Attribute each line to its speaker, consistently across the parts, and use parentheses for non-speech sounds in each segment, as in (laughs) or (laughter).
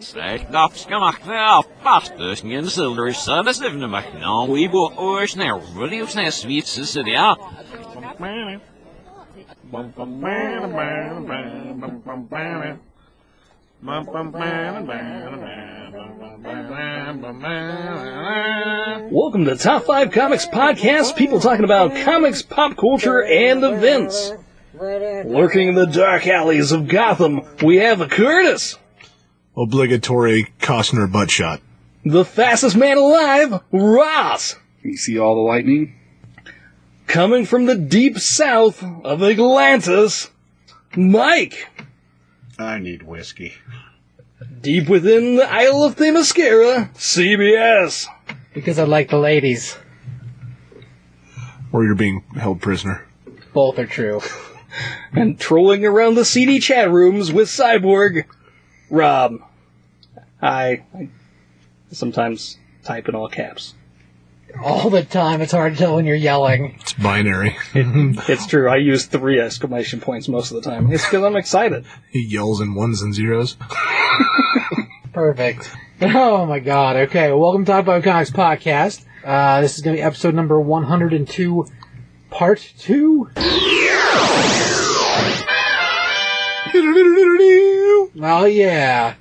Speaker 1: Sä knapska makna pastus nien silder sadas nivna makna we bo ors na radios na svitsa sidia.
Speaker 2: Welcome to the Top 5 Comics Podcast, people talking about comics, pop culture, and events. Lurking in the dark alleys of Gotham, we have a Curtis,
Speaker 3: Obligatory Costner butt shot.
Speaker 2: the fastest man alive, Ross,
Speaker 4: You see all the lightning?
Speaker 2: coming from the deep south of Atlantis, Mike,
Speaker 4: I need whiskey.
Speaker 2: deep within the Isle of Themyscira, CBS,
Speaker 5: Because I like the ladies.
Speaker 3: Or you're being held prisoner.
Speaker 5: Both are true.
Speaker 2: and trolling around the seedy chat rooms with Cyborg, Rob. I, I sometimes type in all caps.
Speaker 5: All the time. It's hard to tell when you're yelling.
Speaker 3: It's binary. (laughs)
Speaker 2: It's true. I use three exclamation points most of the time. It's because I'm excited.
Speaker 3: He yells in ones and zeros.
Speaker 5: Perfect. Oh my god. Okay. Welcome to Top Five Comics Podcast. Uh, this is going to be episode number 102, part two. Oh yeah.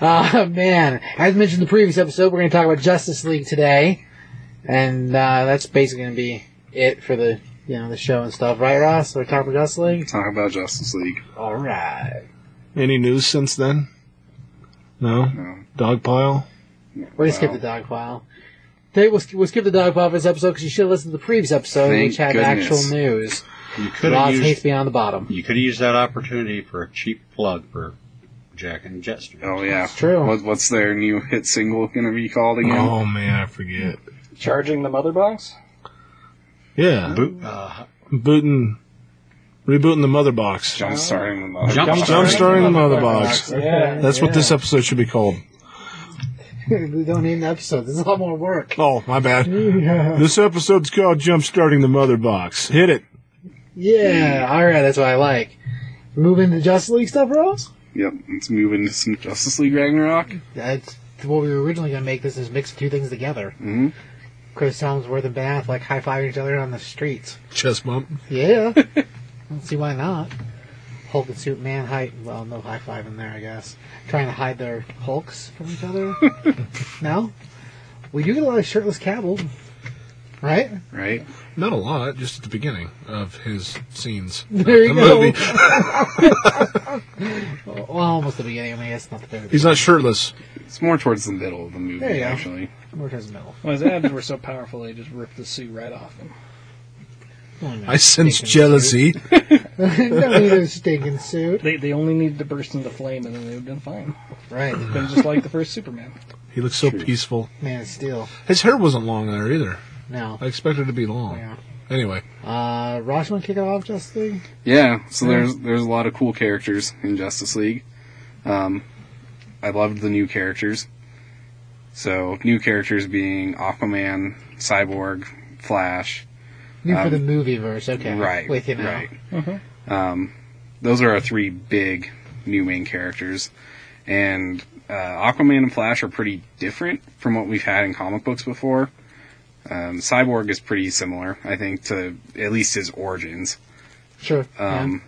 Speaker 5: Uh, man. As mentioned in the previous episode, we're going to talk about Justice League today. And, uh, that's basically going to be it for the, you know, the show and stuff. Right, Ross? We're talking about Justice League?
Speaker 4: Talk about Justice League.
Speaker 5: Alright.
Speaker 3: Any news since then? No?
Speaker 4: No.
Speaker 3: Dog pile?
Speaker 5: We're going to skip the dog file. Today we'll, sk- we'll skip the dog file for this episode because you should have listened to the previous episode
Speaker 4: Thank
Speaker 5: which had
Speaker 4: goodness.
Speaker 5: actual news.
Speaker 6: You could have
Speaker 5: Ross hates
Speaker 6: used
Speaker 5: being on the bottom.
Speaker 6: you could have used that opportunity for a cheap plug for Jack and Jester.
Speaker 4: Oh, yeah.
Speaker 5: true.
Speaker 4: What, what's their new hit single going to be called again?
Speaker 3: Oh man, I forget.
Speaker 2: Charging the mother box.
Speaker 3: Yeah.
Speaker 6: Boot, uh,
Speaker 3: booting, rebooting the mother box.
Speaker 4: Jump starting the mother.
Speaker 6: Jump-
Speaker 3: Jump starting the mother box.
Speaker 5: Yeah,
Speaker 3: That's what this episode should be called.
Speaker 5: (laughs) we don't need an episode. This is a lot more work.
Speaker 3: Oh, my bad. This episode's called Jump Starting the Mother Box. Hit it.
Speaker 5: Yeah, alright, that's what I like. Move into Justice League stuff, Ross?
Speaker 4: Yep. Let's move into some Justice League Ragnarok.
Speaker 5: That's what we were originally going to make this is mix the two things together.
Speaker 4: Mhm.
Speaker 5: Chris Helmsworth and Ben Affleck high fiving each other on the streets.
Speaker 3: Chest bump.
Speaker 5: Yeah. don't see why not. Hulk and Superman high well, no high five in there, I guess. Trying to hide their Hulks from each other. no? We do get a lot of shirtless cattle. Right?
Speaker 4: Right?
Speaker 3: Not a lot, just at the beginning of his scenes.
Speaker 5: There
Speaker 3: The
Speaker 5: you go.
Speaker 3: movie.
Speaker 5: Well, almost the beginning. I mean, it's not the very
Speaker 3: He's
Speaker 5: beginning.
Speaker 3: not shirtless.
Speaker 4: It's more towards the middle of the movie,
Speaker 5: There you go.
Speaker 4: actually.
Speaker 5: More towards the middle.
Speaker 7: Well, his abs were so powerful they just ripped the suit right off him.
Speaker 5: Only
Speaker 3: I sense
Speaker 5: stinking
Speaker 3: jealousy.
Speaker 5: suit. (laughs) no need a stinking suit.
Speaker 7: They, they only needed to burst into flame and then they would have been fine.
Speaker 5: Right.
Speaker 7: Been just like the first Superman.
Speaker 3: He looks so peaceful.
Speaker 5: Man of Steel.
Speaker 3: His hair wasn't long there either.
Speaker 5: No.
Speaker 3: I expected it to be long.
Speaker 5: Yeah.
Speaker 3: Anyway,
Speaker 5: Uh, Rosh, want to kick it off, Justin?
Speaker 4: Yeah, so there's there's a lot of cool characters in Justice League. Um, I loved the new characters. So new characters being Aquaman, Cyborg, Flash.
Speaker 5: New for
Speaker 4: Um,
Speaker 5: the movie verse. Okay.
Speaker 4: Right.
Speaker 5: With you now.
Speaker 4: Right. Um, those are our three big new main characters, and uh, Aquaman and Flash are pretty different from what we've had in comic books before. Um, Cyborg is pretty similar, I think, to at least his origins.
Speaker 5: Sure.
Speaker 4: Um,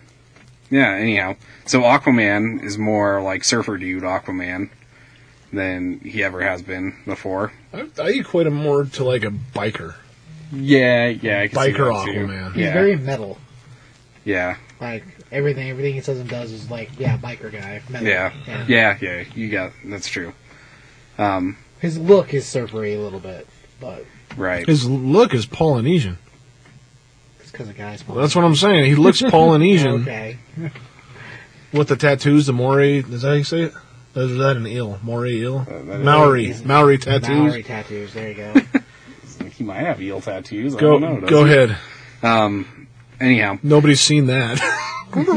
Speaker 4: yeah. anyhow. So Aquaman is more like surfer dude Aquaman than he ever has been before.
Speaker 3: I, I equate him more to like a biker.
Speaker 4: Yeah, yeah, I can see
Speaker 3: Biker
Speaker 4: that too.
Speaker 3: Aquaman.
Speaker 5: yeah. He's
Speaker 4: yeah.
Speaker 5: very metal.
Speaker 4: Yeah,
Speaker 5: Like, everything everything he says and does is like, yeah, biker guy. Metal.
Speaker 4: yeah,
Speaker 5: yeah.
Speaker 4: yeah, yeah. You got that's true. Um,
Speaker 5: His look is surfery a little bit, but
Speaker 4: right.
Speaker 3: His look is Polynesian.
Speaker 5: it's because of guys.
Speaker 3: Well, that's what I'm saying. He
Speaker 5: (laughs)
Speaker 3: looks Polynesian
Speaker 5: Okay.
Speaker 3: with the tattoos, the Maori. Is that how you say it? Or Is that an eel? Maori eel?
Speaker 4: Uh, that is-
Speaker 3: Maori. Maori tattoos.
Speaker 5: Maori tattoos. There you go.
Speaker 4: He might have eel tattoos. I
Speaker 3: Go,
Speaker 4: don't know. does
Speaker 3: go
Speaker 4: he?
Speaker 3: ahead.
Speaker 4: Um, anyhow,
Speaker 3: Nobody's seen
Speaker 5: (laughs)
Speaker 3: that.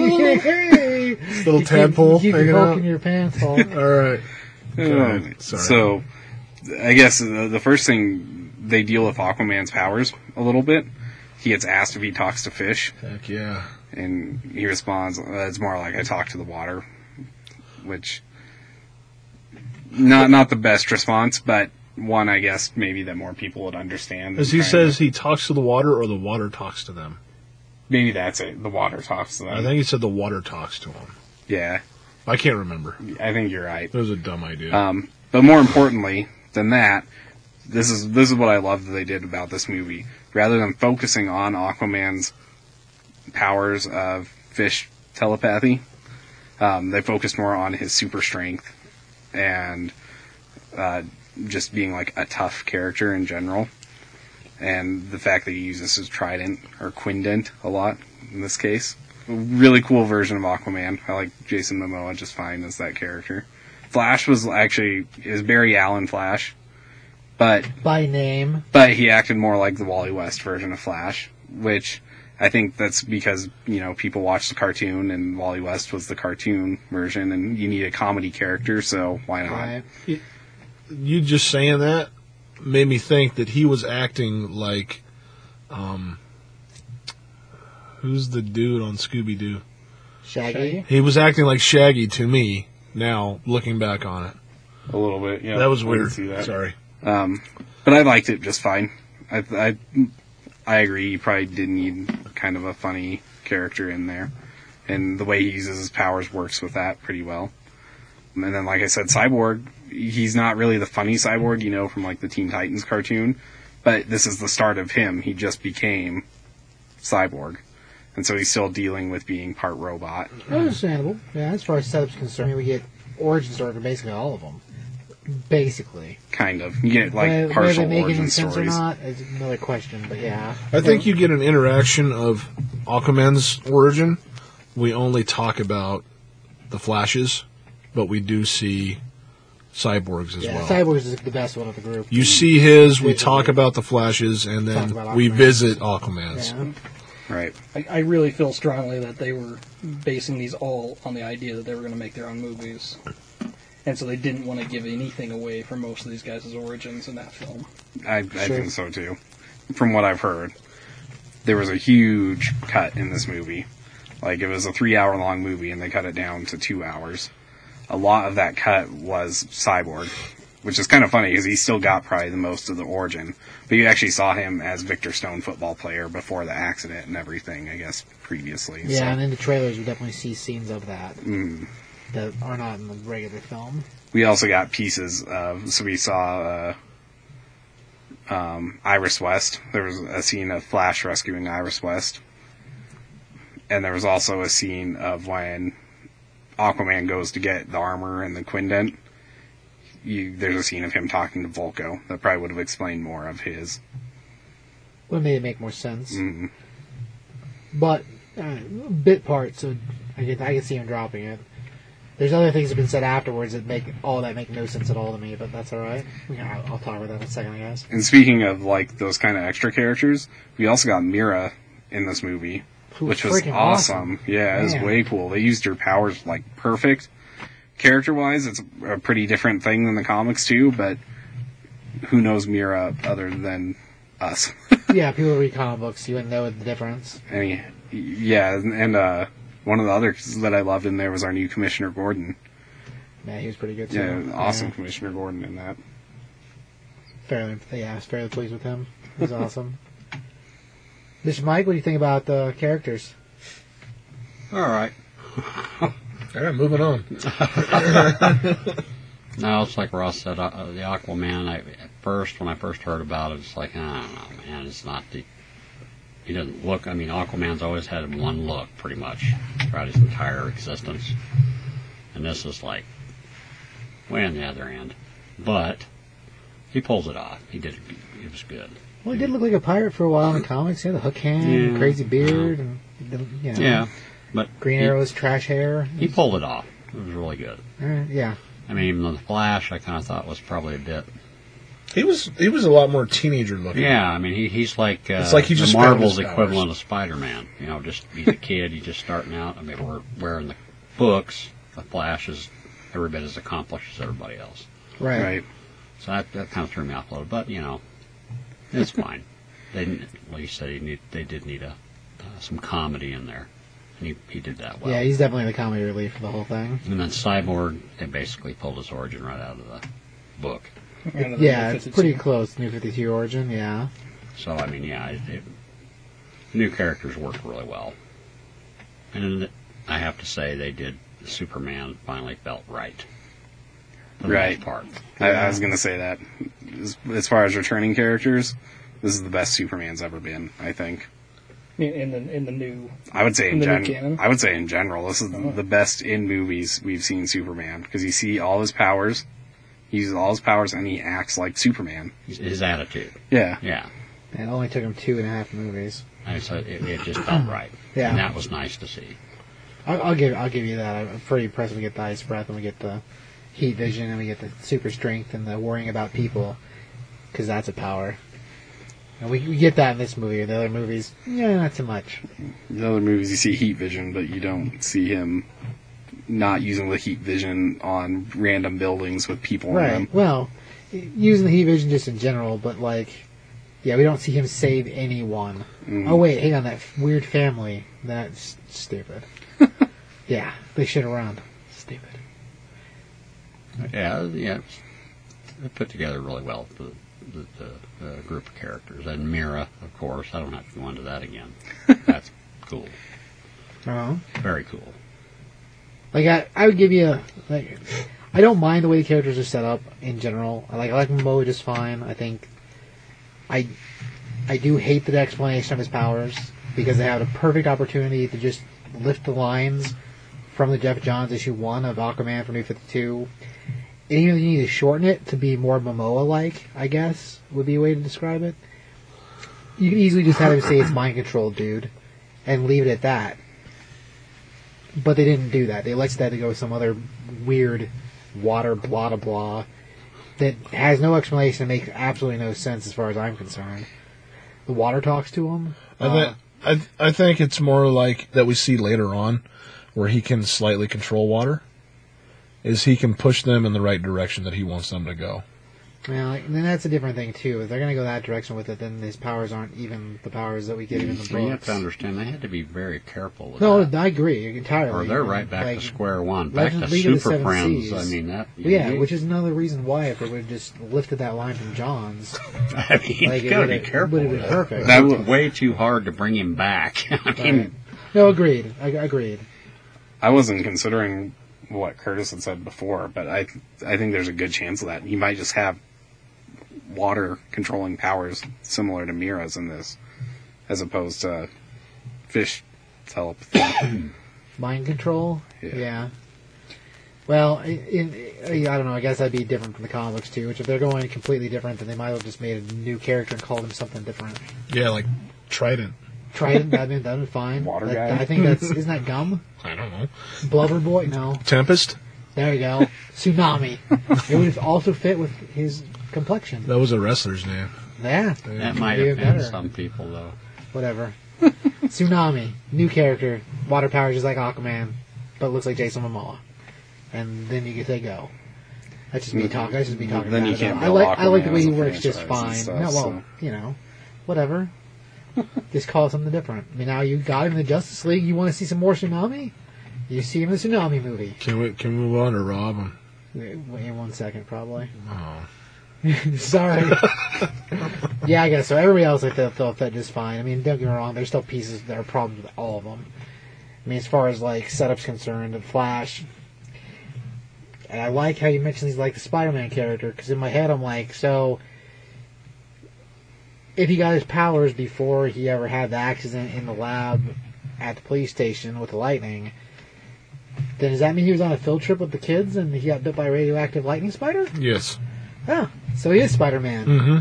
Speaker 5: Hey!
Speaker 3: Little
Speaker 5: You
Speaker 3: (laughs)
Speaker 5: keep-
Speaker 3: tadpole
Speaker 5: You keep
Speaker 3: hanging out.
Speaker 5: Hulk in your pants,
Speaker 3: (laughs)
Speaker 5: Hulk.
Speaker 3: All right.
Speaker 4: uh,
Speaker 3: ahead. Sorry.
Speaker 4: so I guess the, the first thing they deal with Aquaman's powers a little bit. He gets asked if he talks to fish,
Speaker 3: Heck yeah.
Speaker 4: and he responds, uh, "It's more like I talk to the water," which not not the best response, but one I guess maybe that more people would understand.
Speaker 3: As
Speaker 4: than trying
Speaker 3: he
Speaker 4: to-
Speaker 3: says, he talks to the water or the water talks to them.
Speaker 4: maybe that's it. The water talks to them.
Speaker 3: I think he said the water talks to him.
Speaker 4: yeah,
Speaker 3: I can't remember.
Speaker 4: I think you're right.
Speaker 3: That was a dumb idea.
Speaker 5: Uh,
Speaker 4: Um, but more importantly than that, this is this is what I love that they did about this movie. Rather than focusing on Aquaman's powers of fish telepathy, um, they focused more on his super strength and uh, just being like a tough character in general. And the fact that he uses his trident or quindent a lot in this case. A really cool version of Aquaman. I like Jason Momoa just fine as that character. Flash was actually is Barry Allen Flash, but
Speaker 5: by name.
Speaker 4: but he acted more like the Wally West version of Flash, which I think that's because you know people watched the cartoon and Wally West was the cartoon version, and you need a comedy character, so why not?
Speaker 5: Right.
Speaker 3: you just saying that made me think that he was acting like, um, who's the dude on Scooby Doo?
Speaker 5: Shaggy.
Speaker 3: He was acting like Shaggy to me. Now looking back on it,
Speaker 4: A little bit, yeah.
Speaker 3: that was
Speaker 4: I can
Speaker 3: weird.
Speaker 4: see that.
Speaker 3: Sorry.
Speaker 4: but I liked it just fine. I I I agree. You probably did need kind of a funny character in there, and the way he uses his powers works with that pretty well. And then, like I said, Cyborg, he's not really the funny Cyborg, you know, from like the Teen Titans cartoon, but this is the start of him. He just became Cyborg, and so he's still dealing with being part robot.
Speaker 5: Understandable. Yeah, as far as setup's concerned, we get origin story for basically all of them. Basically,
Speaker 4: Kind of, you get like
Speaker 5: Whether- whether
Speaker 4: partial
Speaker 5: they make
Speaker 4: origin
Speaker 5: any sense or
Speaker 4: stories.
Speaker 5: not is another question. But yeah,
Speaker 3: I think you get an interaction of Aquaman's origin. We only talk about the flashes, but we do see cyborgs as
Speaker 5: yeah,
Speaker 3: well.
Speaker 5: Cyborgs is the best one of the group.
Speaker 3: you see his, we
Speaker 5: Yeah.
Speaker 3: talk about the flashes, and
Speaker 5: Talk
Speaker 3: then
Speaker 5: about
Speaker 3: we
Speaker 5: Aquaman.
Speaker 3: visit Aquaman's.
Speaker 5: Yeah.
Speaker 4: Right.
Speaker 7: I, I really feel strongly that they were basing these all on the idea that they were going to make their own movies. And so they didn't want to give anything away from most of these guys' origins in that film.
Speaker 4: I, I think so too. From what I've heard, there was a huge cut in this movie. Like it was a three-hour-long movie, and they cut it down to two hours. A lot of that cut was Cyborg, which is kind of funny because he still got probably the most of the origin. But you actually saw him as Victor Stone, football player, before the accident and everything. I guess previously.
Speaker 5: Yeah,
Speaker 4: So Mm.
Speaker 5: and in the trailers, you definitely see scenes of that that are not in the regular film.
Speaker 4: we also got pieces of. So we saw. Uh, um, Iris West. There was a scene of Flash rescuing Iris West. And there was also a scene of when Aquaman goes to get the armor and the Quindent. You, there's a scene of him talking to Volko that probably would have explained more of his.
Speaker 5: Would maybe make more sense.
Speaker 4: Mm.
Speaker 5: But uh, bit part, so I can I can see him dropping it. There's other things that have been said afterwards that make all that make no sense at all to me, but that's all right. We can- I'll, I'll talk about that in a second, I guess.
Speaker 4: And speaking of like those kind of extra characters, we also got Mira in this movie,
Speaker 5: Who was
Speaker 4: which was
Speaker 5: freaking
Speaker 4: awesome.
Speaker 5: awesome.
Speaker 4: Yeah, it was
Speaker 5: Man.
Speaker 4: way cool. They used her powers like perfect. Character wise, it's a pretty different thing than the comics too, but who knows Mira other than us? (laughs)
Speaker 5: yeah, people read comic books, you wouldn't know the difference.
Speaker 4: Any, yeah, and, and uh, one of the others that I loved in there was our new Commissioner Gordon.
Speaker 5: Yeah, he was pretty good too.
Speaker 4: Yeah, awesome
Speaker 5: Yeah,
Speaker 4: Commissioner Gordon in that.
Speaker 5: fairly, yeah, I was fairly pleased with him. He (laughs) was awesome. Mr. Mike, what do you think about the characters?
Speaker 6: All right.
Speaker 3: All right, moving on.
Speaker 6: No, it's like Ross said, uh, uh, the Aquaman. I, at first, when I first heard about it, it's like, I don't know, man. It's not the. He doesn't look. I mean, Aquaman's always had one look, pretty much, throughout his entire existence. And this is like way on the other end. But he pulls it off. He did. It was good.
Speaker 5: Well, he did look like a pirate for a while in the comics. He had the hook hand,
Speaker 6: Yeah.
Speaker 5: crazy beard, and the, you know,
Speaker 6: Yeah, but
Speaker 5: Green
Speaker 6: he,
Speaker 5: Arrow's trash hair.
Speaker 6: He pulled it off. It was really good.
Speaker 5: Uh, yeah,
Speaker 6: I mean, even the Flash, I kind of thought was probably a bit.
Speaker 3: He was he was a lot more teenager looking.
Speaker 6: Yeah, I mean, he, he's like uh,
Speaker 3: It's like he
Speaker 6: the
Speaker 3: just found
Speaker 6: Marvel's
Speaker 3: his powers.
Speaker 6: equivalent of Spider-Man. You know, just he's a kid, he's just starting out. I mean, we're, where in the books, the Flash is every bit as accomplished as everybody else.
Speaker 5: right.
Speaker 4: Right.
Speaker 6: So that, that kind of threw me off a little, but you know, it's fine. They didn't, like you said, you need, they did need a uh, some comedy in there. He, he did that well.
Speaker 5: yeah, he's definitely the comedy relief for the whole thing.
Speaker 6: and then Cyborg, they basically pulled his origin right out of the book.
Speaker 7: Kind of the
Speaker 5: Yeah,
Speaker 7: New
Speaker 5: it's
Speaker 7: 52.
Speaker 5: pretty close. New 52 origin, yeah.
Speaker 6: So I mean, yeah, it, it, new characters worked really well, and I have to say they did. Superman finally felt right. For the
Speaker 4: Right.
Speaker 6: most part.
Speaker 4: I, I was gonna say that. As, as far as returning characters, this is the best Superman's ever been. I think.
Speaker 7: in, in the in the new.
Speaker 4: I would say in,
Speaker 7: In the new
Speaker 4: general.
Speaker 7: canon?
Speaker 4: I would say in general, this is the best in movies we've seen Superman because you see all his powers, he uses all his powers, and he acts like Superman.
Speaker 6: His- His attitude.
Speaker 4: Yeah,
Speaker 6: Yeah.
Speaker 5: It only took him two and a half movies.
Speaker 6: And so it, it
Speaker 5: (clears throat)
Speaker 6: just felt right.
Speaker 5: Yeah.
Speaker 6: And that was nice to see.
Speaker 5: I'll, I'll give I'll give you that. I'm pretty impressed. We get the ice breath, and we get the heat vision, and we get the super strength, and the worrying about people, because that's a power. And we, we get that in this movie. The other movies, yeah, not so much.
Speaker 4: the other movies you see heat vision, but you don't see him not using the heat vision on random buildings with people in them.
Speaker 5: Right. Well, y- using the heat vision just in general, but like, yeah, we don't see him save anyone. Oh wait, hang on, that f- weird family. That's stupid. yeah, they should have run. Stupid.
Speaker 6: Yeah, yeah. it's- It put together really well, the, the, the uh, group of characters. And Mira, of course. I don't have to go into
Speaker 5: (laughs)
Speaker 6: that again. That's cool.
Speaker 5: Oh.
Speaker 6: Very cool.
Speaker 5: Like I, I would give you a, like, I don't mind the way the characters are set up in general. I like I like Momoa just fine. I think, I, I do hate the explanation of his powers because they had a perfect opportunity to just lift the lines from the Jeff Johns issue one of Aquaman from New Fifty Two. And even if you need to shorten it to be more Momoa like, I guess would be a way to describe it. You could easily just have him say it's mind control, dude, and leave it at that. But they didn't do that. They elected that to go with some other weird water blah blah blah that has no explanation and makes absolutely no sense as far as I'm concerned. The water talks to him.
Speaker 3: I, thi- I, th- I think it's more like that we see later on where he can slightly control water is he can push them in the right direction that he wants them to go.
Speaker 5: Well, like, and then that's a different thing too. If they're going to go that direction with it, then his powers aren't even the powers that we get him in the
Speaker 6: Mm, So you have
Speaker 5: books.
Speaker 6: to understand, they had to be very careful with
Speaker 5: No,
Speaker 6: that.
Speaker 5: I agree entirely.
Speaker 6: Or they're right back
Speaker 5: Like,
Speaker 6: to square one. Back
Speaker 5: Legend-
Speaker 6: to
Speaker 5: League of the
Speaker 6: Super
Speaker 5: Seven
Speaker 6: Friends.
Speaker 5: Seas.
Speaker 6: I mean, that.
Speaker 5: Yeah, which is another reason why if they would have just lifted that line from John's,
Speaker 6: I mean,
Speaker 5: like
Speaker 6: (laughs) you
Speaker 5: it
Speaker 6: gotta
Speaker 5: would
Speaker 6: be
Speaker 5: have
Speaker 6: careful.
Speaker 5: been
Speaker 6: with that.
Speaker 5: perfect.
Speaker 4: That
Speaker 6: It's
Speaker 4: would,
Speaker 6: way too hard to bring him back. (laughs) I mean,
Speaker 5: Right. No, agreed. I, agreed.
Speaker 4: I wasn't considering what Curtis had said before, but I I think there's a good chance of that. He might just have water controlling powers similar to Mira's in this, as opposed to fish telepathy.
Speaker 5: Mind control.
Speaker 4: Yeah.
Speaker 5: Yeah. Well, i- in, i I don't know. I guess that'd be different from the comics too. Which if they're going completely different, then they might have just made a new character and called him something different.
Speaker 3: Yeah, like Trident.
Speaker 5: Trident, that'd been that'd been fine.
Speaker 4: Water
Speaker 5: That-
Speaker 4: guy.
Speaker 5: I think that's isn't that gum?
Speaker 3: I don't know.
Speaker 5: Blubber boy? No.
Speaker 3: Tempest?
Speaker 5: There you go. Tsunami. It would have also fit with his complexion.
Speaker 3: That was a wrestler's name.
Speaker 5: Yeah.
Speaker 6: that might
Speaker 5: Even
Speaker 6: offend
Speaker 5: better.
Speaker 6: some people, though.
Speaker 5: Whatever. (laughs) Tsunami. New character. Water powers just like Aquaman, but looks like Jason Momoa. And then you get to go. That's just me talking. That's just me talking.
Speaker 4: Mm-hmm. Then
Speaker 5: about
Speaker 4: you
Speaker 5: it.
Speaker 4: can't
Speaker 5: I
Speaker 4: build
Speaker 5: like I like the
Speaker 4: Aquaman
Speaker 5: way
Speaker 4: as
Speaker 5: he
Speaker 4: a
Speaker 5: works just fine.
Speaker 4: franchise and
Speaker 5: no, well,
Speaker 4: stuff,
Speaker 5: you know, whatever. (laughs) just call it something different. I mean, now you got him in the Justice League. You want to see some more tsunami? You see him in the tsunami movie.
Speaker 3: Can we can we move on to Rob? Um,
Speaker 5: Wait one second, probably.
Speaker 3: Oh.
Speaker 5: (laughs) Sorry. yeah, I guess so. Everybody else I felt, felt that just fine. I mean, don't get me wrong. There's still pieces that are problems with all of them. I mean, as far as like setups concerned, and Flash. And I like how you mentioned he's like the Spider-Man character because in my head I'm like, so if he got his powers before he ever had the accident in the lab at the police station with the lightning, then does that mean he was on a field trip with the kids and he got bit by a radioactive lightning spider?
Speaker 3: Yes.
Speaker 5: Oh, so he is Spider Man.
Speaker 3: Mm-hmm.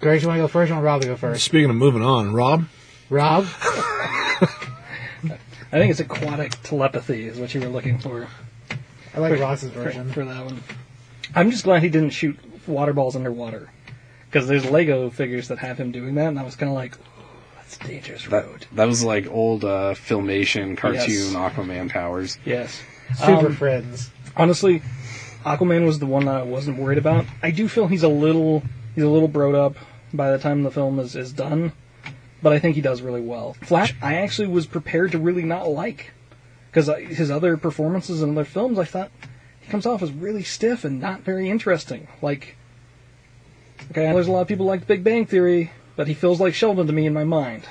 Speaker 5: Grace, you want to go first? Or you want Rob to go first?
Speaker 3: Speaking of moving on, Rob,
Speaker 5: Rob?
Speaker 7: I think it's aquatic telepathy is what you were looking for
Speaker 5: I like Ross's
Speaker 7: for,
Speaker 5: version.
Speaker 7: for that one. I'm just glad he didn't shoot water balls underwater because there's Lego figures that have him doing that, and I was kind of like, Ooh, that's dangerous
Speaker 4: that
Speaker 7: road.
Speaker 4: that was like old uh, filmation cartoon
Speaker 7: Yes.
Speaker 4: Aquaman powers.
Speaker 7: Yes.
Speaker 5: Super
Speaker 7: Um,
Speaker 5: Friends.
Speaker 7: honestly, Aquaman was the one that I wasn't worried about. I do feel he's a little he's a little broed up by the time the film is, is done, but I think he does really well. Flash, I actually was prepared to really not like. Because his other performances in other films, I thought he comes off as really stiff and not very interesting. Like, okay, I know there's a lot of people like Big Bang Theory, but he feels like Sheldon to me in my mind.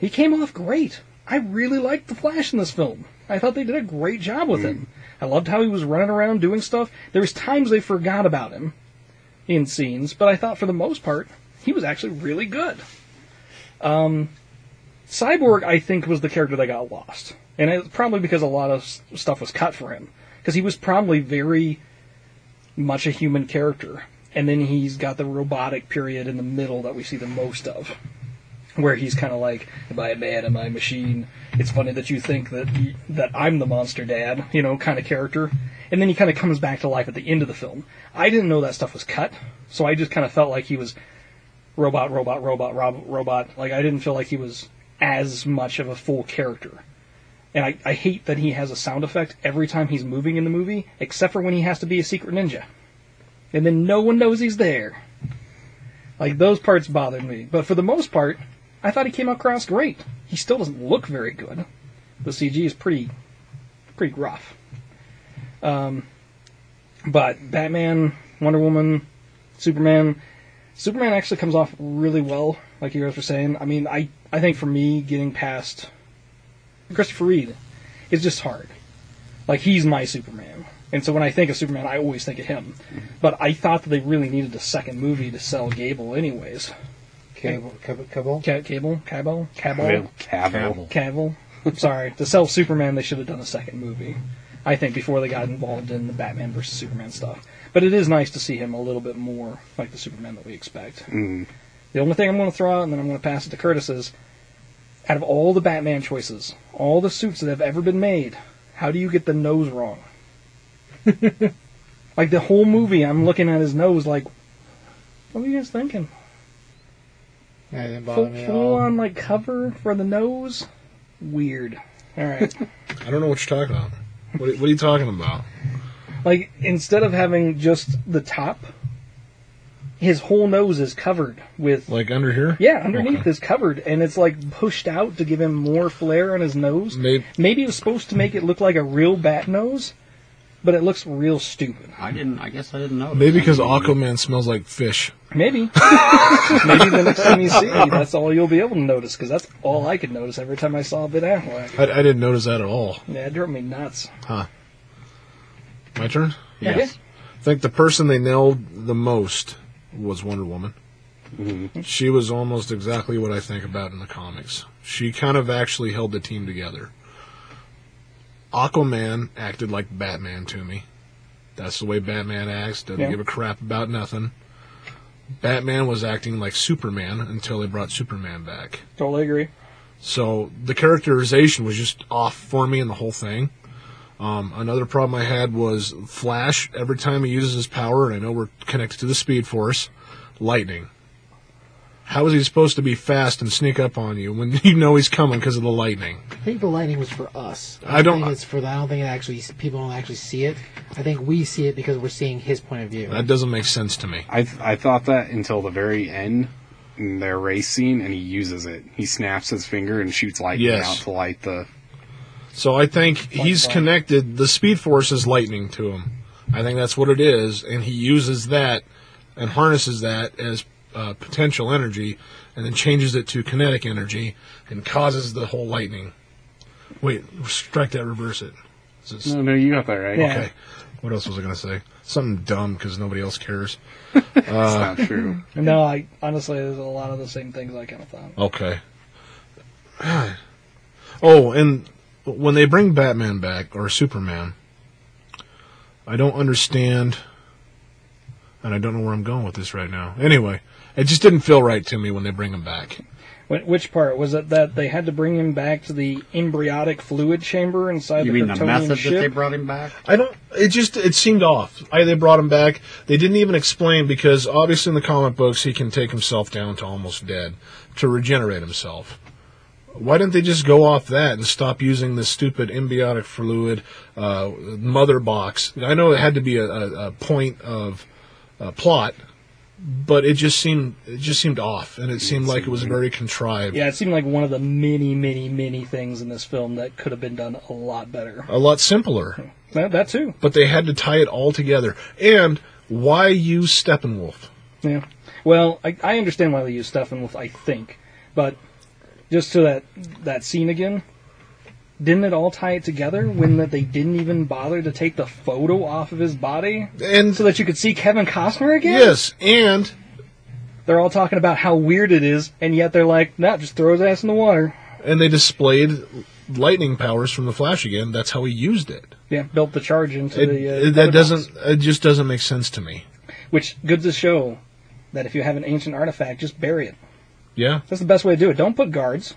Speaker 7: He came off great. I really liked the Flash in this film. I thought they did a great job with him. I loved how he was running around doing stuff. There was times they forgot about him in scenes, but I thought for the most part he was actually really good. Um, Cyborg, I think, was the character that got lost, and it's probably because a lot of s- stuff was cut for him because he was probably very much a human character, and then he's got the robotic period in the middle that we see the most of. Where he's kind of like, "Am I a man? Am I a machine?" It's funny that you think that y- that I'm the monster dad, you know, kind of character, and then he kind of comes back to life at the end of the film. I didn't know that stuff was cut, so I just kind of felt like he was robot, robot, robot, rob, robot. Like I didn't feel like he was as much of a full character. And I, I hate that he has a sound effect every time he's moving in the movie, except for when he has to be a secret ninja. And then no one knows he's there. Like those parts bothered me. But for the most part, I thought he came across great. He still doesn't look very good. The CG is pretty pretty rough. Um, but Batman, Wonder Woman, Superman, Superman actually comes off really well, like you guys were saying. I mean, I, I think for me, getting past Christopher Reed is just hard. Like, he's my Superman. And so when I think of Superman, I always think of him. But I thought that they really needed a second movie to sell Gable, anyways.
Speaker 5: Cable, cable, cable.
Speaker 7: Ca- Cable? Cable? Cable?
Speaker 4: Cavill.
Speaker 7: Cavill. I'm sorry. To sell Superman, they should have done a second movie. I think before they got involved in the Batman versus Superman stuff. But it is nice to see him a little bit more like the Superman that we expect. The only thing I'm going to throw out, and then I'm going to pass it to Curtis, is out of all the Batman choices, all the suits that have ever been made, how do you get the nose wrong? like the whole movie, I'm looking at his nose like, what were you guys thinking?
Speaker 5: That didn't bother
Speaker 7: Full,
Speaker 5: me at
Speaker 7: full
Speaker 5: all.
Speaker 7: on like cover for the nose? Weird. All right.
Speaker 3: I don't know what you're talking about. What, are- what are you talking about?
Speaker 7: Like instead of having just the top, his whole nose is covered with
Speaker 3: Like under here?
Speaker 7: yeah, underneath
Speaker 3: Okay.
Speaker 7: is covered, and it's like pushed out to give him more flair on his nose.
Speaker 3: Maybe,
Speaker 7: Maybe it was supposed to make it look like a real bat nose, but it looks real stupid.
Speaker 6: I didn't. I guess I didn't know.
Speaker 3: maybe because Aquaman smells like fish.
Speaker 7: Maybe, (laughs) maybe the next time you see, it, that's all you'll be able to notice because that's all I could notice every time I saw Ben Affleck.
Speaker 3: I, I didn't notice that at all.
Speaker 7: Yeah, it drove me nuts.
Speaker 3: My turn?
Speaker 6: Yes.
Speaker 3: I think the person they nailed the most was Wonder Woman. She was almost exactly what I think about in the comics. She kind of actually held the team together. Aquaman acted like Batman to me. That's the way Batman acts. Doesn't
Speaker 7: Yeah.
Speaker 3: give a crap about nothing. Batman was acting like Superman until they brought Superman back.
Speaker 7: Totally agree.
Speaker 3: So the characterization was just off for me in the whole thing. Um, another problem I had was Flash. Every time he uses his power, and I know we're connected to the Speed Force, lightning. How is he supposed to be fast and sneak up on you when (laughs) you know he's coming because of the lightning?
Speaker 5: I think the lightning was for us.
Speaker 3: I don't-
Speaker 5: Think it's for. I don't think it actually. People don't actually see it. I think we see it because we're seeing his point of view.
Speaker 3: That doesn't make sense to me.
Speaker 4: I I thought that until the very end in their race scene, and he uses it. He snaps his finger and shoots lightning
Speaker 3: Yes.
Speaker 4: out to light the.
Speaker 3: So I think he's connected. The Speed Force is lightning to him. I think that's what it is, and he uses that and harnesses that as uh, potential energy, and then changes it to kinetic energy and causes the whole lightning. Wait, strike that, reverse it. Is it-
Speaker 4: No, no, you got that right.
Speaker 7: Yeah.
Speaker 3: Okay. What else was I going to say? Something dumb because nobody else cares.
Speaker 4: That's not true.
Speaker 7: No, I honestly, there's a lot of the same things I kind of thought.
Speaker 3: Okay. (sighs) Oh, and when they bring Batman back or Superman, I don't understand, and I don't know where I'm going with this right now. Anyway, it just didn't feel right to me when they bring him back.
Speaker 7: Wh- Which part was it that they had to bring him back to the embryonic fluid chamber inside
Speaker 6: You
Speaker 7: the
Speaker 6: mean the
Speaker 7: Kryptonian
Speaker 6: method
Speaker 7: ship?
Speaker 6: that they brought him back?
Speaker 3: I don't. It just it seemed off. I, they brought him back. They didn't even explain because obviously in the comic books he can take himself down to almost dead to regenerate himself. Why didn't they just go off that and stop using this stupid embiotic fluid uh, mother box? I know it had to be a, a, a point of uh, plot but it just seemed it just seemed off, and it seemed like it was very contrived.
Speaker 7: Yeah, it seemed like one of the many, many, many things in this film that could have been done a lot better.
Speaker 3: A lot simpler.
Speaker 7: That, that too.
Speaker 3: but they had to tie it all together. And why use Steppenwolf?
Speaker 7: Yeah. Well, I, I understand why they use Steppenwolf, I think, but just to that that scene again, didn't it all tie it together when that they didn't even bother to take the photo off of his body
Speaker 3: And
Speaker 7: so that you could see Kevin Costner again?
Speaker 3: yes, and
Speaker 7: They're all talking about how weird it is, and yet they're like, "No, just throw his ass in the water."
Speaker 3: and they displayed lightning powers from the Flash again. That's how he used it.
Speaker 7: Yeah, built the charge into
Speaker 3: It,
Speaker 7: the. Uh,
Speaker 3: it- that
Speaker 7: Thunderbolts.
Speaker 3: doesn't it just doesn't make sense to me.
Speaker 7: Which good to show that if you have an ancient artifact, just bury it.
Speaker 3: Yeah.
Speaker 7: That's the best way to do it. Don't put guards.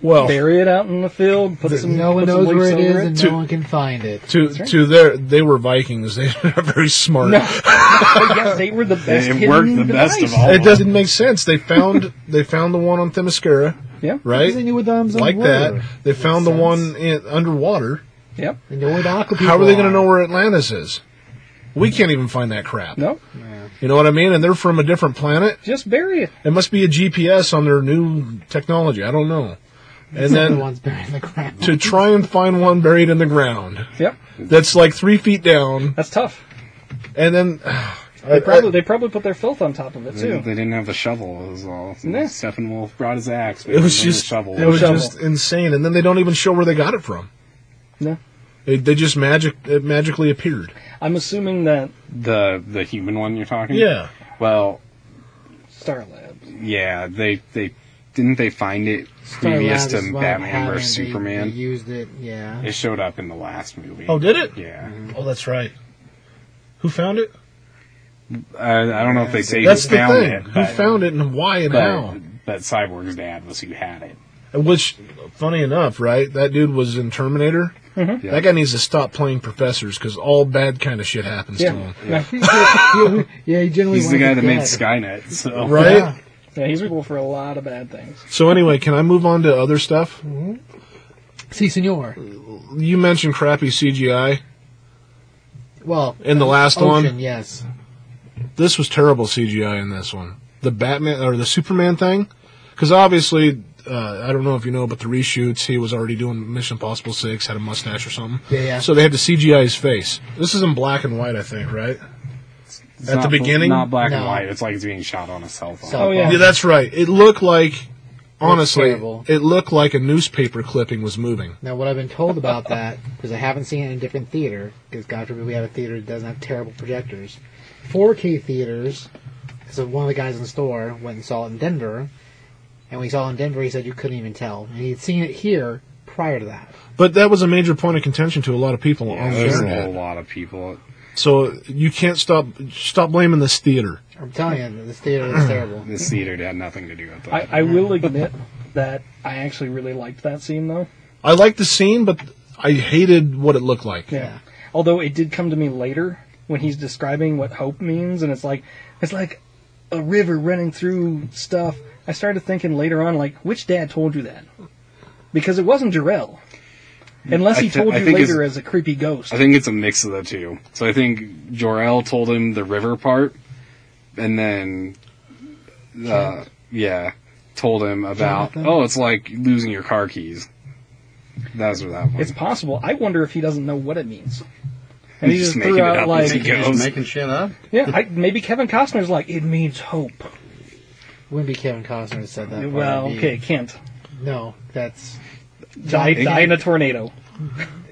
Speaker 3: Well,
Speaker 7: Bury it out in the field. Put some.
Speaker 5: No one
Speaker 7: put some
Speaker 5: knows where
Speaker 7: leaves
Speaker 5: it
Speaker 7: over
Speaker 5: is, and
Speaker 3: Two-
Speaker 5: no one can find it.
Speaker 3: to to their they were Vikings. (laughs) They are very smart.
Speaker 7: No. But Oh, yes,
Speaker 4: (laughs)
Speaker 7: they were the best.
Speaker 4: It
Speaker 7: hidden
Speaker 4: worked the best
Speaker 7: device.
Speaker 4: of all.
Speaker 3: It doesn't make sense. They found they found the one on Themyscira,
Speaker 7: Yeah.
Speaker 5: Because They
Speaker 3: right?
Speaker 5: knew where the arms
Speaker 3: Like that.
Speaker 5: were.
Speaker 3: They found the one in, underwater.
Speaker 7: Yep.
Speaker 5: They know where the aqua people
Speaker 3: How are they going
Speaker 5: are.
Speaker 3: to know where Atlantis is? We can't even find that crap.
Speaker 7: No.
Speaker 3: You know what I mean? And they're from a different planet.
Speaker 7: Just bury it.
Speaker 3: It must be a GPS on their new technology. I don't know. And
Speaker 5: the
Speaker 3: then
Speaker 5: ones buried in the ground.
Speaker 3: to try and find one buried in the ground
Speaker 7: Yep.
Speaker 3: that's like three feet down,
Speaker 7: That's tough.
Speaker 3: and then (sighs)
Speaker 7: They probably they probably put their filth on top of it
Speaker 4: They,
Speaker 7: too.
Speaker 4: they didn't have the shovel. It was all
Speaker 7: Yeah.
Speaker 4: Steppenwolf brought his axe. but
Speaker 3: it was
Speaker 4: he didn't have a
Speaker 3: just
Speaker 4: shovel.
Speaker 3: it was
Speaker 7: Shovel.
Speaker 3: just insane. And then they don't even show where they got it from.
Speaker 7: No.
Speaker 3: They, they just magic it magically appeared.
Speaker 7: I'm assuming that
Speaker 4: the the human one you're talking.
Speaker 3: Yeah,
Speaker 4: Well,
Speaker 7: Star Labs.
Speaker 4: yeah. They they didn't they find it
Speaker 5: Star
Speaker 4: previous
Speaker 5: Labs
Speaker 4: to
Speaker 5: is what
Speaker 4: Batman
Speaker 5: happened.
Speaker 4: versus
Speaker 5: They-
Speaker 4: Superman.
Speaker 5: They used it, yeah.
Speaker 4: It showed up in the last movie.
Speaker 3: Oh, did it?
Speaker 4: Yeah.
Speaker 3: Oh, that's right. Who found it?
Speaker 4: I, I don't know if they say
Speaker 3: That's
Speaker 4: who
Speaker 3: the
Speaker 4: found
Speaker 3: thing.
Speaker 4: it.
Speaker 3: Who
Speaker 4: but-
Speaker 3: found it and why and how?
Speaker 4: But, but Cyborg's dad was who had it.
Speaker 3: Which, funny enough, right? That dude was in Terminator.
Speaker 4: Yeah.
Speaker 3: That guy needs to stop playing professors because all bad kind of shit happens to
Speaker 7: Yeah.
Speaker 3: him.
Speaker 7: Yeah. (laughs)
Speaker 5: yeah, he generally
Speaker 4: He's the
Speaker 5: wanted
Speaker 4: guy
Speaker 5: it
Speaker 4: that made
Speaker 5: dead.
Speaker 4: Skynet. So (laughs)
Speaker 3: Right?
Speaker 5: Yeah.
Speaker 7: yeah, he's responsible for a lot of bad things.
Speaker 3: So anyway, can I move on to other stuff?
Speaker 5: Si, senor.
Speaker 3: You mentioned crappy CGI
Speaker 5: Well,
Speaker 3: in the last
Speaker 5: Ocean,
Speaker 3: one.
Speaker 5: yes.
Speaker 3: This was terrible CGI in this one. The Batman or the Superman thing, because obviously, uh, I don't know if you know, but the reshoots he was already doing Mission Impossible Six, had a mustache or something.
Speaker 5: Yeah, yeah.
Speaker 3: So they had to CGI his face. This is in black and white, I think, right?
Speaker 4: It's
Speaker 3: At
Speaker 4: not
Speaker 3: the
Speaker 4: bl-
Speaker 3: beginning?
Speaker 4: not black and
Speaker 5: No.
Speaker 4: white. It's like it's being shot on a cell phone.
Speaker 5: Cell
Speaker 7: Oh, yeah.
Speaker 5: phone.
Speaker 3: Yeah, that's right. It looked like, honestly,
Speaker 5: terrible.
Speaker 3: it looked like a newspaper clipping was moving.
Speaker 5: Now, what I've been told about that, because I haven't seen it in a different theater, because God forbid we have a theater that doesn't have terrible projectors. 4K theaters, so one of the guys in the store went and saw it in Denver, and when he saw it in Denver, he said you couldn't even tell. And he'd seen it here prior to that.
Speaker 3: But that was a major point of contention to a lot of people on the
Speaker 4: There's a
Speaker 3: internet.
Speaker 4: whole lot of people.
Speaker 3: So you can't stop stop blaming this theater.
Speaker 5: I'm telling you, this theater is terrible.
Speaker 3: (clears throat)
Speaker 4: This theater had nothing to do with that.
Speaker 7: I, I will admit that I actually really liked that scene though.
Speaker 3: I liked the scene, but I hated what it looked like.
Speaker 7: Yeah. Although it did come to me later when he's describing what hope means, and it's like it's like a river running through stuff. I started thinking later on, like, which dad told you that? Because it wasn't Jarrell. Unless
Speaker 4: I
Speaker 7: he
Speaker 4: thi-
Speaker 7: told
Speaker 4: I
Speaker 7: you
Speaker 4: think it's-
Speaker 7: later as a creepy ghost.
Speaker 4: I think it's a mix of the two. So I think Jor-El told him the river part, and then, uh, yeah, told him about,
Speaker 5: Jonathan?
Speaker 4: oh, it's like losing your car keys. That's what that
Speaker 7: it's
Speaker 4: was.
Speaker 7: possible. I wonder if he doesn't know what it means. And
Speaker 4: He's just
Speaker 7: he just
Speaker 4: making
Speaker 7: threw
Speaker 4: it
Speaker 7: out
Speaker 4: up
Speaker 7: like,
Speaker 4: as he goes.
Speaker 6: Just making shit up.
Speaker 7: yeah, I, maybe Kevin Costner's like, it means hope.
Speaker 5: Wouldn't be Kevin Costner that said that.
Speaker 7: well,
Speaker 5: It'd be-
Speaker 7: okay, Kent,
Speaker 5: No, that's
Speaker 7: die, die in a tornado.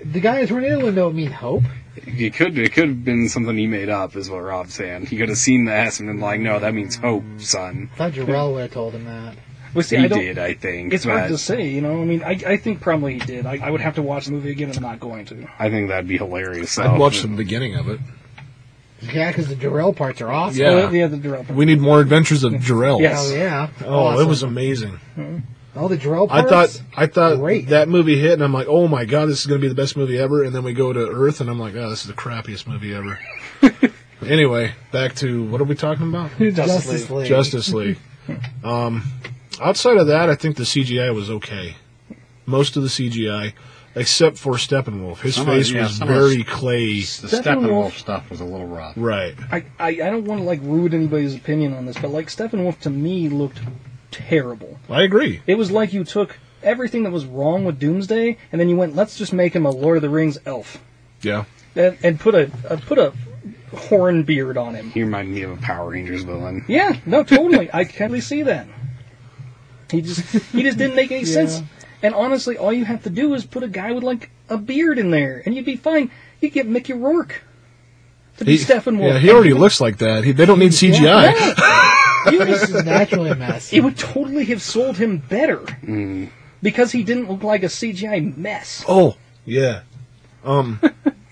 Speaker 5: the guy in the tornado would know it mean hope.
Speaker 4: It could it could have been something he made up, is what Rob's saying. He could have seen that and been like, no, that means hope, son.
Speaker 5: I thought Jarrell would have told him that.
Speaker 7: Well, see,
Speaker 4: he
Speaker 7: I don't,
Speaker 4: did, I think.
Speaker 7: It's
Speaker 4: but
Speaker 7: hard to say, you know. I mean, I, I think probably he did. I, I would have to watch the movie again, and I'm not going to.
Speaker 4: I think that'd be hilarious. So,
Speaker 3: I'd watch the beginning of it.
Speaker 5: Yeah, because the Jarrell parts are awesome.
Speaker 3: Yeah.
Speaker 7: Oh, the other director.
Speaker 3: We need more adventures of Jarrell.
Speaker 7: Yes.
Speaker 5: Oh yeah.
Speaker 3: Oh, it
Speaker 5: Awesome.
Speaker 3: was amazing.
Speaker 5: all the Jarrell
Speaker 3: I
Speaker 5: parts.
Speaker 3: thought I thought
Speaker 5: Great.
Speaker 3: that movie hit, and I'm like, oh my god, this is going to be the best movie ever. And then we go to Earth, and I'm like, oh, this is the crappiest movie
Speaker 5: (laughs)
Speaker 3: ever. anyway, back to what are we talking about?
Speaker 7: Justice
Speaker 5: Justice League.
Speaker 3: Justice League. um, outside of that, I think the CGI was okay. Most of the CGI. except for Steppenwolf. His
Speaker 6: Some of-
Speaker 3: face
Speaker 6: yeah,
Speaker 3: was
Speaker 6: some of
Speaker 3: very
Speaker 6: his-
Speaker 3: clay.
Speaker 6: The
Speaker 7: Steppenwolf-
Speaker 6: Steppenwolf stuff was a little rough.
Speaker 3: Right.
Speaker 7: I, I, I don't want to like ruin anybody's opinion on this, but like Steppenwolf to me looked terrible.
Speaker 3: I agree.
Speaker 7: It was like you took everything that was wrong with Doomsday and then you went, let's just make him a Lord of the Rings elf
Speaker 3: Yeah.
Speaker 7: and, and put a, a put a horn beard on him.
Speaker 4: He reminded me of a Power Rangers villain.
Speaker 7: Yeah, no, totally. I can totally see that. He just he just didn't
Speaker 3: (laughs)
Speaker 7: make any sense. And honestly, all you have to do is put a guy with like a beard in there, and you'd be fine. You get Mickey Rourke to be
Speaker 3: He,
Speaker 7: Steppenwolf.
Speaker 3: yeah, he already looks like that. He, they don't need CGI.
Speaker 5: This is naturally a
Speaker 3: (laughs)
Speaker 5: mess.
Speaker 7: It would totally have sold him better because he didn't look like a CGI mess.
Speaker 3: Oh, yeah. Um,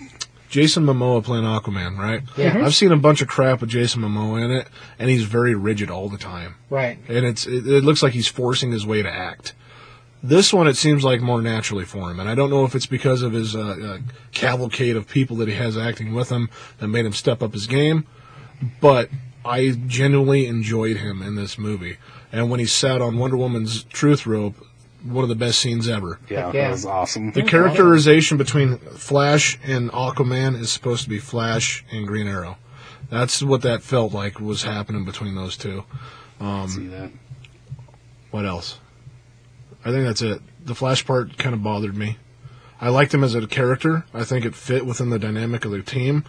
Speaker 3: (laughs) Jason Momoa playing Aquaman, right?
Speaker 5: Yeah.
Speaker 3: I've seen a bunch of crap with Jason Momoa in it, and he's very rigid all the time,
Speaker 5: Right.
Speaker 3: and it's it, it looks like he's forcing his way to act. This one, it seems like more naturally for him, and I don't know if it's because of his uh, uh, cavalcade of people that he has acting with him that made him step up his game, but I genuinely enjoyed him in this movie. And when he sat on Wonder Woman's truth rope, one of the best scenes ever.
Speaker 4: Yeah,
Speaker 5: yeah.
Speaker 4: that was awesome.
Speaker 3: The characterization between Flash and Aquaman is supposed to be Flash and Green Arrow. That's what that felt like was happening between those two.
Speaker 4: See that?
Speaker 3: What else? I think that's it. The Flash part kind of bothered me. I liked him as a character. I think it fit within the dynamic of the team,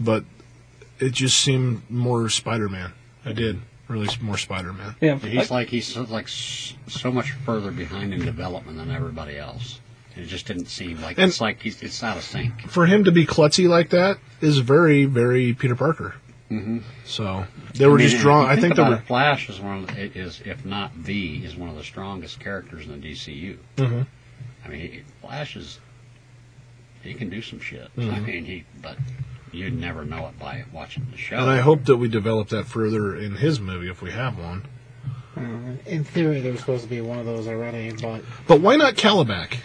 Speaker 3: but it just seemed more Spider-Man. I did really s- more Spider-Man.
Speaker 7: Yeah,
Speaker 6: He's like he's so, like s- so much further behind in development than everybody else. It just didn't seem like
Speaker 3: And-
Speaker 6: it's like he's it's out of sync.
Speaker 3: For him to be klutzy like that is very, very Peter Parker. So they were
Speaker 6: Mm-hmm. I mean,
Speaker 3: just
Speaker 6: if
Speaker 3: drawn.
Speaker 6: you
Speaker 3: I think they
Speaker 6: about
Speaker 3: were.
Speaker 6: it, Flash is one of the, it is if not the is one of the strongest characters in the DCU.
Speaker 3: Mhm.
Speaker 6: I mean, he- Flash is he can do some shit.
Speaker 3: Mm-hmm.
Speaker 6: I mean, he but you'd never know it by watching the show.
Speaker 3: And I hope that we develop that further in his movie if we have one.
Speaker 5: In theory, there was supposed to be one of those already, but
Speaker 3: But why not Calabac?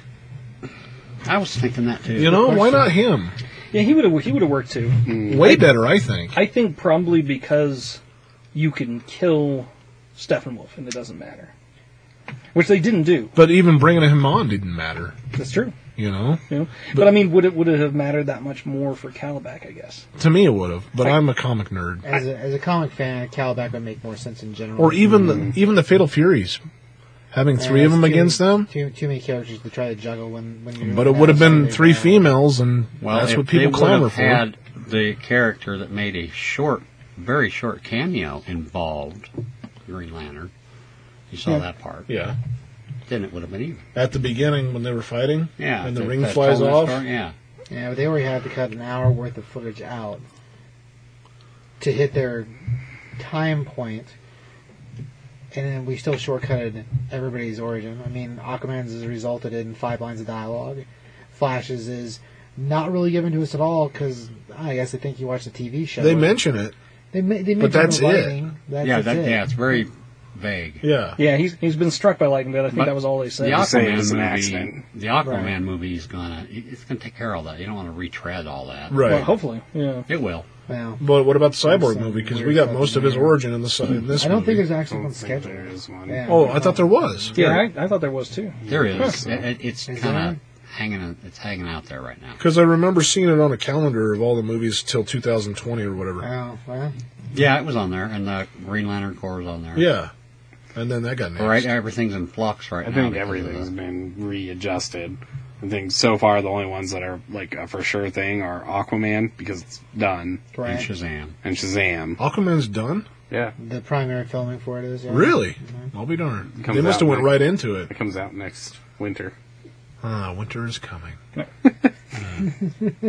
Speaker 6: I was thinking that too.
Speaker 3: You know, why not him?
Speaker 7: yeah, he would have he would have worked too.
Speaker 3: Way better, I think.
Speaker 7: I think probably because you can kill Steppenwolf and it doesn't matter, which they didn't do.
Speaker 3: But even bringing him on didn't matter.
Speaker 7: That's true.
Speaker 3: You know,
Speaker 7: You know? but, I mean, would it would it have mattered that much more for Calabac? I guess.
Speaker 3: to me it would have. But I'm a comic nerd.
Speaker 5: as a, as a comic fan, Calabac would make more sense in general.
Speaker 3: Or even the, even the Fatal Furies, having
Speaker 5: Uh,
Speaker 3: three of
Speaker 5: it's
Speaker 3: them
Speaker 5: too-
Speaker 3: against them.
Speaker 5: Too too many characters to try to juggle when when you're.
Speaker 3: But it would have been three
Speaker 5: females.
Speaker 3: females, and
Speaker 6: Well,
Speaker 3: that's
Speaker 6: if
Speaker 3: what people
Speaker 6: they
Speaker 3: clamor
Speaker 6: would've
Speaker 3: for.
Speaker 6: Had the character that made a short, very short cameo involved Green Lantern. You saw that part.
Speaker 3: yeah,
Speaker 6: Then it would have been even.
Speaker 3: at the beginning when they were fighting,
Speaker 6: Yeah.
Speaker 3: and the
Speaker 6: that-
Speaker 3: ring
Speaker 6: that
Speaker 3: flies
Speaker 6: told the
Speaker 3: off.
Speaker 6: story, Yeah.
Speaker 5: Yeah, but they already had to cut an hour worth of footage out to hit their time point, and then we still shortcutted everybody's origin. I mean, Aquaman's has resulted in five lines of dialogue. Flash's is not really given to us at all because I guess I think you watched the TV show.
Speaker 3: They mention it.
Speaker 5: they, ma- they
Speaker 3: but
Speaker 5: mentioned
Speaker 3: that's
Speaker 5: the
Speaker 3: it.
Speaker 5: lightning. That's,
Speaker 6: yeah.
Speaker 5: that's
Speaker 6: That,
Speaker 5: it.
Speaker 6: yeah. It's very vague.
Speaker 3: Yeah,
Speaker 7: Yeah, he's he's been struck by lightning, but I think
Speaker 6: But
Speaker 7: that was all they
Speaker 6: The
Speaker 7: said.
Speaker 4: Just say it
Speaker 6: Aquaman
Speaker 4: was an
Speaker 6: movie.
Speaker 4: accident.
Speaker 6: The Aquaman
Speaker 5: Right.
Speaker 6: movie is gonna. it- It's gonna take care of all that. You don't want to retread all that.
Speaker 3: right.
Speaker 7: Well, hopefully, yeah.
Speaker 6: It will.
Speaker 5: Well,
Speaker 3: But what about the cyborg
Speaker 5: Some
Speaker 3: movie? Because
Speaker 5: weird
Speaker 3: we got
Speaker 5: stuff
Speaker 3: most of
Speaker 5: in
Speaker 3: his
Speaker 5: there.
Speaker 3: origin in, this, in this.
Speaker 5: I don't think
Speaker 3: movie.
Speaker 5: there's actually
Speaker 4: I
Speaker 5: one
Speaker 4: don't think
Speaker 5: scheduled.
Speaker 4: there is one.
Speaker 5: Yeah.
Speaker 3: Oh, I thought there was.
Speaker 7: Yeah, I, I thought there was too.
Speaker 6: There is.
Speaker 4: Huh.
Speaker 6: It, it- it's
Speaker 5: Is
Speaker 6: kind of hanging. It's hanging out there right now.
Speaker 3: Because I remember seeing it on a calendar of all the movies till 2020 or whatever.
Speaker 5: Oh, well,
Speaker 6: Yeah, it was on there, and the Green Lantern Corps was on there.
Speaker 3: Yeah. And then that got next.
Speaker 6: Right. Everything's in flux right
Speaker 4: I
Speaker 6: now.
Speaker 4: think
Speaker 6: because of
Speaker 4: everything's
Speaker 6: the-
Speaker 4: been readjusted. I think so far the only ones that are like a for sure thing are Aquaman because it's done
Speaker 6: and
Speaker 5: right.
Speaker 6: Shazam.
Speaker 4: and Shazam.
Speaker 3: Aquaman's done?
Speaker 4: Yeah,
Speaker 5: The primary filming for it is yeah.
Speaker 3: Really?
Speaker 7: Mm-hmm.
Speaker 3: I'll be darned.
Speaker 4: Comes
Speaker 3: they must have
Speaker 4: out
Speaker 3: went
Speaker 4: next.
Speaker 3: right into it.
Speaker 4: it comes out next winter.
Speaker 3: Ah, winter is coming.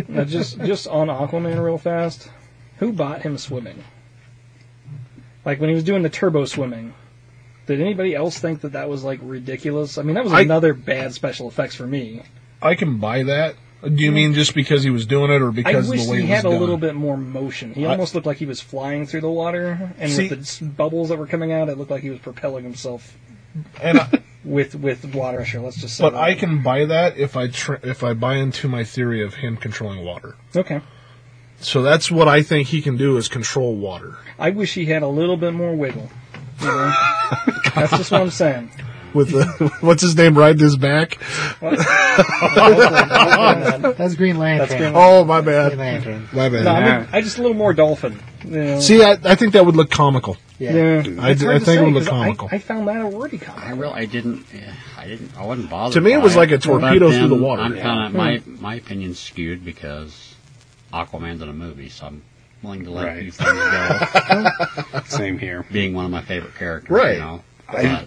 Speaker 7: Now, just just on Aquaman real fast. Who bought him swimming? Like when he was doing the turbo swimming. Did anybody else think that that was like ridiculous? I mean, that was
Speaker 3: I-
Speaker 7: another bad special effects for me.
Speaker 3: I can buy that. Do you mean just because he was doing it or
Speaker 7: I
Speaker 3: because of
Speaker 7: wish
Speaker 3: the way
Speaker 7: he
Speaker 3: it
Speaker 7: had a
Speaker 3: was done?
Speaker 7: little bit more motion. He
Speaker 3: I-
Speaker 7: almost looked like he was flying through the water, and
Speaker 3: See-
Speaker 7: with the s- bubbles that were coming out, it looked like he was propelling himself
Speaker 3: And
Speaker 7: (laughs)
Speaker 3: I,
Speaker 7: with with water pressure. Let's just say.
Speaker 3: but
Speaker 7: that.
Speaker 3: I can buy that if I tr- if I buy into my theory of him controlling water.
Speaker 7: okay.
Speaker 3: So that's what I think he can do is control water. (laughs)
Speaker 7: I wish he had a little bit more wiggle. you know? That's just what I'm saying. (laughs)
Speaker 3: with the (laughs) what's his name riding his back.
Speaker 5: That's Green Lantern.
Speaker 7: That's Green
Speaker 3: Oh my
Speaker 5: Green
Speaker 3: bad,
Speaker 5: Lantern.
Speaker 3: my bad.
Speaker 7: No, I,
Speaker 4: Yeah.
Speaker 7: mean, I just a little more dolphin. You know.
Speaker 3: See, I, I think that would look comical.
Speaker 5: Yeah.
Speaker 7: yeah,
Speaker 3: I
Speaker 7: It's
Speaker 3: d-
Speaker 7: hard
Speaker 3: I
Speaker 7: to
Speaker 3: think
Speaker 7: say,
Speaker 3: it would look
Speaker 7: 'cause I-
Speaker 3: comical.
Speaker 7: I, found that already
Speaker 6: I
Speaker 7: comic.
Speaker 6: really, I didn't, yeah, I didn't, I wasn't bothered.
Speaker 3: To me, it
Speaker 6: by
Speaker 3: was like a torpedo
Speaker 6: But
Speaker 3: through the
Speaker 6: then
Speaker 3: water. Hmm.
Speaker 6: I'm kind of my my opinion's skewed because Aquaman's in a movie, so I'm willing to let a few
Speaker 4: Right.
Speaker 6: things go.
Speaker 4: (laughs) Same here.
Speaker 6: being one of my favorite characters,
Speaker 3: Right.
Speaker 6: You know?
Speaker 3: I-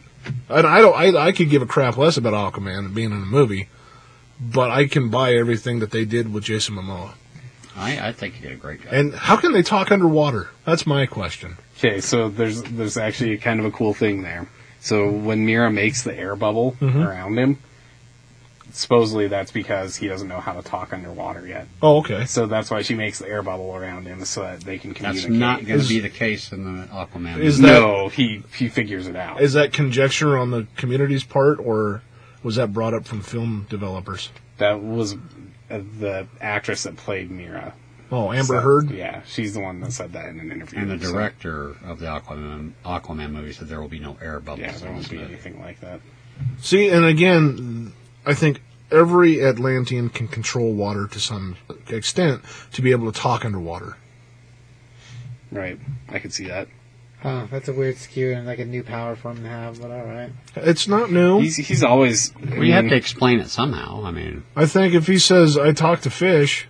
Speaker 3: And I don't. I, I could give a crap less about Aquaman being in the movie, but I can buy everything that they did with Jason Momoa.
Speaker 6: But I, I think he did a great job.
Speaker 3: And how can they talk underwater? That's my question.
Speaker 4: Okay, so there's there's actually kind of a cool thing there. So when Mira makes the air bubble around him, supposedly that's because he doesn't know how to talk underwater yet.
Speaker 3: Oh, okay.
Speaker 4: So that's why she makes the air bubble around him so that they can communicate.
Speaker 6: That's not going
Speaker 3: Is-
Speaker 6: to be the case in the Aquaman.
Speaker 3: Is that
Speaker 4: no, he he figures it out.
Speaker 3: is that conjecture on the community's part, or was that brought up from film developers?
Speaker 4: That was uh, the actress that played Mira.
Speaker 3: Oh, Amber
Speaker 4: So-
Speaker 3: Heard.
Speaker 4: Yeah, she's the one that said that in an interview.
Speaker 6: and the
Speaker 4: so-
Speaker 6: director of the Aquaman Aquaman movie said there will be no air bubbles.
Speaker 4: yeah, there
Speaker 6: in this
Speaker 4: won't be
Speaker 6: movie.
Speaker 4: anything like that.
Speaker 3: See, and again, I think every Atlantean can control water to some extent to be able to talk underwater.
Speaker 4: Right, I could see that.
Speaker 5: Huh, that's a weird skew and like a new power for him to have, but alright.
Speaker 3: It's not new.
Speaker 4: He's he's always.
Speaker 6: Well, you have to explain it somehow. I mean,
Speaker 3: I think if he says, I talk to fish,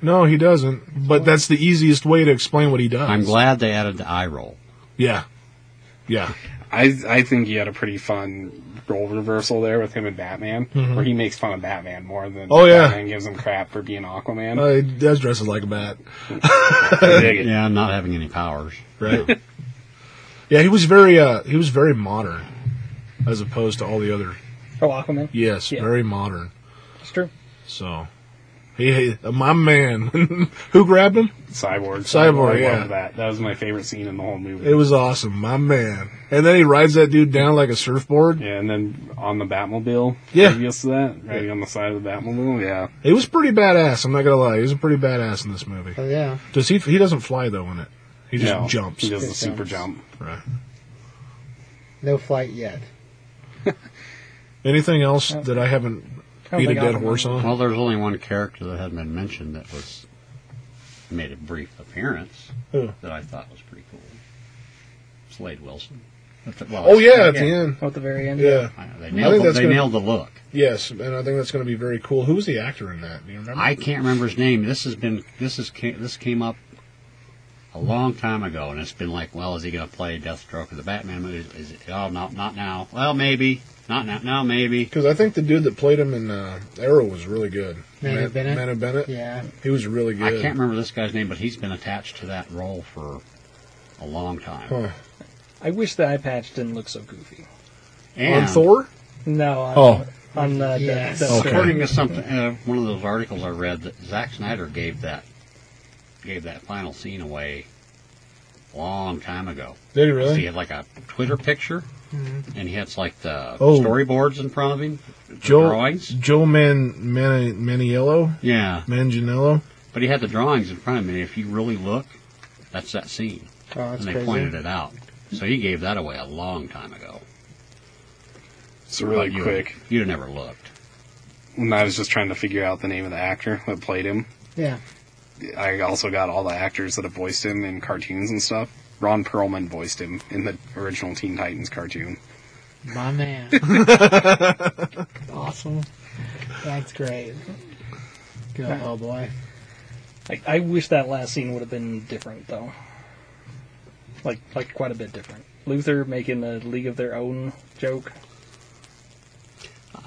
Speaker 3: no, he doesn't. But that's the easiest way to explain what he does.
Speaker 6: I'm glad they added the eye roll.
Speaker 3: Yeah. Yeah.
Speaker 4: I I think he had a pretty fun role reversal there with him and Batman, where he makes fun of Batman more than
Speaker 3: Mm-hmm. Oh, yeah.
Speaker 4: Batman gives him crap for being Aquaman.
Speaker 3: Uh, he does dresses like a bat,
Speaker 4: I dig it.
Speaker 6: Yeah, not having any powers.
Speaker 3: right? yeah, he was very uh, he was very modern as opposed to all the other.
Speaker 7: Oh, Aquaman.
Speaker 3: Yes,
Speaker 7: Yeah.
Speaker 3: very modern.
Speaker 7: That's true.
Speaker 3: So, he, he my man, (laughs) who grabbed him?
Speaker 4: Cyborg.
Speaker 3: Cyborg,
Speaker 4: I
Speaker 3: yeah.
Speaker 4: loved that. That was my favorite scene in the whole movie.
Speaker 3: It was awesome, my man. And then he rides that dude down like a surfboard.
Speaker 4: yeah, and then on the Batmobile.
Speaker 3: Yeah.
Speaker 4: Previous to that, right on the side of the Batmobile. Yeah.
Speaker 3: He was pretty badass. I'm not gonna lie, he was pretty badass in this movie.
Speaker 5: But yeah.
Speaker 3: Does he? He doesn't fly though in it. He just
Speaker 4: No,
Speaker 3: jumps.
Speaker 4: He does the
Speaker 5: Just
Speaker 4: super
Speaker 5: jumps.
Speaker 4: jump.
Speaker 3: Right.
Speaker 5: No flight yet.
Speaker 3: Anything else that I haven't
Speaker 7: I don't
Speaker 3: beat a
Speaker 7: think
Speaker 3: dead
Speaker 7: Aquaman-
Speaker 3: horse on?
Speaker 6: (laughs) Well, there's only one character that hadn't been mentioned that was made a brief appearance
Speaker 3: Who?
Speaker 6: that I thought was pretty cool. Slade Wilson. That's it. Well,
Speaker 3: Oh yeah, at
Speaker 6: it's-
Speaker 3: the end.
Speaker 7: Oh, at the very end.
Speaker 3: Yeah.
Speaker 6: I know, They
Speaker 3: I
Speaker 6: nailed,
Speaker 3: think
Speaker 6: the,
Speaker 3: that's
Speaker 6: they
Speaker 3: gonna-
Speaker 6: nailed the look.
Speaker 3: Yes, and I think that's going to be very cool. Who was the actor in that? Do you remember?
Speaker 6: I can't remember his name. This has been this is ca- this came up a long time ago, and it's been like, well, is he going to play Deathstroke in the Batman movie? Is it? Oh, no, not now. Well, maybe. Not now. No, maybe.
Speaker 3: Because I think the dude that played him in uh, Arrow was really good.
Speaker 5: Manu
Speaker 3: Man-
Speaker 5: Bennett?
Speaker 3: Manu Bennett.
Speaker 5: Yeah.
Speaker 3: He was really
Speaker 6: I
Speaker 3: good.
Speaker 6: can't remember this guy's name, but he's been attached to that role for a long time.
Speaker 3: Huh.
Speaker 7: I wish the eye patch didn't look so goofy.
Speaker 6: And
Speaker 3: On Thor?
Speaker 7: No. On,
Speaker 3: Oh.
Speaker 7: On uh, the,
Speaker 5: Yes.
Speaker 7: the-
Speaker 3: Okay.
Speaker 6: according to something, uh, one of those articles I read, that Zack Snyder gave that gave that final scene away a long time ago.
Speaker 3: Did he
Speaker 6: So he
Speaker 3: really?
Speaker 6: had like a Twitter picture, and he has like the
Speaker 3: Oh.
Speaker 6: storyboards in front of him, the
Speaker 3: Joe
Speaker 6: drawings.
Speaker 3: Joe Man Man Maniello
Speaker 6: Yeah,
Speaker 3: Manganiello.
Speaker 6: but he had the drawings in front of him, and if you really look, that's that scene,
Speaker 5: Oh, that's
Speaker 6: and they
Speaker 5: crazy.
Speaker 6: pointed it out. So he gave that away a long time ago.
Speaker 4: It's really
Speaker 6: But you-
Speaker 4: quick.
Speaker 6: You'd have never looked.
Speaker 4: When I was just trying to figure out the name of the actor that played him,
Speaker 5: Yeah.
Speaker 4: I also got all the actors that have voiced him in cartoons and stuff. Ron Perlman voiced him in the original Teen Titans cartoon.
Speaker 5: My man. awesome. That's great. Good old boy.
Speaker 7: I, I wish that last scene would have been different, though. Like, like quite a bit different. Luther making a League of Their Own joke.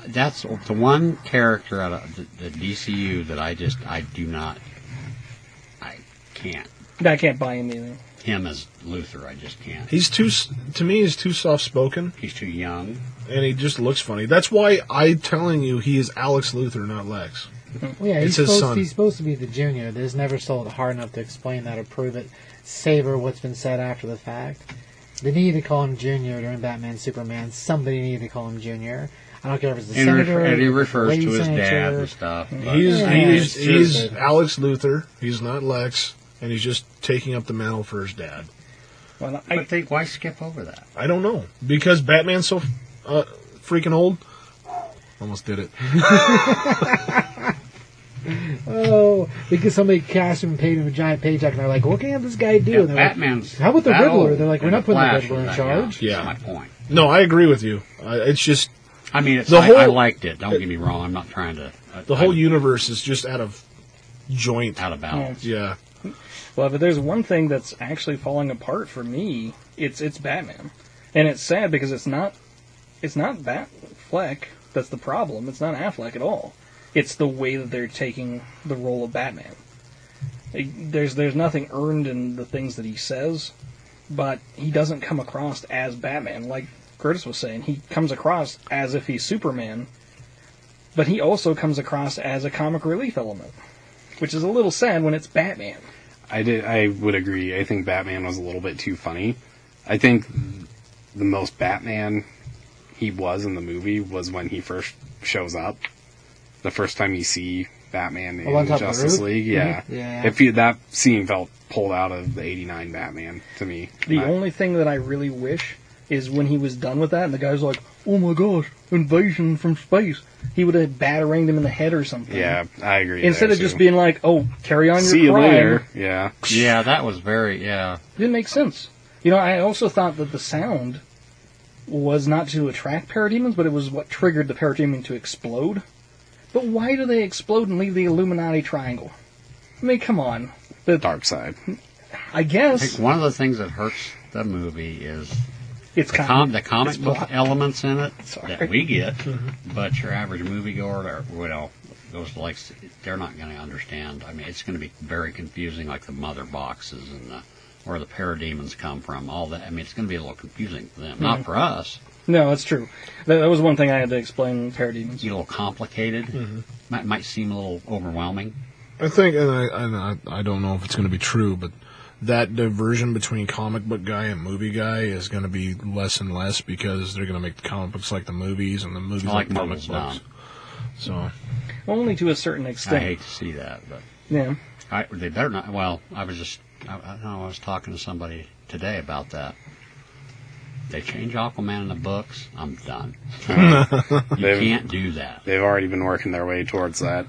Speaker 6: That's the one character out of the, the DCU that I just I do not I can't
Speaker 7: I can't buy him either.
Speaker 6: him as Luther I just can't.
Speaker 3: He's too s- to me. He's too soft spoken,
Speaker 6: He's too young.
Speaker 3: and he just looks funny. That's why I'm telling you he is Alex Luthor, not Lex.
Speaker 5: Well, yeah,
Speaker 3: It's his
Speaker 5: he's supposed,
Speaker 3: son.
Speaker 5: he's supposed to be the junior. They just never sold it hard enough to explain that or prove it, savor what's been said after the fact. They needed to call him junior during Batman Superman. Somebody needed to call him junior. I don't care if it's the
Speaker 6: And, ref-
Speaker 5: senator.
Speaker 6: and he
Speaker 5: if it's
Speaker 6: refers
Speaker 5: lady
Speaker 6: to his dad
Speaker 5: senator.
Speaker 6: and stuff. but-
Speaker 3: He's
Speaker 5: Yeah.
Speaker 3: he's,
Speaker 5: Yeah,
Speaker 3: he's
Speaker 5: sure.
Speaker 3: Alex Luthor. He's not Lex, and he's just taking up the mantle for his dad.
Speaker 7: Well, I,
Speaker 6: I think why skip over that?
Speaker 3: I don't know because Batman's so uh, freaking old. Almost did it.
Speaker 5: Oh, because somebody cast him and paid him a giant paycheck, and they're like, "What can this guy do?"
Speaker 6: Yeah,
Speaker 5: and they're like,
Speaker 6: Batman's.
Speaker 5: "How about the
Speaker 6: that
Speaker 5: Riddler?"
Speaker 6: old
Speaker 5: They're like, "We're
Speaker 6: and
Speaker 5: not putting the
Speaker 6: Flash
Speaker 5: Riddler
Speaker 6: is
Speaker 5: in
Speaker 6: that
Speaker 5: charge."
Speaker 6: young.
Speaker 3: Yeah.
Speaker 6: That's my point.
Speaker 3: No, I agree with you. I, it's just
Speaker 6: I mean, it's,
Speaker 3: The
Speaker 6: I, I
Speaker 3: whole-
Speaker 6: liked it. Don't get me wrong. I'm not trying to. I,
Speaker 3: the whole
Speaker 6: I'm
Speaker 3: universe is just out of joint.
Speaker 6: out of balance.
Speaker 5: Oh,
Speaker 3: Yeah,
Speaker 7: Well, if there's one thing that's actually falling apart for me, it's it's Batman, and it's sad because it's not it's not Batfleck that's the problem. It's not Affleck at all. It's the way that they're taking the role of Batman. It- There's there's nothing earned in the things that he says, but he doesn't come across as Batman. Like Curtis was saying, he comes across as if he's Superman, but he also comes across as a comic relief element, which is a little sad when it's Batman.
Speaker 4: I did. I would agree. I think Batman was a little bit too funny. I think the most Batman he was in the movie was when he first shows up. The first time you see Batman
Speaker 5: Oh, on
Speaker 4: in
Speaker 5: top of the
Speaker 4: Justice
Speaker 5: roof?
Speaker 4: League, yeah,
Speaker 5: Mhm. Yeah.
Speaker 4: If you, that scene felt pulled out of the '89 Batman to me.
Speaker 7: The
Speaker 4: I-
Speaker 7: only thing that I really wish is when he was done with that, and the guy's like, "Oh my gosh, invasion from space!" He would have bataranged him in the head or something.
Speaker 4: yeah, I agree.
Speaker 7: Instead
Speaker 4: there,
Speaker 7: of just
Speaker 4: too.
Speaker 7: being like, "Oh, carry on your
Speaker 4: see you
Speaker 7: crime,"
Speaker 4: later, yeah,
Speaker 6: Yeah, that was very. Yeah,
Speaker 7: it didn't make sense. You know, I also thought that the sound was not to attract parademons, but it was what triggered the parademon to explode. But why do they explode and leave the Illuminati triangle? I mean, come on. The,
Speaker 4: Dark Side.
Speaker 7: I
Speaker 6: I think
Speaker 7: guess
Speaker 6: one of the things that hurts the movie is
Speaker 7: it's
Speaker 6: the,
Speaker 7: kind
Speaker 6: com- the comic
Speaker 7: it's
Speaker 6: book
Speaker 7: blocked.
Speaker 6: elements in it
Speaker 7: Sorry.
Speaker 6: that we get,
Speaker 5: Mm-hmm.
Speaker 6: but your average moviegoer or you know those likes they're not going to understand. I mean, it's going to be very confusing, like the mother boxes and the where the parademons come from, all that. I mean, it's going to be a little confusing for them,
Speaker 5: Mm-hmm.
Speaker 6: not for us.
Speaker 7: No, that's true. That, that was one thing I had to explain parademons.
Speaker 6: It's a little complicated. Might might seem a little overwhelming.
Speaker 3: I think, and I, and I, I don't know if it's going to be true, but that diversion between comic book guy and movie guy is going to be less and less because they're going to make the comic books like the movies and the movies
Speaker 6: I
Speaker 3: like,
Speaker 6: like
Speaker 3: comic books.
Speaker 6: Marvel's done.
Speaker 3: So
Speaker 7: Only to a certain
Speaker 6: I
Speaker 7: extent.
Speaker 6: hate to see that, but
Speaker 7: Yeah.
Speaker 6: I, they better not. Well, I was just, I, I don't know, I was talking to somebody today about that. They change Aquaman in the books. I'm done. you
Speaker 4: They've-
Speaker 6: can't do that.
Speaker 4: They've already been working their way towards that.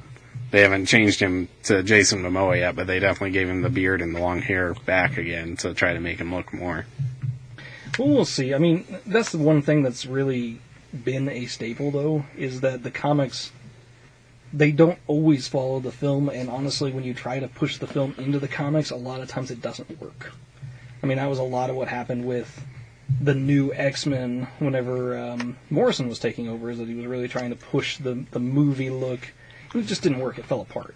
Speaker 4: They haven't changed him to Jason Momoa yet, but they definitely gave him the beard and the long hair back again to try to make him look more.
Speaker 7: Well, we'll see. I mean, that's the one thing that's really been a staple, though, is that the comics, they don't always follow the film, and honestly, when you try to push the film into the comics, a lot of times it doesn't work. I mean, that was a lot of what happened with the new X Men whenever um, Morrison was taking over, is that he was really trying to push the, the movie look. It just didn't work. It fell apart.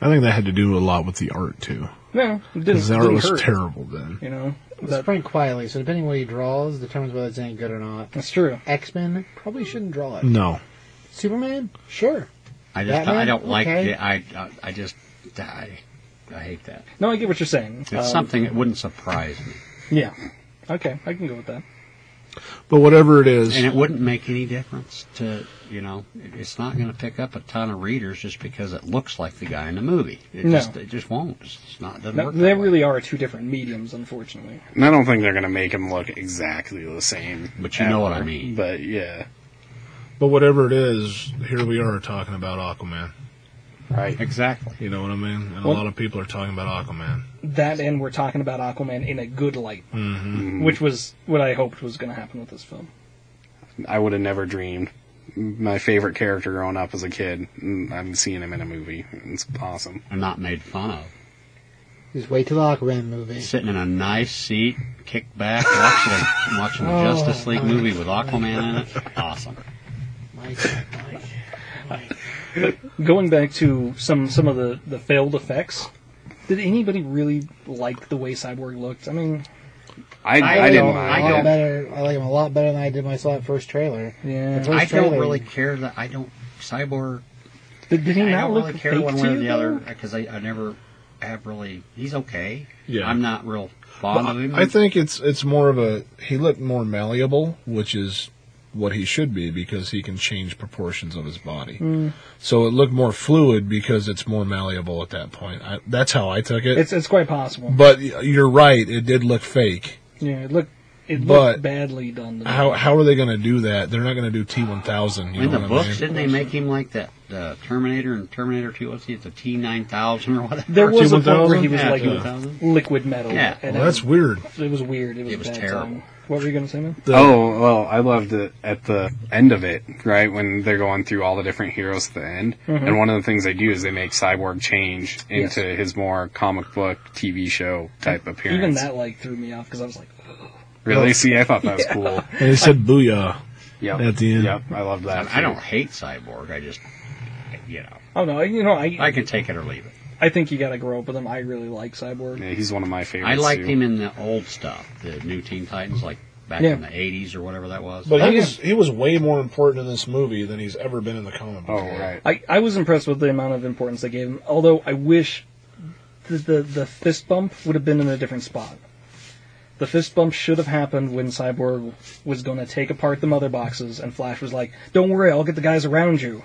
Speaker 3: I think that had to do a lot with the art too,
Speaker 7: No, it didn't.
Speaker 3: because the art
Speaker 7: didn't
Speaker 3: was
Speaker 7: hurt,
Speaker 3: terrible then.
Speaker 7: You know,
Speaker 5: It's
Speaker 7: That-
Speaker 5: framed quietly, so depending what he draws determines whether it's any good or not.
Speaker 7: that's true.
Speaker 5: X Men probably shouldn't draw it.
Speaker 3: No,
Speaker 5: Superman, sure.
Speaker 6: I just, I
Speaker 5: Batman?
Speaker 6: don't like.
Speaker 5: Okay.
Speaker 6: The, I, I, I just, I, I hate that.
Speaker 7: No, I get what you're saying.
Speaker 6: It's
Speaker 7: Um,
Speaker 6: something that wouldn't surprise me,
Speaker 7: Yeah. Okay, I can go with that.
Speaker 3: but whatever it is,
Speaker 6: and it wouldn't make any difference to you know. It, it's not going to pick up a ton of readers just because it looks like the guy in the movie. It
Speaker 7: No.
Speaker 6: just, it just won't. It's just not. Doesn't
Speaker 7: No,
Speaker 6: work.
Speaker 7: they
Speaker 6: that way.
Speaker 7: really are two different mediums, unfortunately.
Speaker 4: And I don't think they're going to make him look exactly the same.
Speaker 6: But you know what I
Speaker 4: ever.
Speaker 6: mean.
Speaker 4: But yeah,
Speaker 3: but whatever it is, here we are talking about Aquaman.
Speaker 4: right.
Speaker 6: Exactly.
Speaker 3: You know what I mean? And a
Speaker 7: Well-
Speaker 3: lot of people are talking about Aquaman.
Speaker 7: That and we're talking about Aquaman in a good light,
Speaker 6: Mm-hmm.
Speaker 7: which was what I hoped was going to happen with this film.
Speaker 4: I would have never dreamed. My favorite character growing up as a kid, and I'm seeing him in a movie. It's awesome.
Speaker 6: I'm not made fun of.
Speaker 5: Just wait till the Aquaman movie.
Speaker 6: sitting in a nice seat, kick back, watching a, watching a
Speaker 5: Oh,
Speaker 6: Justice League
Speaker 5: my
Speaker 6: movie with Aquaman in it. Awesome. (laughs)
Speaker 5: Mike, Mike.
Speaker 7: Going back to some some of the, the failed effects, did anybody really like the way Cyborg looked? I mean,
Speaker 4: I, I,
Speaker 6: I
Speaker 4: didn't
Speaker 6: don't-
Speaker 5: I like
Speaker 6: I
Speaker 5: him
Speaker 6: don't-
Speaker 4: mind it.
Speaker 5: better. I like him a lot better than I did when I saw that first trailer.
Speaker 7: yeah.
Speaker 5: First
Speaker 6: I don't
Speaker 5: trailer.
Speaker 6: really care that I don't Cyborg.
Speaker 7: Did, did he
Speaker 6: I
Speaker 7: not
Speaker 6: don't
Speaker 7: look
Speaker 6: really care
Speaker 7: fake
Speaker 6: one
Speaker 7: to
Speaker 6: way or
Speaker 7: you,
Speaker 6: the other
Speaker 7: though?
Speaker 6: because I, I never have really. He's okay.
Speaker 3: Yeah.
Speaker 6: I'm not real fond of him.
Speaker 3: I think it's it's more of a he looked more malleable, which is what he should be because he can change proportions of his body. So it looked more fluid because it's more malleable at that point. I, that's how I took it.
Speaker 7: It's it's quite possible.
Speaker 3: but y- you're right; it did look fake.
Speaker 7: Yeah, it looked It
Speaker 3: But-
Speaker 7: looked badly done. To
Speaker 3: How how are they going to do that? They're not going to do T one thousand. You
Speaker 6: In
Speaker 3: know
Speaker 6: the
Speaker 3: what I
Speaker 6: books,
Speaker 3: mean?
Speaker 6: didn't they make him like that the Terminator and Terminator Two? What's he? The T nine thousand or whatever.
Speaker 7: there was a point where he
Speaker 3: T1000?
Speaker 7: was
Speaker 6: Yeah,
Speaker 7: like
Speaker 6: T1000.
Speaker 7: liquid metal.
Speaker 6: Yeah.
Speaker 7: and
Speaker 3: Well, that's weird.
Speaker 7: It was weird. It was,
Speaker 6: It was
Speaker 7: a bad
Speaker 6: terrible.
Speaker 7: time. What were you going to say, man?
Speaker 4: Oh well, I loved it at the end of it, right when they're going through all the different heroes at the end.
Speaker 7: Mm-hmm.
Speaker 4: And one of the things they do is they make Cyborg change into his more comic book TV show type appearance.
Speaker 7: Even that like threw me off because I was like,
Speaker 4: really? See, I thought that
Speaker 7: (laughs)
Speaker 4: was cool.
Speaker 3: And they said booyah.
Speaker 4: Yep.
Speaker 3: At the end.
Speaker 4: Yep, I loved that.
Speaker 6: I
Speaker 4: too.
Speaker 6: don't hate Cyborg. I just, you know,
Speaker 7: oh no, you know, I
Speaker 6: I can take it or leave it.
Speaker 7: I think you got to grow up with him. I really like Cyborg.
Speaker 4: Yeah, he's one of my favorites.
Speaker 6: I liked
Speaker 4: too.
Speaker 6: him in the old stuff, the new Teen Titans, like back
Speaker 7: Yeah.
Speaker 6: in the '80s or whatever that was.
Speaker 3: But
Speaker 7: Okay.
Speaker 3: he was he was way more important in this movie than he's ever been in the comic book.
Speaker 4: Oh right.
Speaker 7: I, I was impressed with the amount of importance they gave him. Although I wish the, the the fist bump would have been in a different spot. The fist bump should have happened when Cyborg was going to take apart the mother boxes, and Flash was like, "Don't worry, I'll get the guys around you."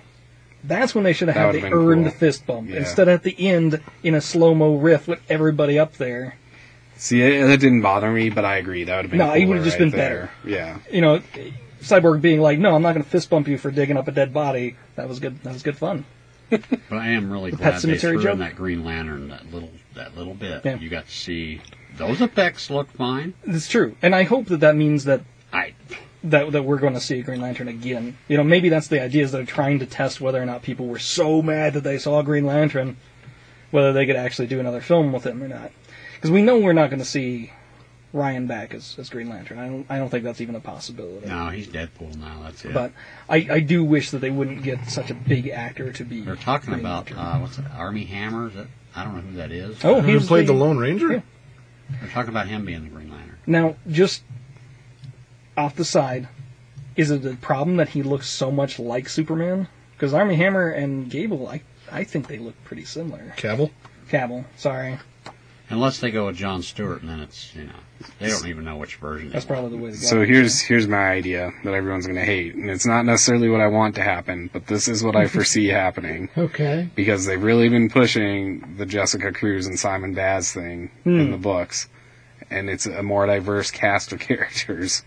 Speaker 7: That's when they should have
Speaker 4: That
Speaker 7: had
Speaker 4: would
Speaker 7: the
Speaker 4: have been
Speaker 7: earned
Speaker 4: cool.
Speaker 7: fist bump
Speaker 4: Yeah.
Speaker 7: instead at the end in a slow mo riff with everybody up there.
Speaker 4: See, it, that didn't bother me, but I agree that would have been.
Speaker 7: No, he
Speaker 4: cooler
Speaker 7: would've just
Speaker 4: right
Speaker 7: been
Speaker 4: there. Yeah.
Speaker 7: You know, Cyborg being like, "No, I'm not going to fist bump you for digging up a dead body." That was good. That was good fun.
Speaker 6: But I am really
Speaker 7: Pet
Speaker 6: glad they
Speaker 7: Sematary
Speaker 6: threw
Speaker 7: joke?
Speaker 6: in that Green Lantern that little that little bit.
Speaker 7: Yeah.
Speaker 6: You got to see those effects look fine.
Speaker 7: It's true, and I hope that that means that
Speaker 6: I
Speaker 7: that that we're going to see a Green Lantern again. You know, maybe that's the idea is they're trying to test whether or not people were so mad that they saw Green Lantern, whether they could actually do another film with him or not. Because we know we're not going to see Ryan back as, as Green Lantern. I don't I don't think that's even a possibility.
Speaker 6: no, he's Deadpool now. That's it.
Speaker 7: But I, I do wish that they wouldn't get such a big actor to be.
Speaker 6: They're talking
Speaker 7: Green
Speaker 6: about
Speaker 7: Lantern.
Speaker 6: uh, what's it, Army Hammer? Is it, I don't know who that is.
Speaker 7: oh,
Speaker 3: Who
Speaker 7: he was
Speaker 3: played the, Lone Ranger?
Speaker 7: Yeah.
Speaker 6: They're talking about him being the Green Lantern.
Speaker 7: Now, just off the side, is it a problem that he looks so much like Superman? Because Army Hammer and Gable, I I think they look pretty similar.
Speaker 3: Cavill.
Speaker 7: Cavill, sorry,
Speaker 6: Unless they go with John Stewart, and then it's you know they don't even know which version.
Speaker 7: that's
Speaker 6: they want.
Speaker 7: probably the way to go.
Speaker 4: So here's here's my idea that everyone's going to hate, and it's not necessarily what I want to happen, but this is what I foresee (laughs) happening
Speaker 5: Okay.
Speaker 4: because they've really been pushing the Jessica Cruz and Simon Baz thing in the books, and it's a more diverse cast of (laughs) characters.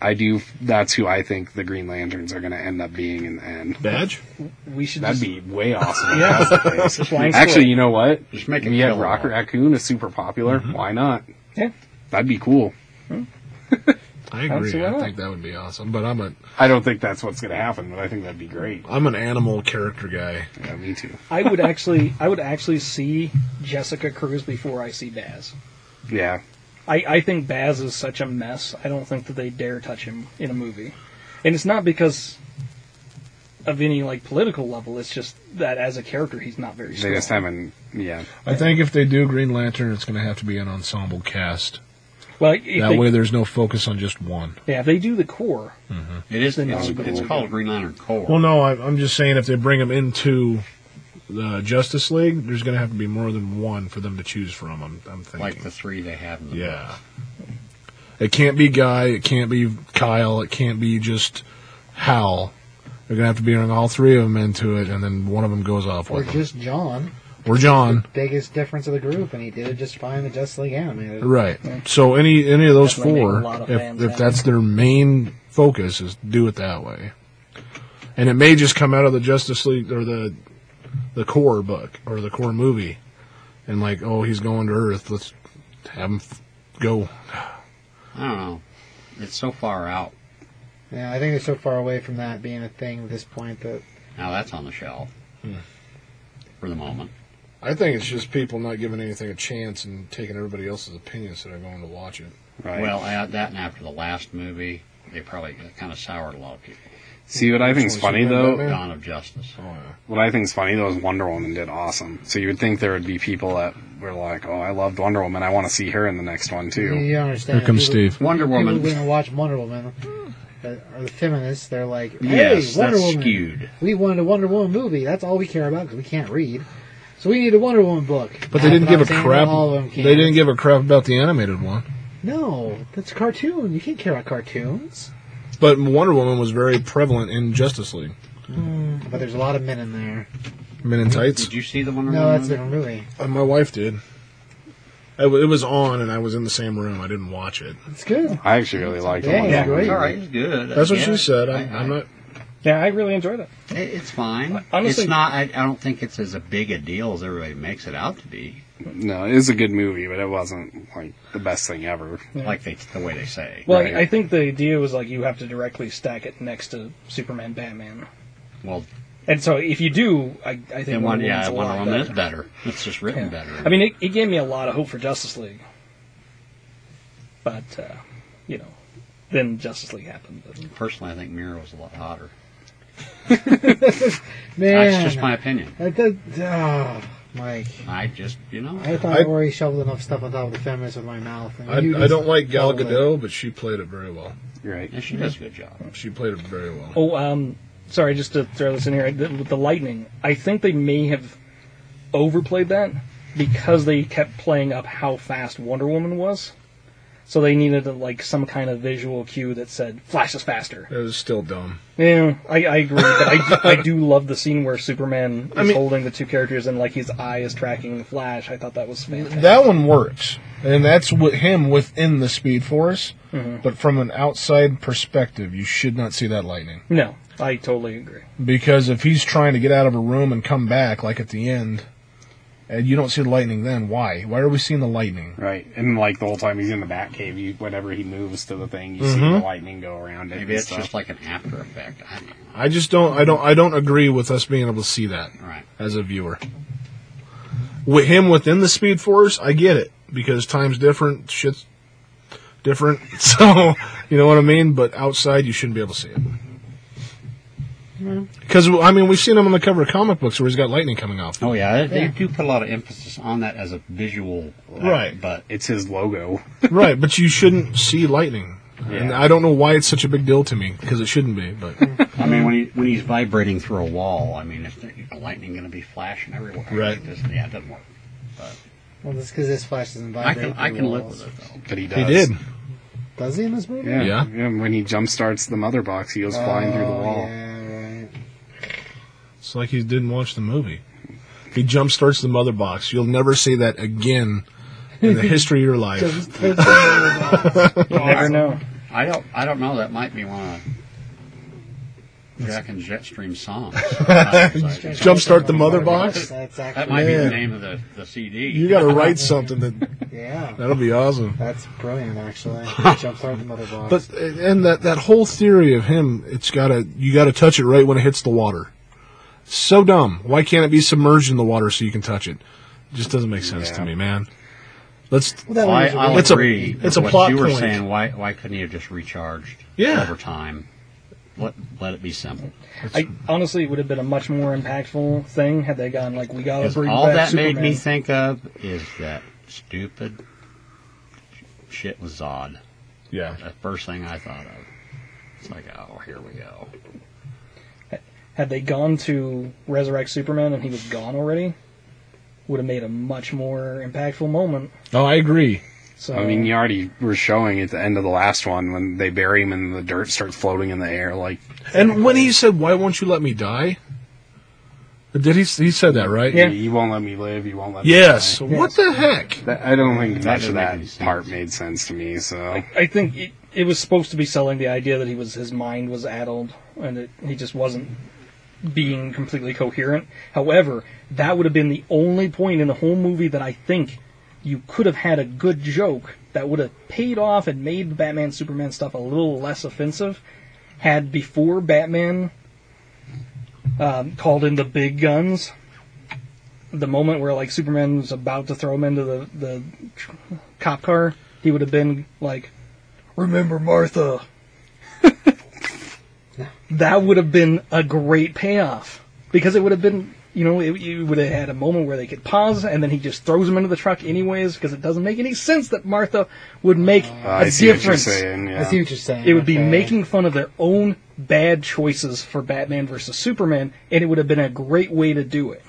Speaker 4: I do. That's who I think the Green Lanterns are going to end up being in the end.
Speaker 3: Badge.
Speaker 7: we should
Speaker 4: That'd
Speaker 7: just,
Speaker 4: be way awesome.
Speaker 7: Yeah.
Speaker 4: if that's the case.
Speaker 7: (laughs) flying
Speaker 4: Actually,
Speaker 7: squirrel.
Speaker 4: you know what?
Speaker 6: Just make it
Speaker 4: We have
Speaker 6: killer
Speaker 4: Rock
Speaker 6: all.
Speaker 4: Raccoon is super popular. Why not?
Speaker 7: Yeah.
Speaker 4: That'd be cool.
Speaker 3: I
Speaker 7: don't
Speaker 3: agree.
Speaker 7: see why
Speaker 3: I
Speaker 7: not.
Speaker 3: think that would be awesome. But I'm a
Speaker 4: I don't think that's what's going to happen, but I think that'd be great.
Speaker 3: I'm an animal character guy.
Speaker 4: Yeah, me too.
Speaker 7: I would actually I would actually see Jessica Cruz before I see Baz.
Speaker 4: Yeah.
Speaker 7: I, I think Baz is such a mess. I don't think that they dare touch him in a movie, and it's not because of any like political level. It's just that as a character, he's not very.
Speaker 4: They
Speaker 7: Strong.
Speaker 4: just haven't. Yeah.
Speaker 3: I think if they do Green Lantern, it's going to have to be an ensemble cast.
Speaker 7: Well, if they,
Speaker 3: That way, there's no focus on just one.
Speaker 7: yeah, if they do the core.
Speaker 6: It is.
Speaker 7: Then
Speaker 6: It's,
Speaker 7: it's
Speaker 6: it's called Green Lantern Corps.
Speaker 3: Well, no, I, I'm just saying if they bring him into the Justice League, there's going to have to be more than one for them to choose from. I'm, I'm thinking.
Speaker 6: like the three they have. In the
Speaker 3: yeah. It can't be Guy. It can't be Kyle. It can't be just Hal. They're going to have to bring all three of them into it, and then one of them goes off
Speaker 5: Or
Speaker 3: with them.
Speaker 5: just John.
Speaker 3: Or John.
Speaker 5: Biggest difference of the group, and he did it just fine in the Justice League animated.
Speaker 3: Right. So any any of those
Speaker 7: Definitely make a
Speaker 3: four,
Speaker 7: lot of
Speaker 3: if,
Speaker 7: fans
Speaker 3: if
Speaker 7: happy.
Speaker 3: that's their main focus, is do it that way. And it may just come out of the Justice League or the the core book or the core movie, and like, oh, he's going to Earth. Let's have him f- go.
Speaker 6: I don't know. It's so far out.
Speaker 5: Yeah, I think they're so far away from that being a thing at this point that
Speaker 6: Now that's on the shelf
Speaker 5: Hmm.
Speaker 6: for the moment.
Speaker 3: I think it's just people not giving anything a chance and taking everybody else's opinion instead of going to watch it.
Speaker 4: Right.
Speaker 6: Well, add that and after the last movie, they probably kind of soured a lot of people.
Speaker 4: see what I think's
Speaker 3: one,
Speaker 4: funny
Speaker 3: Superman,
Speaker 4: though.
Speaker 3: Batman? Yeah.
Speaker 6: Dawn of Justice.
Speaker 3: Oh yeah.
Speaker 4: What I think's funny though is Wonder Woman did awesome. So you would think there would be people that were like, "Oh, I loved Wonder Woman. I want to see her in the next one
Speaker 5: you,
Speaker 4: too."
Speaker 5: you don't understand. people,
Speaker 6: Wonder
Speaker 5: People who
Speaker 6: Woman.
Speaker 5: didn't watch Wonder Woman that are the feminists. They're like, hey,
Speaker 6: Yes,
Speaker 5: Wonder
Speaker 6: that's
Speaker 5: Woman.
Speaker 6: skewed.
Speaker 5: We wanted a Wonder Woman movie. That's all we care about because we can't read. So we need a Wonder Woman book.
Speaker 3: But they didn't
Speaker 5: That's
Speaker 3: give a
Speaker 5: what I'm saying,
Speaker 3: crap.
Speaker 5: All of them
Speaker 3: They didn't give a crap about the animated one.
Speaker 5: No, that's a cartoon. You can't care about cartoons.
Speaker 3: But Wonder Woman was very prevalent in Justice League.
Speaker 5: But there's a lot of men in there.
Speaker 3: Men in tights.
Speaker 6: Did you see the Wonder
Speaker 5: No,
Speaker 6: Woman?
Speaker 5: that's a
Speaker 6: movie?
Speaker 5: different movie.
Speaker 3: Uh, my wife did. It, wa- it was on, and I was in the same room. I didn't watch it.
Speaker 5: It's good.
Speaker 4: I actually really liked
Speaker 5: Yeah,
Speaker 4: it.
Speaker 5: yeah, great.
Speaker 6: All right, it's good.
Speaker 3: That's what
Speaker 6: Yeah,
Speaker 3: she said. I,
Speaker 6: I-
Speaker 3: I'm not.
Speaker 7: Yeah, I really enjoyed it.
Speaker 6: It- It's fine.
Speaker 7: Honestly-
Speaker 6: it's not. I, I don't think it's as a big a deal as everybody makes it out to be.
Speaker 4: No, it was a good movie, but it wasn't like the best thing ever.
Speaker 6: Like they, the way they say.
Speaker 7: Well,
Speaker 4: Right.
Speaker 7: I, I think the idea was like you have to directly stack it next to Superman, Batman,
Speaker 6: Well,
Speaker 7: and so if you do, I, I think
Speaker 6: then
Speaker 7: Wonder
Speaker 6: one,
Speaker 7: Woman's
Speaker 6: yeah,
Speaker 7: a
Speaker 6: Wonder
Speaker 7: lot
Speaker 6: Woman is
Speaker 7: better.
Speaker 6: better. It's just written
Speaker 7: Yeah.
Speaker 6: better.
Speaker 7: I mean, it, it gave me a lot of hope for Justice League, but uh, you know, then Justice League happened. But
Speaker 6: personally, I think Mirror was a lot hotter.
Speaker 5: Man,
Speaker 6: That's just my opinion.
Speaker 5: That, that, oh, Mike,
Speaker 6: I just, you know,
Speaker 5: I thought
Speaker 3: I-
Speaker 5: I already shoveled enough stuff on top of the feminist with my mouth. and
Speaker 3: I,
Speaker 5: you
Speaker 3: I
Speaker 5: just
Speaker 3: don't like Gal
Speaker 5: shoveled it.
Speaker 3: Gadot, but she played it very well.
Speaker 4: Right.
Speaker 6: and she does a good job.
Speaker 3: She played it very well.
Speaker 7: Oh, um, sorry, just to throw this in here the, with the lightning. I think they may have overplayed that because they kept playing up how fast Wonder Woman was. So they needed like some kind of visual cue that said "Flash is faster."
Speaker 3: It was still dumb.
Speaker 7: Yeah, I, I agree, but I, I do love the scene where Superman is
Speaker 3: mean-
Speaker 7: holding the two characters and like his eye is tracking Flash. I thought that was fantastic.
Speaker 3: That one works, and that's with him within the Speed Force. But from an outside perspective, you should not see that lightning
Speaker 7: no, I totally agree.
Speaker 3: because if he's trying to get out of a room and come back, like at the end, and you don't see the lightning, then why? Why are we seeing the lightning?
Speaker 4: Right. And like the whole time he's in the Batcave, you whenever he moves to the thing, you see the lightning go around it.
Speaker 6: Maybe
Speaker 4: and
Speaker 6: it's
Speaker 4: stuff.
Speaker 6: just like an after effect. I don't know.
Speaker 3: I just don't. I don't. I don't agree with us being able to see that.
Speaker 6: All right.
Speaker 3: as a viewer. With him within the Speed Force, I get it because time's different, shit's different. (laughs) So you know what I mean. But outside, you shouldn't be able to see it. Mm-hmm. Because I mean, we've seen him on the cover of comic books where he's got lightning coming (laughs) off.
Speaker 6: Oh yeah, they do put a lot of emphasis on that as a visual, uh,
Speaker 3: Right.
Speaker 6: But
Speaker 4: it's his logo.
Speaker 3: right, but you shouldn't see lightning. And
Speaker 4: Yeah.
Speaker 3: I don't know why it's such a big deal to me because it shouldn't be. But
Speaker 6: I mean, when he when he's vibrating through a wall, I mean, is the the lightning going to be flashing everywhere?
Speaker 3: Right.
Speaker 6: This, yeah, it doesn't work.
Speaker 5: Well, that's because his flash doesn't
Speaker 6: I
Speaker 5: vibrate.
Speaker 6: can I
Speaker 5: through
Speaker 6: can live
Speaker 5: walls.
Speaker 6: with it though.
Speaker 4: But he does.
Speaker 3: he did.
Speaker 5: Does he in this movie?
Speaker 4: Yeah.
Speaker 3: Yeah.
Speaker 4: yeah. when he jump starts the mother box, he goes flying through the
Speaker 5: Oh,
Speaker 4: wall.
Speaker 5: Yeah, right.
Speaker 3: It's like he didn't watch the movie. He jump starts the mother box. You'll never see that again in (laughs) the history of your life.
Speaker 5: Just puts it in the wall.
Speaker 7: You never know.
Speaker 6: I don't I don't know. That might be one of Jack and
Speaker 3: (laughs)
Speaker 6: Jetstream songs.
Speaker 3: Jumpstart the mother box.
Speaker 5: That's
Speaker 6: that
Speaker 5: actually,
Speaker 6: might be
Speaker 3: Yeah.
Speaker 6: the name of the, the CD.
Speaker 3: You (laughs) got to write something that
Speaker 5: yeah.
Speaker 3: that'll be awesome.
Speaker 5: That's brilliant,
Speaker 3: (laughs)
Speaker 5: actually. Jumpstart the mother box.
Speaker 3: But and that that whole theory of him, it's got to you got to touch it right when it hits the water. So dumb. Why can't it be submerged in the water so you can touch it? Just doesn't make sense to
Speaker 4: Yeah.
Speaker 3: me, man. Let's
Speaker 5: Well, that
Speaker 6: Well, I,
Speaker 5: was
Speaker 6: I'll
Speaker 3: It's a-
Speaker 6: agree.
Speaker 3: it's a
Speaker 6: with
Speaker 3: plot
Speaker 6: what you were
Speaker 3: point.
Speaker 6: saying. Why why couldn't he have just recharged
Speaker 3: Yeah.
Speaker 6: over time? Let let it be simple.
Speaker 7: I honestly it would have been a much more impactful thing had they gone like we gotta
Speaker 6: 'Cause
Speaker 7: bring
Speaker 6: all
Speaker 7: back
Speaker 6: that
Speaker 7: Superman.
Speaker 6: made me think of is that stupid shit with Zod.
Speaker 3: yeah.
Speaker 6: The first thing I thought of. It's like, oh, here we go.
Speaker 7: had they gone to resurrect Superman and he was gone already, would have made a much more impactful moment.
Speaker 3: Oh, I agree.
Speaker 7: So
Speaker 4: I mean, you already were showing at the end of the last one when they bury him and the dirt starts floating in the air. Like,
Speaker 3: And when he said, "Why won't you let me die?" Did he he said that right?
Speaker 7: Yeah.
Speaker 4: you won't let me live. You won't let
Speaker 3: Yes.
Speaker 4: me.
Speaker 3: What the heck?
Speaker 4: die." That, I don't think
Speaker 6: That
Speaker 4: much of
Speaker 6: doesn't make
Speaker 4: that
Speaker 6: any sense.
Speaker 4: part made sense to me. So uh,
Speaker 7: I think it, it was supposed to be selling the idea that he was his mind was addled and it, he just wasn't being completely coherent. However, that would have been the only point in the whole movie that I think you could have had a good joke that would have paid off and made the Batman Superman stuff a little less offensive had before Batman um, called in the big guns. The moment where like Superman was about to throw him into the the tr- cop car, he would have been like, "Remember Martha." that would have been a great payoff because it would have been you know it, you would have had a moment where they could pause and then he just throws him into the truck anyways because it doesn't make any sense that Martha would make
Speaker 4: uh,
Speaker 7: a
Speaker 4: I see what you're
Speaker 7: difference.
Speaker 4: saying. Yeah.
Speaker 5: I see what you're saying.
Speaker 7: It would be
Speaker 5: okay.
Speaker 7: making fun of their own bad choices for Batman versus Superman, and it would have been a great way to do it.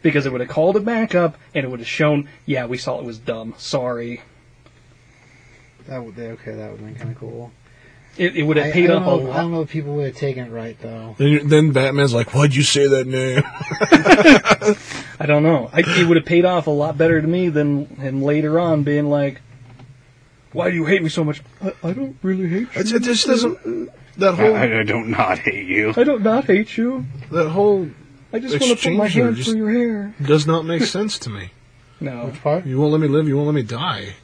Speaker 7: Because it would have called it back up, and it would have shown, yeah, we saw it was dumb. Sorry.
Speaker 5: That would, okay, that would have been kind of cool.
Speaker 7: It, it would
Speaker 5: I-
Speaker 7: have paid
Speaker 5: I
Speaker 7: up
Speaker 5: don't
Speaker 7: a
Speaker 5: know, I don't
Speaker 7: lot.
Speaker 5: know if people would have taken it right, though.
Speaker 3: Then, you- then Batman's like, "Why'd you say that name?"
Speaker 7: I don't know. I, it would have paid off a lot better to me than him later on being like, "Why do you hate me so much?" I, I don't really hate you.
Speaker 3: It's, (laughs) it just doesn't. That
Speaker 4: I,
Speaker 3: whole
Speaker 4: I- I don't (laughs) not hate you.
Speaker 7: I don't not hate you.
Speaker 3: that whole
Speaker 7: I just want to put my
Speaker 3: Exchange or
Speaker 7: hand
Speaker 3: just-
Speaker 7: through your hair.
Speaker 3: does
Speaker 7: (laughs)
Speaker 3: not make sense to me.
Speaker 7: No,
Speaker 3: You won't let me live. You won't let me die.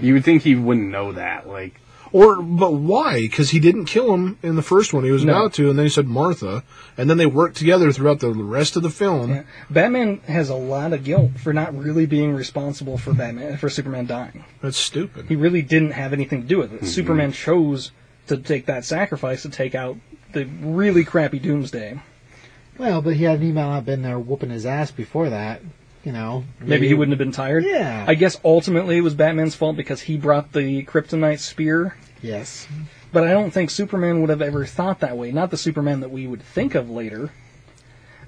Speaker 4: You would think he wouldn't know that. Like,
Speaker 3: Or, but why? Because he didn't kill him in the first one. He was
Speaker 7: No.
Speaker 3: about to, and then he said Martha, and then they worked together throughout the rest of the film.
Speaker 7: Yeah. Batman has a lot of guilt for not really being responsible for Batman for Superman dying.
Speaker 3: That's stupid.
Speaker 7: He really didn't have anything to do with it. Superman chose to take that sacrifice to take out the really crappy Doomsday.
Speaker 5: Well, but he had he might not been there whooping his ass before that. You know,
Speaker 7: Maybe he wouldn't have been tired.
Speaker 5: Yeah.
Speaker 7: I guess ultimately it was Batman's fault because he brought the kryptonite spear.
Speaker 5: Yes.
Speaker 7: But I don't think Superman would have ever thought that way. Not the Superman that we would think of later.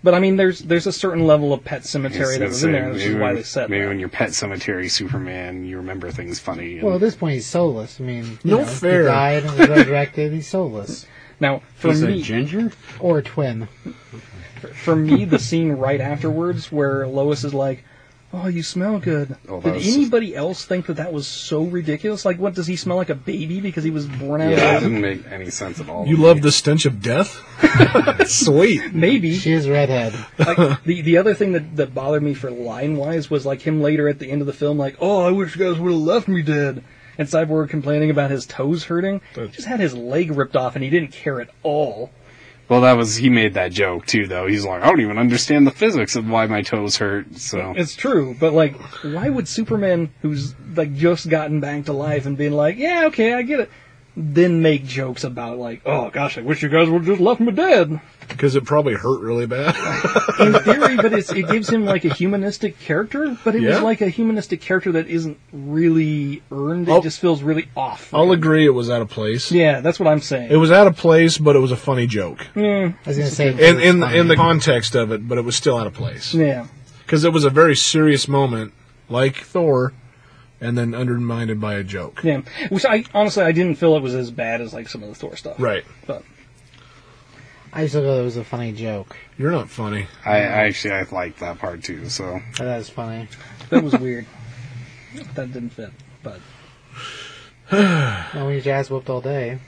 Speaker 7: But I mean, there's there's a certain level of pet cemetery that was in there. This is
Speaker 4: maybe
Speaker 7: why
Speaker 4: when-
Speaker 7: they said
Speaker 4: maybe
Speaker 7: that.
Speaker 4: when you're pet cemetery Superman, you remember things funny. and-
Speaker 5: Well, at this point, he's soulless. I mean, you
Speaker 3: No
Speaker 5: know,
Speaker 3: fair.
Speaker 5: He died and was resurrected. he's soulless
Speaker 7: Now, for
Speaker 6: He's a
Speaker 7: me,
Speaker 6: ginger?
Speaker 5: or a twin.
Speaker 7: for me, the scene right afterwards where Lois is like, "Oh, you smell good."
Speaker 4: Oh, that
Speaker 7: Did
Speaker 4: was-
Speaker 7: anybody else think that that was so ridiculous? Like, what does he smell like a baby because he was born out
Speaker 4: yeah, it
Speaker 7: of?
Speaker 4: didn't make any sense at all.
Speaker 3: You love the stench of death?
Speaker 7: (laughs)
Speaker 3: (laughs) Sweet.
Speaker 5: (laughs)
Speaker 7: Maybe
Speaker 5: She is redhead.
Speaker 7: like, the the other thing that, that bothered me for line wise was like him later at the end of the film, like, "Oh, I wish you guys would have left me dead." And Cyborg complaining about his toes hurting. He just had his leg ripped off, and he didn't care at all.
Speaker 4: Well, that was he made that joke too, though. He's like, I don't even understand the physics of why my toes hurt. So
Speaker 7: It's true, but like, why would Superman, who's like just gotten back to life and being like, yeah, okay, I get it, then make jokes about like, oh gosh, I wish you guys would have just left me dead.
Speaker 3: Because it probably hurt
Speaker 7: (laughs)
Speaker 3: really bad.
Speaker 7: In theory, but it's, it gives him like a humanistic character, but it
Speaker 3: Yeah.
Speaker 7: was like a humanistic character that isn't really earned. It
Speaker 3: I'll-
Speaker 7: just feels really off.
Speaker 3: I'll agree it was out of place.
Speaker 7: yeah, that's what I'm saying.
Speaker 3: It was out of place, but it was a funny joke.
Speaker 5: I was going to say.
Speaker 3: And in the, in the context of it, but it was still out of place.
Speaker 7: yeah,
Speaker 3: Because it was a very serious moment, like Thor, and then undermined by a joke.
Speaker 7: yeah. Which I honestly I didn't feel it was as bad as like some of the Thor stuff.
Speaker 3: Right.
Speaker 7: But
Speaker 5: I still thought it was a funny joke.
Speaker 3: You're not funny.
Speaker 4: I, I actually I liked that part too. So
Speaker 5: I thought it was funny.
Speaker 7: that was weird. that didn't fit. But
Speaker 5: And when your ass whooped all day.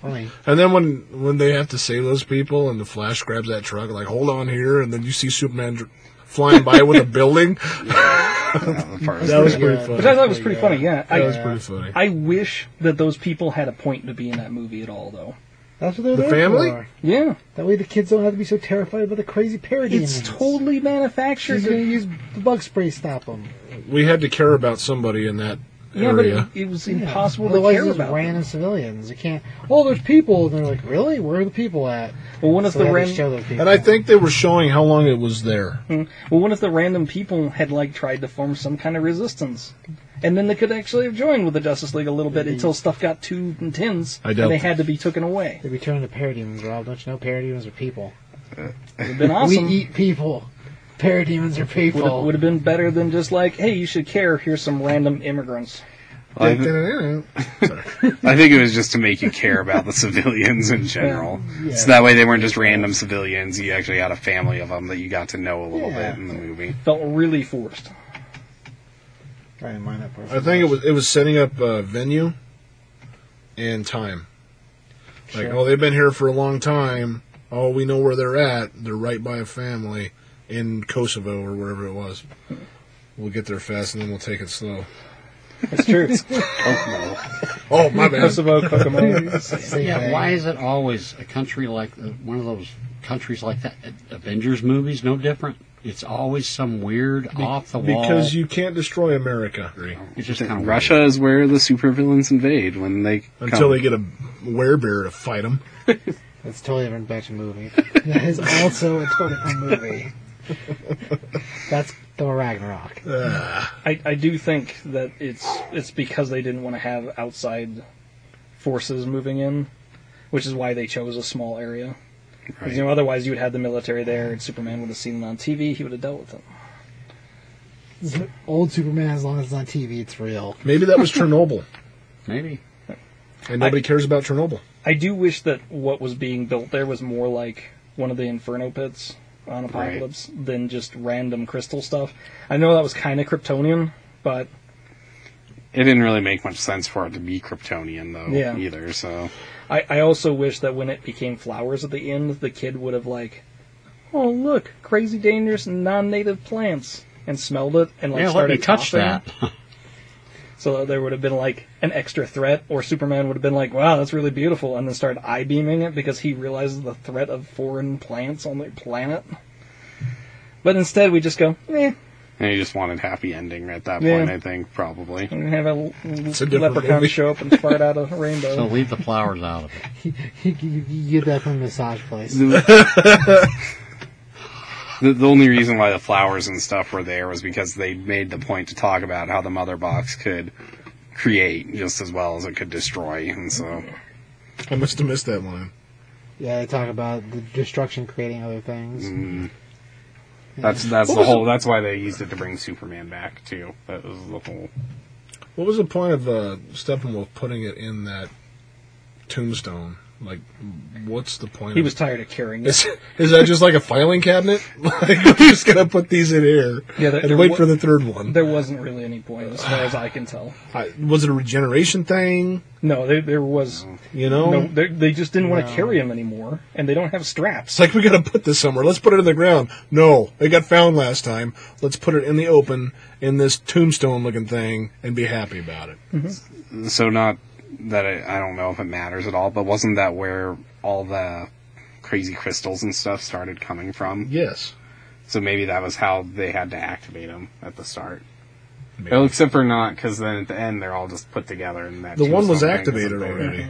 Speaker 5: Funny.
Speaker 3: And then when when they have to save those people, and the Flash grabs that truck, like hold on here, and then you see Superman dr- flying by (laughs) with a building.
Speaker 4: that part was
Speaker 3: That was
Speaker 5: Yeah.
Speaker 3: pretty funny.
Speaker 7: Which I thought was pretty funny, yeah.
Speaker 3: That was
Speaker 7: I,
Speaker 3: pretty funny.
Speaker 7: I wish that those people had a point to be in that movie at all, though.
Speaker 5: That's what they're
Speaker 3: The
Speaker 5: there
Speaker 3: family?
Speaker 5: for.
Speaker 7: Yeah,
Speaker 5: That way the kids don't have to be so terrified by the crazy parody.
Speaker 7: it's
Speaker 5: elements.
Speaker 7: totally manufactured.
Speaker 5: She's going to use the bug spray to stop them.
Speaker 3: We had to care about somebody in that
Speaker 7: yeah, but it,
Speaker 3: area.
Speaker 7: it was
Speaker 5: Yeah.
Speaker 7: impossible to
Speaker 5: Otherwise,
Speaker 7: care
Speaker 5: it's just
Speaker 7: about.
Speaker 5: random civilians. You can't. Oh, there's people. And they're like, really? Where are the people at?
Speaker 7: Well, one of
Speaker 5: So
Speaker 7: the
Speaker 5: they have to
Speaker 7: ran-
Speaker 5: show those people.
Speaker 3: and I think they were showing how long it was there.
Speaker 7: well, one of the random people had like tried to form some kind of resistance, and then they could actually have joined with the Justice League a little bit until stuff got too intense
Speaker 3: I doubt
Speaker 7: and they
Speaker 3: it.
Speaker 7: had to be taken away.
Speaker 5: They return to parademons, Rob. Don't you know parademons are people?
Speaker 7: It would have been awesome.
Speaker 5: We eat people. Parademons are people.
Speaker 7: would have, would have been better than just like, hey, you should care. Here's some random immigrants.
Speaker 4: I,
Speaker 3: (laughs)
Speaker 4: th- I think it was just to make you care about the civilians in general. So that way they weren't just random civilians. You actually had a family of them that you got to know a little
Speaker 5: Yeah.
Speaker 4: bit in the movie.
Speaker 7: Felt really forced.
Speaker 5: I didn't mind that person.
Speaker 3: I think it was it was setting up a venue and time. Like,
Speaker 5: Sure.
Speaker 3: oh, they've been here for a long time. Oh, we know where they're at. They're right by a family in Kosovo or wherever it was. We'll get there fast and then we'll take it slow.
Speaker 7: It's (laughs) true.
Speaker 3: Oh, my
Speaker 7: (laughs)
Speaker 3: bad.
Speaker 7: Kosovo,
Speaker 5: (laughs)
Speaker 7: Kokomo.
Speaker 5: Same
Speaker 6: Yeah,
Speaker 5: thing.
Speaker 6: why is it always a country like uh, one of those countries like that? Avengers movies, no different. It's always some weird off the wall.
Speaker 3: Because you can't destroy America
Speaker 6: it's just kind of
Speaker 4: Russia is where the supervillains invade when they
Speaker 3: until
Speaker 4: come.
Speaker 3: they get a werebear to fight them.
Speaker 5: That's a totally different batch of movie. that is also a totally different movie.
Speaker 3: (laughs)
Speaker 5: That's Thor Ragnarok.
Speaker 7: I, I do think that it's it's because they didn't want to have outside forces moving in, which is why they chose a small area. 'Cause, you know, otherwise you would have the military there, and Superman would have seen it on TV. He would have dealt with it.
Speaker 5: This is Old Superman, as long as it's on TV, it's real.
Speaker 3: Maybe that was Chernobyl,
Speaker 6: maybe.
Speaker 3: and nobody cares about Chernobyl.
Speaker 7: I do wish that what was being built there was more like one of the Inferno pits, on Apocalypse than just random crystal stuff. I know that was kind of Kryptonian, but
Speaker 4: It didn't really make much sense for it to be Kryptonian though
Speaker 7: Yeah.
Speaker 4: either. So
Speaker 7: I, I also wish that when it became flowers at the end, the kid would have like, oh look, crazy dangerous non-native plants, and smelled it and like
Speaker 6: yeah, let
Speaker 7: started
Speaker 6: me touch
Speaker 7: coughing.
Speaker 6: that.
Speaker 7: So there would have been like an extra threat, or Superman would have been like, "Wow, that's really beautiful," and then started eye beaming it because he realizes the threat of foreign plants on their planet. But instead, we just go, "Eh,
Speaker 4: and he just wanted happy ending at that
Speaker 7: Yeah.
Speaker 4: point. I think probably.
Speaker 7: and have a, l-
Speaker 3: a different
Speaker 7: leprechaun
Speaker 3: movie.
Speaker 7: show up and fart out a
Speaker 3: (laughs)
Speaker 7: rainbow."
Speaker 6: so leave the flowers out of it.
Speaker 5: (laughs) You, you- you get that from a massage place.
Speaker 4: the, the only reason why the flowers and stuff were there was because they made the point to talk about how the mother box could create just as well as it could destroy, and so
Speaker 3: I must have missed that line.
Speaker 5: Yeah, they talk about the destruction creating other things.
Speaker 3: Mm.
Speaker 4: that's that's
Speaker 3: What
Speaker 4: the
Speaker 3: was
Speaker 4: whole. That's why they used it to bring Superman back too. That was the whole.
Speaker 3: What was the point of uh, Steppenwolf putting it in that tombstone? Like, what's the point?
Speaker 7: He
Speaker 3: of-
Speaker 7: was tired of carrying it.
Speaker 3: (laughs) Is, is that just like a filing cabinet? (laughs) Like, we're just gonna put these in here
Speaker 7: Yeah, there-
Speaker 3: and wait
Speaker 7: there
Speaker 3: for
Speaker 7: wa-
Speaker 3: the third one.
Speaker 7: There wasn't really any point, as far as I can tell.
Speaker 3: I, was it a regeneration thing?
Speaker 7: No, there, there was
Speaker 3: You know,
Speaker 7: no. there- They just didn't want to carry him anymore, and they don't have straps.
Speaker 3: it's like we gotta put this somewhere. Let's put it in the ground. No, it got found last time. Let's put it in the open in this tombstone-looking thing and be happy about it.
Speaker 4: So not that I, I don't know if it matters at all, but wasn't that where all the crazy crystals and stuff started coming from?
Speaker 3: Yes.
Speaker 4: So maybe that was how they had to activate them at the start.
Speaker 3: Maybe.
Speaker 4: Well, except for not, because then at the end they're all just put together and that.
Speaker 3: The one was
Speaker 4: tombstone thing
Speaker 3: activated
Speaker 4: isn't there.
Speaker 3: already.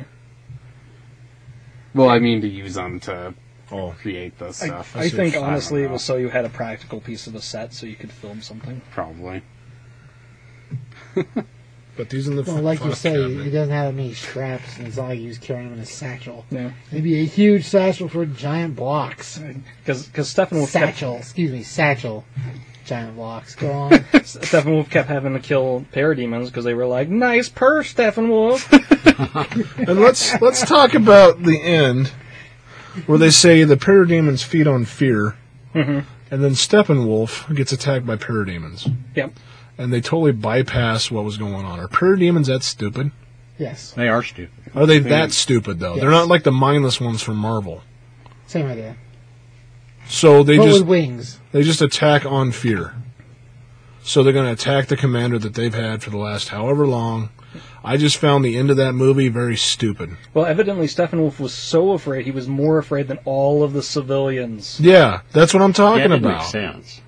Speaker 4: Well, I mean to use them to
Speaker 3: Oh,
Speaker 4: create the
Speaker 7: I,
Speaker 4: stuff.
Speaker 7: I think
Speaker 4: don't
Speaker 7: honestly it
Speaker 4: know.
Speaker 7: was so you had a practical piece of the set so you could film something.
Speaker 4: probably.
Speaker 3: but these in the
Speaker 5: Well,
Speaker 3: f-
Speaker 5: like you
Speaker 3: file
Speaker 5: say,
Speaker 3: cabinet.
Speaker 5: he doesn't have many straps, and it's not like he was carrying them in a satchel.
Speaker 7: Yeah.
Speaker 5: Maybe a huge satchel for giant blocks.
Speaker 7: Because Steppenwolf kept,
Speaker 5: Satchel, excuse me, satchel. Giant blocks. Go
Speaker 3: (laughs)
Speaker 7: (laughs)
Speaker 5: on.
Speaker 7: Steppenwolf kept having to kill parademons because they were like, nice purse, (laughs) Steppenwolf.
Speaker 3: And let's let's talk about the end where they say the parademons feed on fear, and then Steppenwolf gets attacked by parademons,
Speaker 7: yep.
Speaker 3: and they totally bypass what was going on. Are parademons that stupid?
Speaker 5: yes,
Speaker 6: They are stupid.
Speaker 3: Are they that stupid though? They're
Speaker 5: Yes.
Speaker 3: not like the mindless ones from Marvel.
Speaker 5: same idea.
Speaker 3: So they
Speaker 5: but
Speaker 3: just
Speaker 5: with wings.
Speaker 3: they just attack on fear. So they're going to attack the commander that they've had for the last however long. I just found the end of that movie very stupid.
Speaker 7: Well, evidently Steppenwolf was so afraid, he was more afraid than all of the civilians.
Speaker 3: Yeah, that's what I'm
Speaker 6: Yeah,
Speaker 3: talking
Speaker 6: it
Speaker 3: about.
Speaker 6: makes sense.
Speaker 5: Well,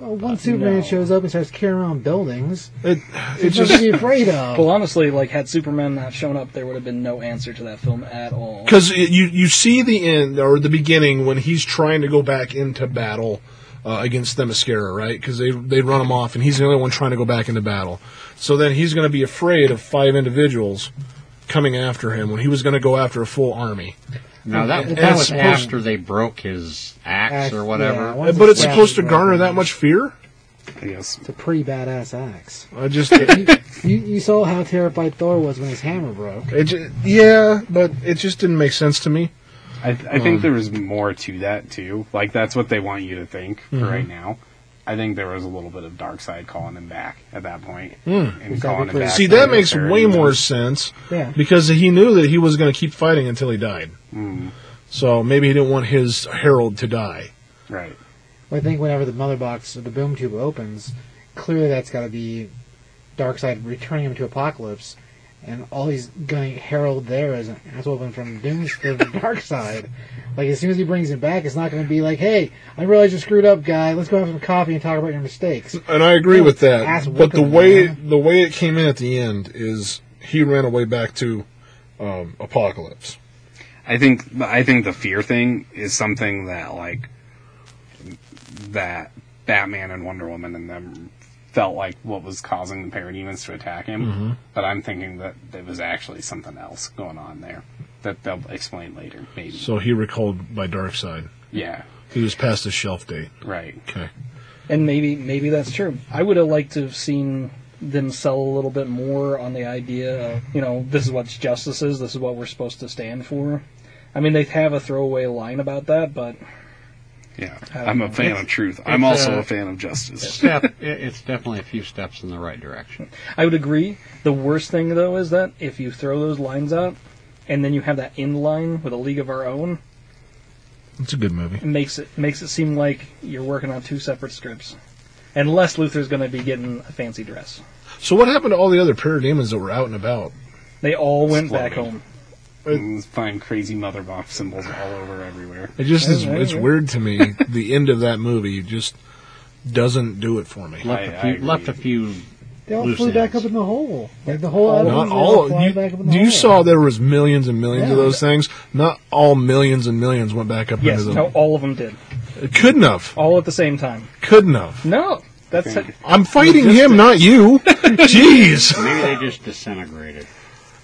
Speaker 5: Uh,
Speaker 3: Uh,
Speaker 5: one Superman
Speaker 7: no.
Speaker 5: shows up and starts carrying around buildings.
Speaker 3: It it
Speaker 5: It's nothing
Speaker 3: just
Speaker 5: to be
Speaker 3: (laughs)
Speaker 5: afraid of.
Speaker 7: Well, honestly, like, had Superman not shown up, there would have been no answer to that film at all.
Speaker 3: because you you see the end or the beginning when he's trying to go back into battle uh, against Themyscira, right? Because they they run him off, and he's the only one trying to go back into battle. So then he's going to be afraid of five individuals coming after him when he was going to go after a full army.
Speaker 6: No, that,
Speaker 5: And
Speaker 6: that
Speaker 5: it's
Speaker 6: was
Speaker 5: supposed-
Speaker 6: after they broke his axe
Speaker 5: Axe,
Speaker 6: or whatever.
Speaker 5: yeah,
Speaker 3: Uh,
Speaker 5: once
Speaker 3: But it's
Speaker 5: wrapped,
Speaker 3: supposed to
Speaker 5: wrapped.
Speaker 3: garner that much fear.
Speaker 4: I guess.
Speaker 5: It's a pretty badass axe.
Speaker 3: I just
Speaker 5: You, you saw how terrified Thor was when his hammer broke.
Speaker 3: It ju- yeah, but it just didn't make sense to me.
Speaker 4: I, I
Speaker 3: Hmm.
Speaker 4: think there was more to that too. Like that's what they want you to think
Speaker 3: Hmm.
Speaker 4: for right now. I think there was a little bit of dark side calling him back at that point, and calling him
Speaker 5: pretty-
Speaker 4: back.
Speaker 3: Hmm. See,
Speaker 4: for
Speaker 3: that
Speaker 4: the
Speaker 3: makes
Speaker 4: third
Speaker 3: way
Speaker 4: and-
Speaker 3: more sense
Speaker 5: Yeah.
Speaker 3: because he knew that he was going to keep fighting until he died. So maybe he didn't want his herald to die.
Speaker 4: right.
Speaker 5: I think whenever the mother box or the boom tube opens, clearly that's got to be Darkseid returning him to Apocalypse, and all he's going to herald there is an ass whooping from Doom's from Darkseid. Like as soon as he brings him back, it's not going to be like, "Hey, I realize you screwed up, guy. Let's go have some coffee and talk about your mistakes."
Speaker 3: And I agree with
Speaker 5: Ass
Speaker 3: that. But the
Speaker 5: whooping,
Speaker 3: way
Speaker 5: man.
Speaker 3: the way it came in at the end is he ran away back to um, Apocalypse.
Speaker 4: I think I think the fear thing is something that like that Batman and Wonder Woman and them felt like what was causing the parademons to attack him.
Speaker 3: Mm-hmm.
Speaker 4: But I'm thinking that there was actually something else going on there that they'll explain later, maybe.
Speaker 3: So he recalled by Darkseid.
Speaker 4: yeah,
Speaker 3: He was past his shelf date.
Speaker 4: right.
Speaker 3: Okay.
Speaker 7: And maybe, maybe that's true. I would have liked to have seen them sell a little bit more on the idea of, you know, this is what justice is, this is what we're supposed to stand for. I mean, they have a throwaway line about that, but
Speaker 4: Yeah, I'm a fan of truth. I'm
Speaker 3: it's,
Speaker 4: also
Speaker 3: uh,
Speaker 4: a fan of justice.
Speaker 3: Step.
Speaker 6: It, it's definitely a few steps in the right direction.
Speaker 7: I would agree. The worst thing though is that if you throw those lines out and then you have that end line with a league of our own,
Speaker 3: It's a good movie.
Speaker 7: it makes it makes it seem like you're working on two separate scripts. Unless Luther's going to be getting a fancy dress.
Speaker 3: So what happened to all the other parademons that were out and about?
Speaker 7: They all went back
Speaker 4: Exploded.
Speaker 7: home.
Speaker 4: And find crazy mother box symbols all over everywhere.
Speaker 3: It just is.
Speaker 7: Yeah, yeah,
Speaker 3: It's
Speaker 7: yeah.
Speaker 3: weird to me. the end of that movie just doesn't do it for me.
Speaker 6: Left
Speaker 4: I-
Speaker 6: a
Speaker 4: I
Speaker 6: few.
Speaker 4: agree.
Speaker 6: left a few.
Speaker 5: They all
Speaker 6: Loose
Speaker 5: flew back up
Speaker 6: ends.
Speaker 5: in the hole. Like the whole
Speaker 7: Not
Speaker 5: album,
Speaker 3: Not
Speaker 5: they all
Speaker 3: all.
Speaker 5: fly
Speaker 3: You,
Speaker 5: back up in the
Speaker 3: do you
Speaker 5: hole.
Speaker 3: saw there was millions and millions of
Speaker 5: Yeah.
Speaker 3: those things. Not all millions and millions went back up
Speaker 7: Yes,
Speaker 3: into the.
Speaker 7: no, all of them did.
Speaker 3: Couldn't have.
Speaker 7: All at the same time.
Speaker 3: Couldn't have.
Speaker 7: No, that's
Speaker 3: I'm fighting him, not (laughs) you. Jeez,
Speaker 6: Maybe they just disintegrated.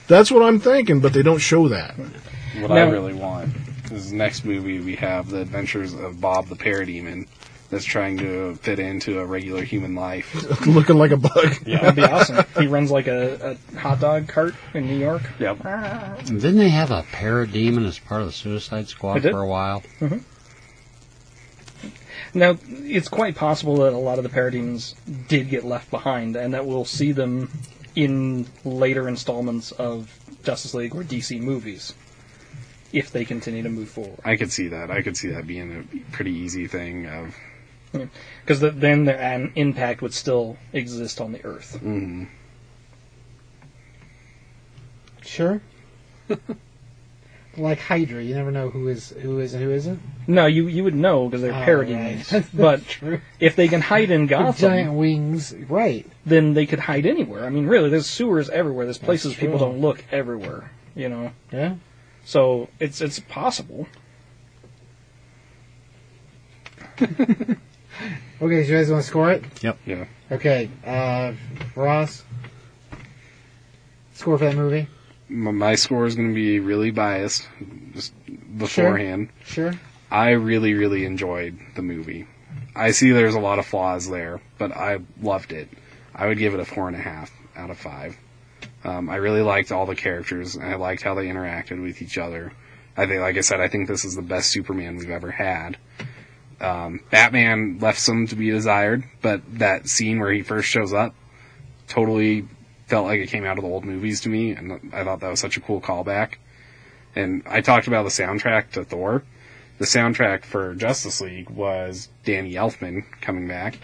Speaker 3: that's what I'm thinking. But they don't show that. (laughs)
Speaker 4: What
Speaker 7: Now-
Speaker 4: I really want is next movie we have the adventures of Bob the Parademon that's trying to fit into a regular human life.
Speaker 3: Looking like a bug.
Speaker 7: that'd be awesome. He runs like a, a hot dog cart in New York.
Speaker 4: Yep.
Speaker 6: And Didn't they have a parademon as part of the Suicide Squad
Speaker 7: They did.
Speaker 6: for a while?
Speaker 7: Now, it's quite possible that a lot of the parademons did get left behind, and that we'll see them in later installments of Justice League or DC movies if they continue to move forward.
Speaker 4: I could see that. I could see that being a pretty easy thing of
Speaker 7: Because the, then their an impact would still exist on the Earth.
Speaker 5: Sure. (laughs) like Hydra, you never know who is who is and who isn't.
Speaker 7: No, you you would know because they're
Speaker 5: Oh, (laughs)
Speaker 7: parademons.
Speaker 5: right.
Speaker 7: But
Speaker 5: True.
Speaker 7: if they can hide in
Speaker 5: With
Speaker 7: Gotham,
Speaker 5: giant wings, right?
Speaker 7: then they could hide anywhere. I mean, really, there's sewers everywhere. There's places
Speaker 5: true.
Speaker 7: people don't look everywhere. You know,
Speaker 5: Yeah.
Speaker 7: so it's it's possible.
Speaker 5: Okay, so you guys want to score it?
Speaker 4: yeah.
Speaker 5: Okay, uh, Ross, score for that movie.
Speaker 4: M- My score is going to be really biased just beforehand.
Speaker 5: Sure.
Speaker 4: I really, really enjoyed the movie. I see there's a lot of flaws there, but I loved it. I would give it a four and a half out of five. Um, I really liked all the characters. and I liked how they interacted with each other. I think, like I said, I think this is the best Superman we've ever had. Um, Batman left some to be desired, but that scene where he first shows up totally felt like it came out of the old movies to me, and I thought that was such a cool callback. And I talked about the soundtrack to Thor the soundtrack for Justice League was Danny Elfman coming back,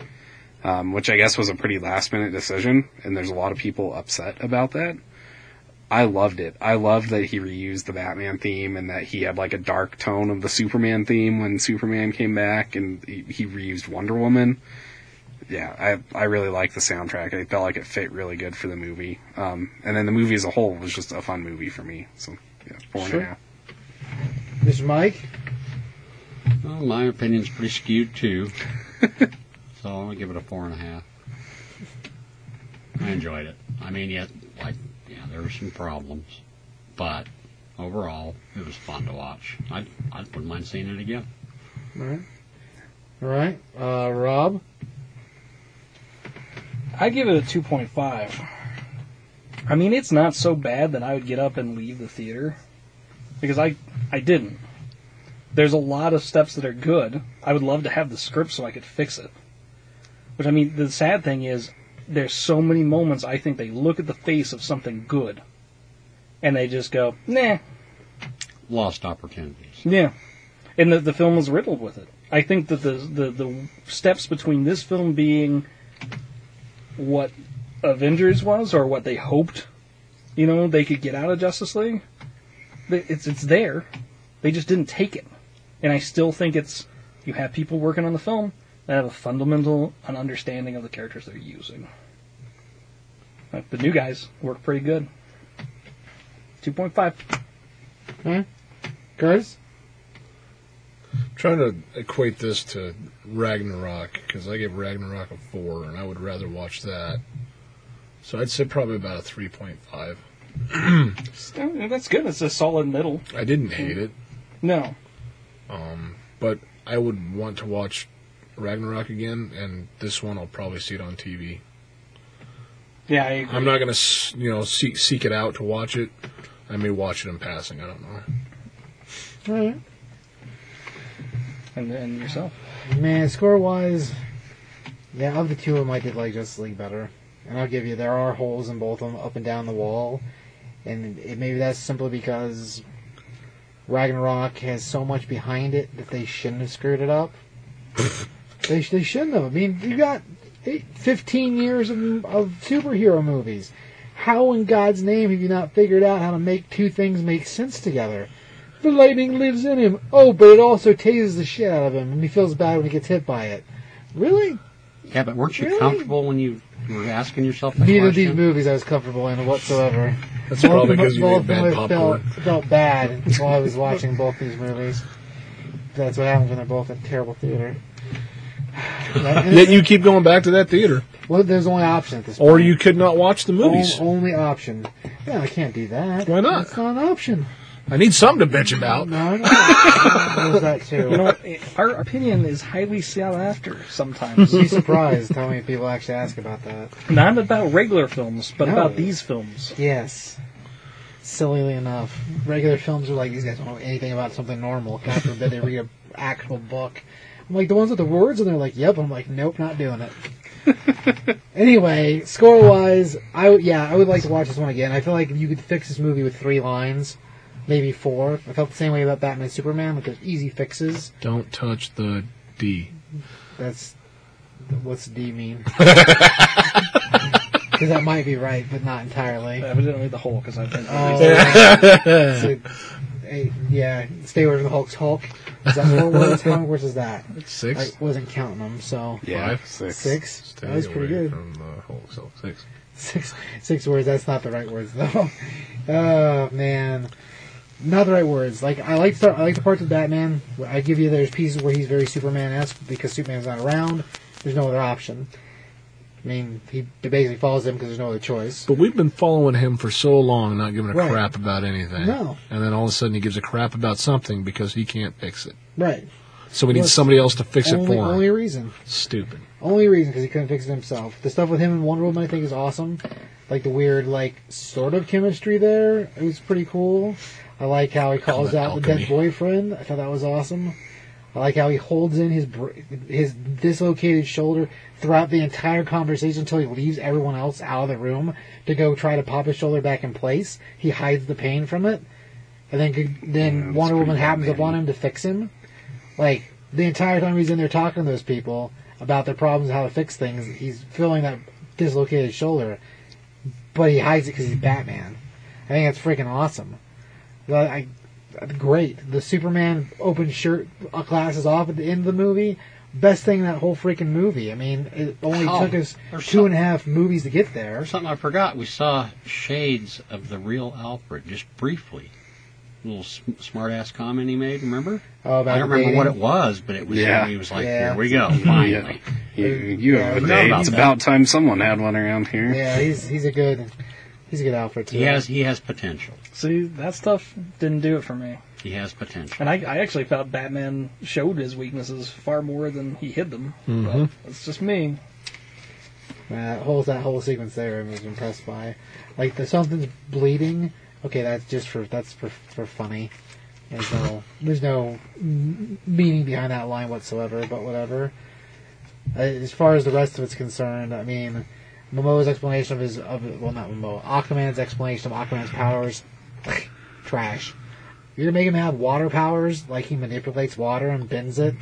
Speaker 4: um, which I guess was a pretty last minute decision, and there's a lot of people upset about that. I loved it. I loved that he reused the Batman theme and that he had like a dark tone of the Superman theme when Superman came back, and he, he reused Wonder Woman. Yeah, I I really liked the soundtrack. I felt like it fit really good for the movie. Um, and then the movie as a whole was just a fun movie for me. So yeah, four and a half.
Speaker 5: Sure. Mr. Mike,
Speaker 6: Well, my opinion's pretty skewed too, (laughs) so I'm gonna give it a four and a half. I enjoyed it. I mean, yeah, like yeah, there were some problems, but overall, it was fun to watch. I I wouldn't mind seeing it again.
Speaker 5: all right, all right, uh, Rob,
Speaker 7: I give it a 2.5. I mean, it's not so bad that I would get up and leave the theater because I I didn't. There's a lot of steps that are good. I would love to have the script so I could fix it. Which I mean, the sad thing is there's so many moments I think they look at the face of something good and they just go, "Nah,
Speaker 6: Lost opportunities.
Speaker 7: yeah, and the the film was riddled with it. I think that the the the steps between this film being what Avengers was or what they hoped, you know, they could get out of Justice League. th- It's it's there. They just didn't take it, and I still think it's you have people working on the film that have a fundamental an understanding of the characters they're using. Like the new guys work pretty good. Two point five.
Speaker 5: Curtis.
Speaker 3: (laughs) trying to equate this to Ragnarok because I gave Ragnarok a four, and I would rather watch that. So I'd say probably about a three point five.
Speaker 7: That's good. It's a solid middle.
Speaker 3: I didn't hate it,
Speaker 7: No.
Speaker 3: but I would want to watch Ragnarok again, and this one I'll probably see it on TV.
Speaker 7: Yeah, I agree.
Speaker 3: I'm not gonna s- you know seek seek it out to watch it. I may watch it in passing. I don't know.
Speaker 5: All right.
Speaker 7: and, and yourself.
Speaker 5: Man, score wise, yeah, of the two of them, I did like Justice League better. And I'll give you, there are holes in both of them, up and down the wall. And it, maybe that's simply because Ragnarok has so much behind it that they shouldn't have screwed it up. they, sh- they shouldn't have. I mean, you got eight, 15 years of, of superhero movies. How in God's name have you not figured out how to make two things make sense together? The lightning lives in him. Oh, but it also tases the shit out of him, and he feels bad when he gets hit by it. Really?
Speaker 6: Yeah, but weren't you
Speaker 5: Really?
Speaker 6: comfortable when you were asking yourself that
Speaker 5: Neither of these
Speaker 6: question?
Speaker 5: movies I was comfortable in whatsoever.
Speaker 3: That's probably because you made
Speaker 5: Both of them
Speaker 3: bad
Speaker 5: I
Speaker 3: popcorn.
Speaker 5: Felt, felt bad while I was watching both these movies. That's what happens when they're both in terrible theater. (sighs) That-
Speaker 3: Yet you keep going back to that theater,
Speaker 5: well, there's only option at this point.
Speaker 3: or you could not watch the movies.
Speaker 5: O- only option. Yeah, I can't do that.
Speaker 3: Why not?
Speaker 5: It's not an option.
Speaker 3: I need something to bitch about.
Speaker 5: No, I don't. I don't that too.
Speaker 7: You know, eh, (laughs) our opinion is highly sought after
Speaker 5: (laughs)
Speaker 7: sometimes.
Speaker 5: You'd be surprised how many people actually ask about that.
Speaker 7: Not about regular films, but
Speaker 5: No.
Speaker 7: about these films.
Speaker 5: Yes. Sillily enough, regular films are like these guys don't know anything about something normal. God forbid they read an (laughs) actual book. I'm like the ones with the words, and they're like, "Yep." I'm like, "Nope, not doing it." anyway, score wise, I w- yeah, I would like to watch this one again. I feel like you could fix this movie with three lines, maybe four. I felt the same way about Batman and Superman. Like there's easy fixes.
Speaker 3: Don't touch the D.
Speaker 5: That's what's D mean? (laughs) Because that might be right, but not
Speaker 7: Uh,
Speaker 5: entirely.
Speaker 7: Evidently, the whole because I've been.
Speaker 5: Oh, so, hey, yeah, stay away from the Hulk's Hulk. Is that four words? How many words is that? I
Speaker 3: Six.
Speaker 5: wasn't counting them, so
Speaker 4: Yeah,
Speaker 3: Five?
Speaker 4: six.
Speaker 5: six.
Speaker 3: Stay
Speaker 5: that was pretty
Speaker 3: away
Speaker 5: good.
Speaker 3: From the Hulk, so six.
Speaker 5: (laughs) Six, six words. That's not the right words though. (laughs) oh man, not the right words. Like I like start. I like the parts of Batman. where I give you there's pieces where he's very Superman-esque because Superman's not around. There's no other option. I mean, he basically follows him because there's no other choice.
Speaker 3: But we've been following him for so long, not giving a
Speaker 5: Right.
Speaker 3: crap about anything.
Speaker 5: No.
Speaker 3: And then all of a sudden, he gives a crap about something because he can't fix it.
Speaker 5: Right.
Speaker 3: So we need
Speaker 5: Well, it's
Speaker 3: somebody else to fix it
Speaker 5: Only,
Speaker 3: for him.
Speaker 5: only reason.
Speaker 3: Stupid.
Speaker 5: Only reason because he couldn't fix it himself. The stuff with him and Wonder Woman, I think, is awesome. Like the weird, like sort of chemistry there. It was pretty cool. I like how he calls
Speaker 3: Call it
Speaker 5: out the
Speaker 3: alchemy.
Speaker 5: dead boyfriend. I thought that was awesome. I like how he holds in his br- his dislocated shoulder throughout the entire conversation until he leaves everyone else out of the room to go try to pop his shoulder back in place. He hides the pain from it, and then g- then
Speaker 4: that's
Speaker 5: Wonder Woman
Speaker 4: pretty
Speaker 5: happens
Speaker 4: Batman-y.
Speaker 5: upon him to fix him. Like the entire time he's in there talking to those people about their problems, how to fix things, he's feeling that dislocated shoulder, but he hides it because he's Batman. I think that's freaking awesome. Well, I, great. The Superman open shirt uh, glasses off at the end of the movie. Best thing in that whole freaking movie. I mean, it only
Speaker 6: Oh,
Speaker 5: took us
Speaker 6: there's
Speaker 5: two and a half movies to get there.
Speaker 6: There's something I forgot. We saw shades of the real Alfred just briefly. Little sm- smart ass comment he made, remember?
Speaker 5: Oh, about
Speaker 6: I don't remember
Speaker 5: dating.
Speaker 6: what it was, but it was
Speaker 4: Yeah.
Speaker 6: he was
Speaker 5: (laughs)
Speaker 6: like,
Speaker 5: Yeah.
Speaker 6: "Here we go, finally."
Speaker 4: You, you have a
Speaker 6: forgot
Speaker 4: date.
Speaker 6: about
Speaker 4: It's
Speaker 6: that.
Speaker 4: about time someone had one around here.
Speaker 5: Yeah, he's he's a good he's a good Alfred too.
Speaker 6: He has he has potential.
Speaker 7: See, that stuff didn't do it for me.
Speaker 6: He has potential.
Speaker 7: And I, I actually thought Batman showed his weaknesses far more than he hid them.
Speaker 5: Mm-hmm.
Speaker 7: But it's just me.
Speaker 5: That whole that whole sequence there, I was impressed by. Like the something's bleeding. Okay, that's just for that's for for funny. There's no there's no m- meaning behind that line whatsoever. But whatever. Uh, As far as the rest of it's concerned, I mean, Momoa's explanation of his of well not Momoa, Aquaman's explanation of Aquaman's powers, (laughs) trash. You're gonna make him have water powers, like he manipulates water and bends it.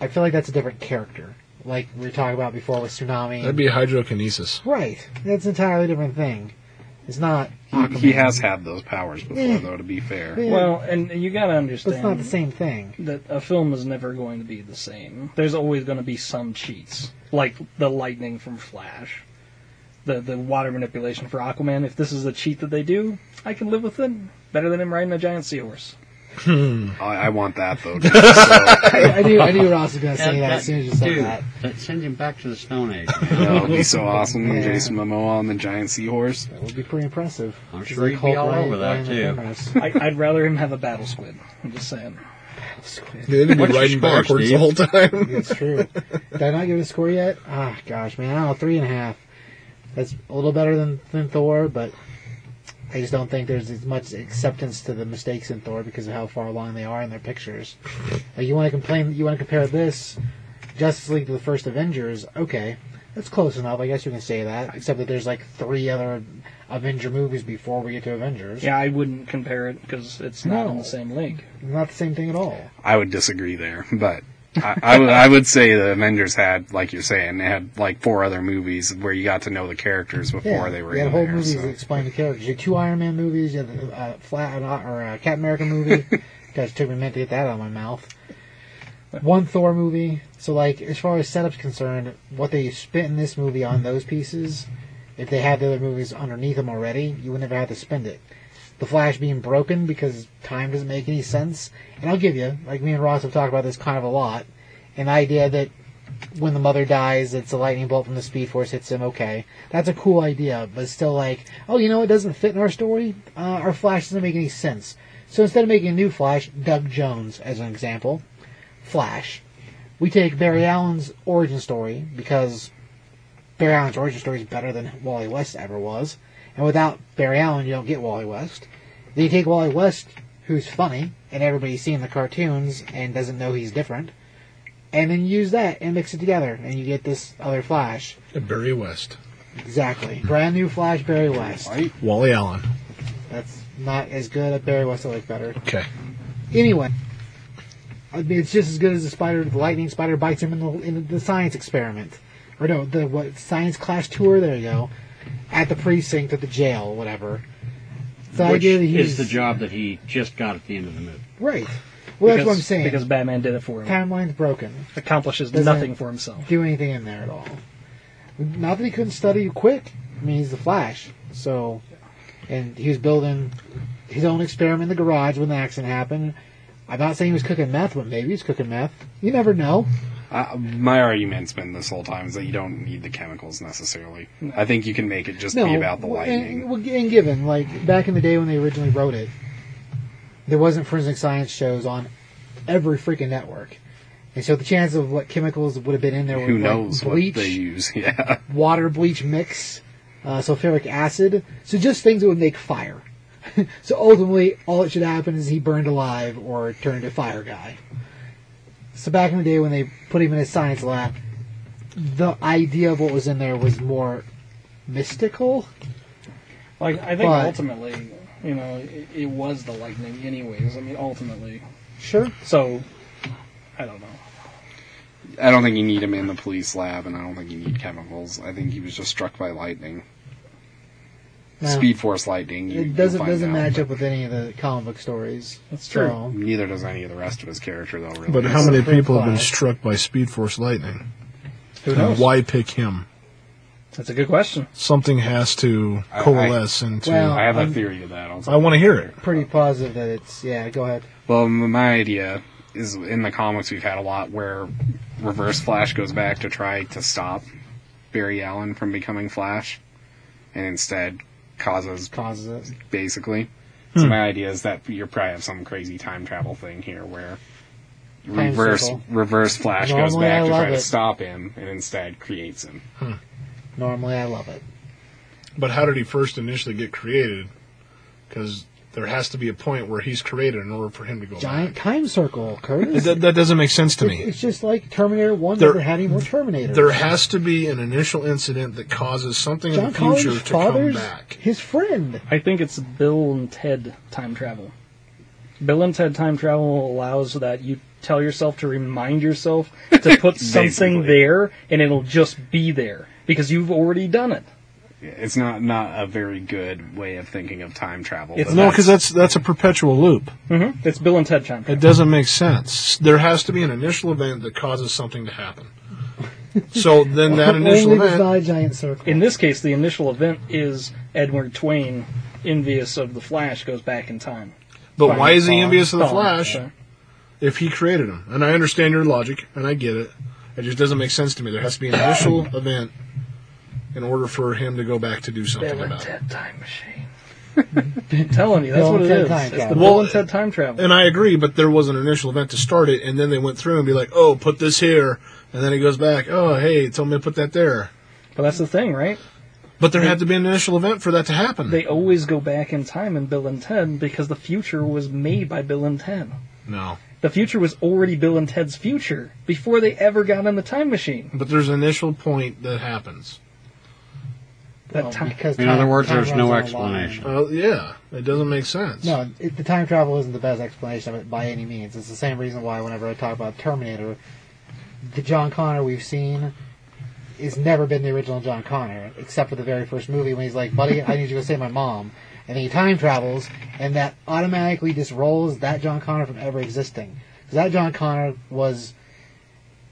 Speaker 5: I feel like that's a different character. Like we were talking about before with tsunami.
Speaker 3: That'd be hydrokinesis.
Speaker 5: Right. That's an entirely different thing. It's not Aquaman.
Speaker 4: He has had those powers before,
Speaker 5: Yeah.
Speaker 4: though. To be fair,
Speaker 5: Yeah,
Speaker 7: Well, and you gotta
Speaker 5: but it's not
Speaker 7: understand
Speaker 5: the same thing.
Speaker 7: that a film is never going to be the same. There's always going to be some cheats, like the lightning from Flash, the the water manipulation for Aquaman. If this is a cheat that they do, I can live with it. Better than him riding a giant
Speaker 5: (laughs)
Speaker 7: seahorse.
Speaker 4: I, I want that though. too, so,
Speaker 5: I, I knew I knew Ross was going to
Speaker 6: That-
Speaker 5: say that
Speaker 6: that-
Speaker 5: as soon as you said
Speaker 6: dude,
Speaker 5: that.
Speaker 6: sends him back to the Stone
Speaker 5: (laughs)
Speaker 6: Age. man.
Speaker 4: that would be so awesome.
Speaker 5: Yeah.
Speaker 4: Jason Momoa on the giant seahorse.
Speaker 5: That would be pretty impressive.
Speaker 6: I'm
Speaker 5: It's
Speaker 6: sure he'd be
Speaker 5: Hulk
Speaker 6: all
Speaker 5: riding-
Speaker 6: over that,
Speaker 5: riding the
Speaker 6: too.
Speaker 5: cameras.
Speaker 7: I, I'd rather him have a battle squid. I'm just saying.
Speaker 5: (laughs) Squid.
Speaker 3: They'd be
Speaker 6: What's your
Speaker 3: riding
Speaker 6: score,
Speaker 3: backwards the
Speaker 6: Steve?
Speaker 3: whole (laughs) time.
Speaker 5: It's true. Did I not give it a score yet? Ah, gosh, man. I don't know. Three and a half. That's a little better than, than Thor, but I just don't think there's as much acceptance to the mistakes in Thor because of how far along they are in their pictures. Like you want to complain, you want to compare this Justice League to the first Avengers. Okay, that's close enough. I guess you can say that. Except that there's like three other Avenger movies before we get to Avengers.
Speaker 7: Yeah, I wouldn't compare it because it's not in
Speaker 5: No.
Speaker 7: the same league.
Speaker 5: not the same thing at all.
Speaker 4: I would disagree there, but I, I would I would say the Avengers had, like you're saying, they had like four other movies where you got to know the characters before
Speaker 5: Yeah,
Speaker 4: they were
Speaker 5: you had
Speaker 4: in
Speaker 5: whole
Speaker 4: there.
Speaker 5: movies
Speaker 4: so.
Speaker 5: that explain the characters. You had two Iron Man movies, you had uh, Flat or uh, Captain
Speaker 4: (laughs)
Speaker 5: America movie. Guys, it took me a minute to get that out of my mouth. One Thor movie. So, like, as far as setup's concerned, what they spent in this movie on those pieces, if they had the other movies underneath them already, you would never have to spend it. The Flash being broken because time doesn't make any sense. And I'll give you, like, me and Ross have talked about this kind of a lot. An idea that when the mother dies, it's a lightning bolt from the Speed Force hits him. Okay, that's a cool idea, but still, like, oh, you know, it doesn't fit in our story. Uh, our Flash doesn't make any sense. So instead of making a new Flash, Doug Jones as an example, Flash, we take Barry Allen's origin story because Barry Allen's origin story is better than Wally West ever was, and without Barry Allen, you don't get Wally West. Then you take Wally West, who's funny, and everybody's seen the cartoons and doesn't know he's different and then use that and mix it together, and you get this other Flash.
Speaker 3: Barry West.
Speaker 5: Exactly, brand new Flash Barry West.
Speaker 3: Wally Allen.
Speaker 5: That's not as good at Barry West. I like better.
Speaker 3: Okay.
Speaker 5: Anyway, I mean, it's just as good as the spider. The lightning spider bites him in the in the science experiment, or no, the what science class tour. There you go, at the precinct at the jail, whatever. So I
Speaker 6: Which
Speaker 5: idea that
Speaker 6: is
Speaker 5: he's
Speaker 6: the job that he just got at the end of the movie.
Speaker 5: right. Well, that's what I'm
Speaker 7: Because-
Speaker 5: saying.
Speaker 7: Because Batman did it for him.
Speaker 5: Timeline's broken.
Speaker 7: Accomplishes
Speaker 5: Doesn't-
Speaker 7: nothing for himself.
Speaker 5: do anything in there at all. Not that he couldn't study quick. I mean, he's the Flash. So, and he was building his own experiment in the garage when the accident happened. I'm not saying he was cooking meth, but maybe he was cooking meth. You never know.
Speaker 4: I, my argument's been this whole time is that you don't need the chemicals necessarily. I think you can make it just
Speaker 5: No,
Speaker 4: be about the
Speaker 5: well,
Speaker 4: lightning.
Speaker 5: And, well, and given like back in the day when they originally wrote it, there wasn't forensic science shows on every freaking network, and so the chance of what chemicals would have been in there,
Speaker 4: Who
Speaker 5: were, like,
Speaker 4: knows
Speaker 5: bleach,
Speaker 4: what they use? (laughs) Yeah,
Speaker 5: water bleach mix, uh, sulfuric acid. So just things that would make fire. (laughs) so ultimately, all that should happen is he burned alive or turned a fire guy. So back in the day when they put him in a science lab, the idea of what was in there was more mystical.
Speaker 7: Like I think
Speaker 5: But-
Speaker 7: ultimately, you know, it, it was the lightning, anyways. I mean, ultimately,
Speaker 5: Sure.
Speaker 7: so I don't know.
Speaker 4: I don't think you need him in the police lab, and I don't think you need chemicals. I think he was just struck by lightning, Speed Force lightning. You,
Speaker 5: It doesn't
Speaker 4: you'll find
Speaker 5: doesn't
Speaker 4: out,
Speaker 5: match
Speaker 4: but
Speaker 5: up with any of the comic book stories.
Speaker 7: That's
Speaker 5: So-
Speaker 4: Neither does any of the rest of his character, though. Really,
Speaker 3: But how many people have been
Speaker 5: Flash.
Speaker 3: struck by Speed Force lightning?
Speaker 7: Who
Speaker 3: And
Speaker 7: knows?
Speaker 3: why pick him?
Speaker 7: That's a good question.
Speaker 3: Something has to
Speaker 4: I- I-
Speaker 3: coalesce into.
Speaker 5: Well-
Speaker 4: I have a
Speaker 5: I'm-
Speaker 4: theory of that. Also.
Speaker 3: I want to hear it.
Speaker 5: Pretty positive that it's yeah. Go ahead.
Speaker 4: Well, m- my idea is in the comics we've had a lot where Reverse Flash goes back to try to stop Barry Allen from becoming Flash, and instead causes
Speaker 5: Causes it.
Speaker 4: basically. So
Speaker 5: Hmm.
Speaker 4: my idea is that you probably have some crazy time travel thing here where reverse
Speaker 5: circle.
Speaker 4: reverse Flash goes
Speaker 5: Normally, I
Speaker 4: back to
Speaker 5: love
Speaker 4: try
Speaker 5: it.
Speaker 4: to stop him, and instead creates him.
Speaker 5: Normally, I love it.
Speaker 3: But how did he first initially get created? Because there has to be a point where he's created in order for him to go
Speaker 5: Giant
Speaker 3: back.
Speaker 5: time circle, Curtis.
Speaker 3: That, that doesn't make sense to me.
Speaker 5: It's just like Terminator One
Speaker 3: There-
Speaker 5: never had any more Terminators.
Speaker 3: There has to be an initial incident that causes something in
Speaker 5: John
Speaker 3: the future
Speaker 5: Collins'
Speaker 3: to come
Speaker 5: father's
Speaker 3: back.
Speaker 5: his friend.
Speaker 7: I think it's Bill and Ted time travel. Bill and Ted time travel allows that you tell yourself to remind yourself to (laughs) put something
Speaker 4: Basically.
Speaker 7: there, and it'll just be there because you've already done it.
Speaker 4: It's not not a very good way of thinking of time travel.
Speaker 7: It's
Speaker 4: but
Speaker 3: No, because that's that's a perpetual loop.
Speaker 7: Mm-hmm. It's Bill and Ted time
Speaker 3: It
Speaker 7: travel.
Speaker 3: doesn't make sense. There has to be an initial event that causes something to happen. So then that initial
Speaker 5: (laughs) Only was
Speaker 3: event.
Speaker 5: not a giant circle.
Speaker 7: In this case, the initial event is Edward Twain, envious of the Flash, goes back in time.
Speaker 3: But why is he envious of the
Speaker 7: Thawne,
Speaker 3: Flash
Speaker 7: yeah.
Speaker 3: if he created him? And I understand your logic, and I get it. It just doesn't make sense to me. There has to be an initial event in order for him to go back to do something
Speaker 7: Bill and
Speaker 3: about it.
Speaker 7: Ted time machine. (laughs) I'm telling you, that's
Speaker 5: Bill
Speaker 7: what
Speaker 5: and
Speaker 7: it
Speaker 5: Ted
Speaker 7: is.
Speaker 5: time
Speaker 7: It's the
Speaker 5: travel.
Speaker 7: Bill
Speaker 3: Well,
Speaker 7: and Ted time travel.
Speaker 3: And I agree, but there was an initial event to start it, and then they went through and be like, oh, put this here. And then he goes back, oh, hey, tell me to put that there.
Speaker 7: But that's the thing, right?
Speaker 3: But there had to be an initial event for that to happen.
Speaker 7: They always go back in time in Bill and Ted because the future was made by Bill and Ted.
Speaker 3: no.
Speaker 7: The future was already Bill and Ted's future before they ever got on the time machine.
Speaker 3: But there's an initial point that happens.
Speaker 7: That
Speaker 5: Well,
Speaker 7: time,
Speaker 5: because
Speaker 6: In
Speaker 5: time-
Speaker 6: other words,
Speaker 5: time
Speaker 6: there's
Speaker 5: runs
Speaker 6: no
Speaker 5: on a line.
Speaker 6: explanation.
Speaker 3: Uh, yeah, it doesn't make sense.
Speaker 5: No, it, the time travel isn't the best explanation of it by any means. It's the same reason why whenever I talk about Terminator, the John Connor we've seen is never been the original John Connor, except for the very first movie when he's like, "Buddy, I need you to go save my mom," and he time travels, and that automatically disrolls that John Connor from ever existing. 'Cause that John Connor was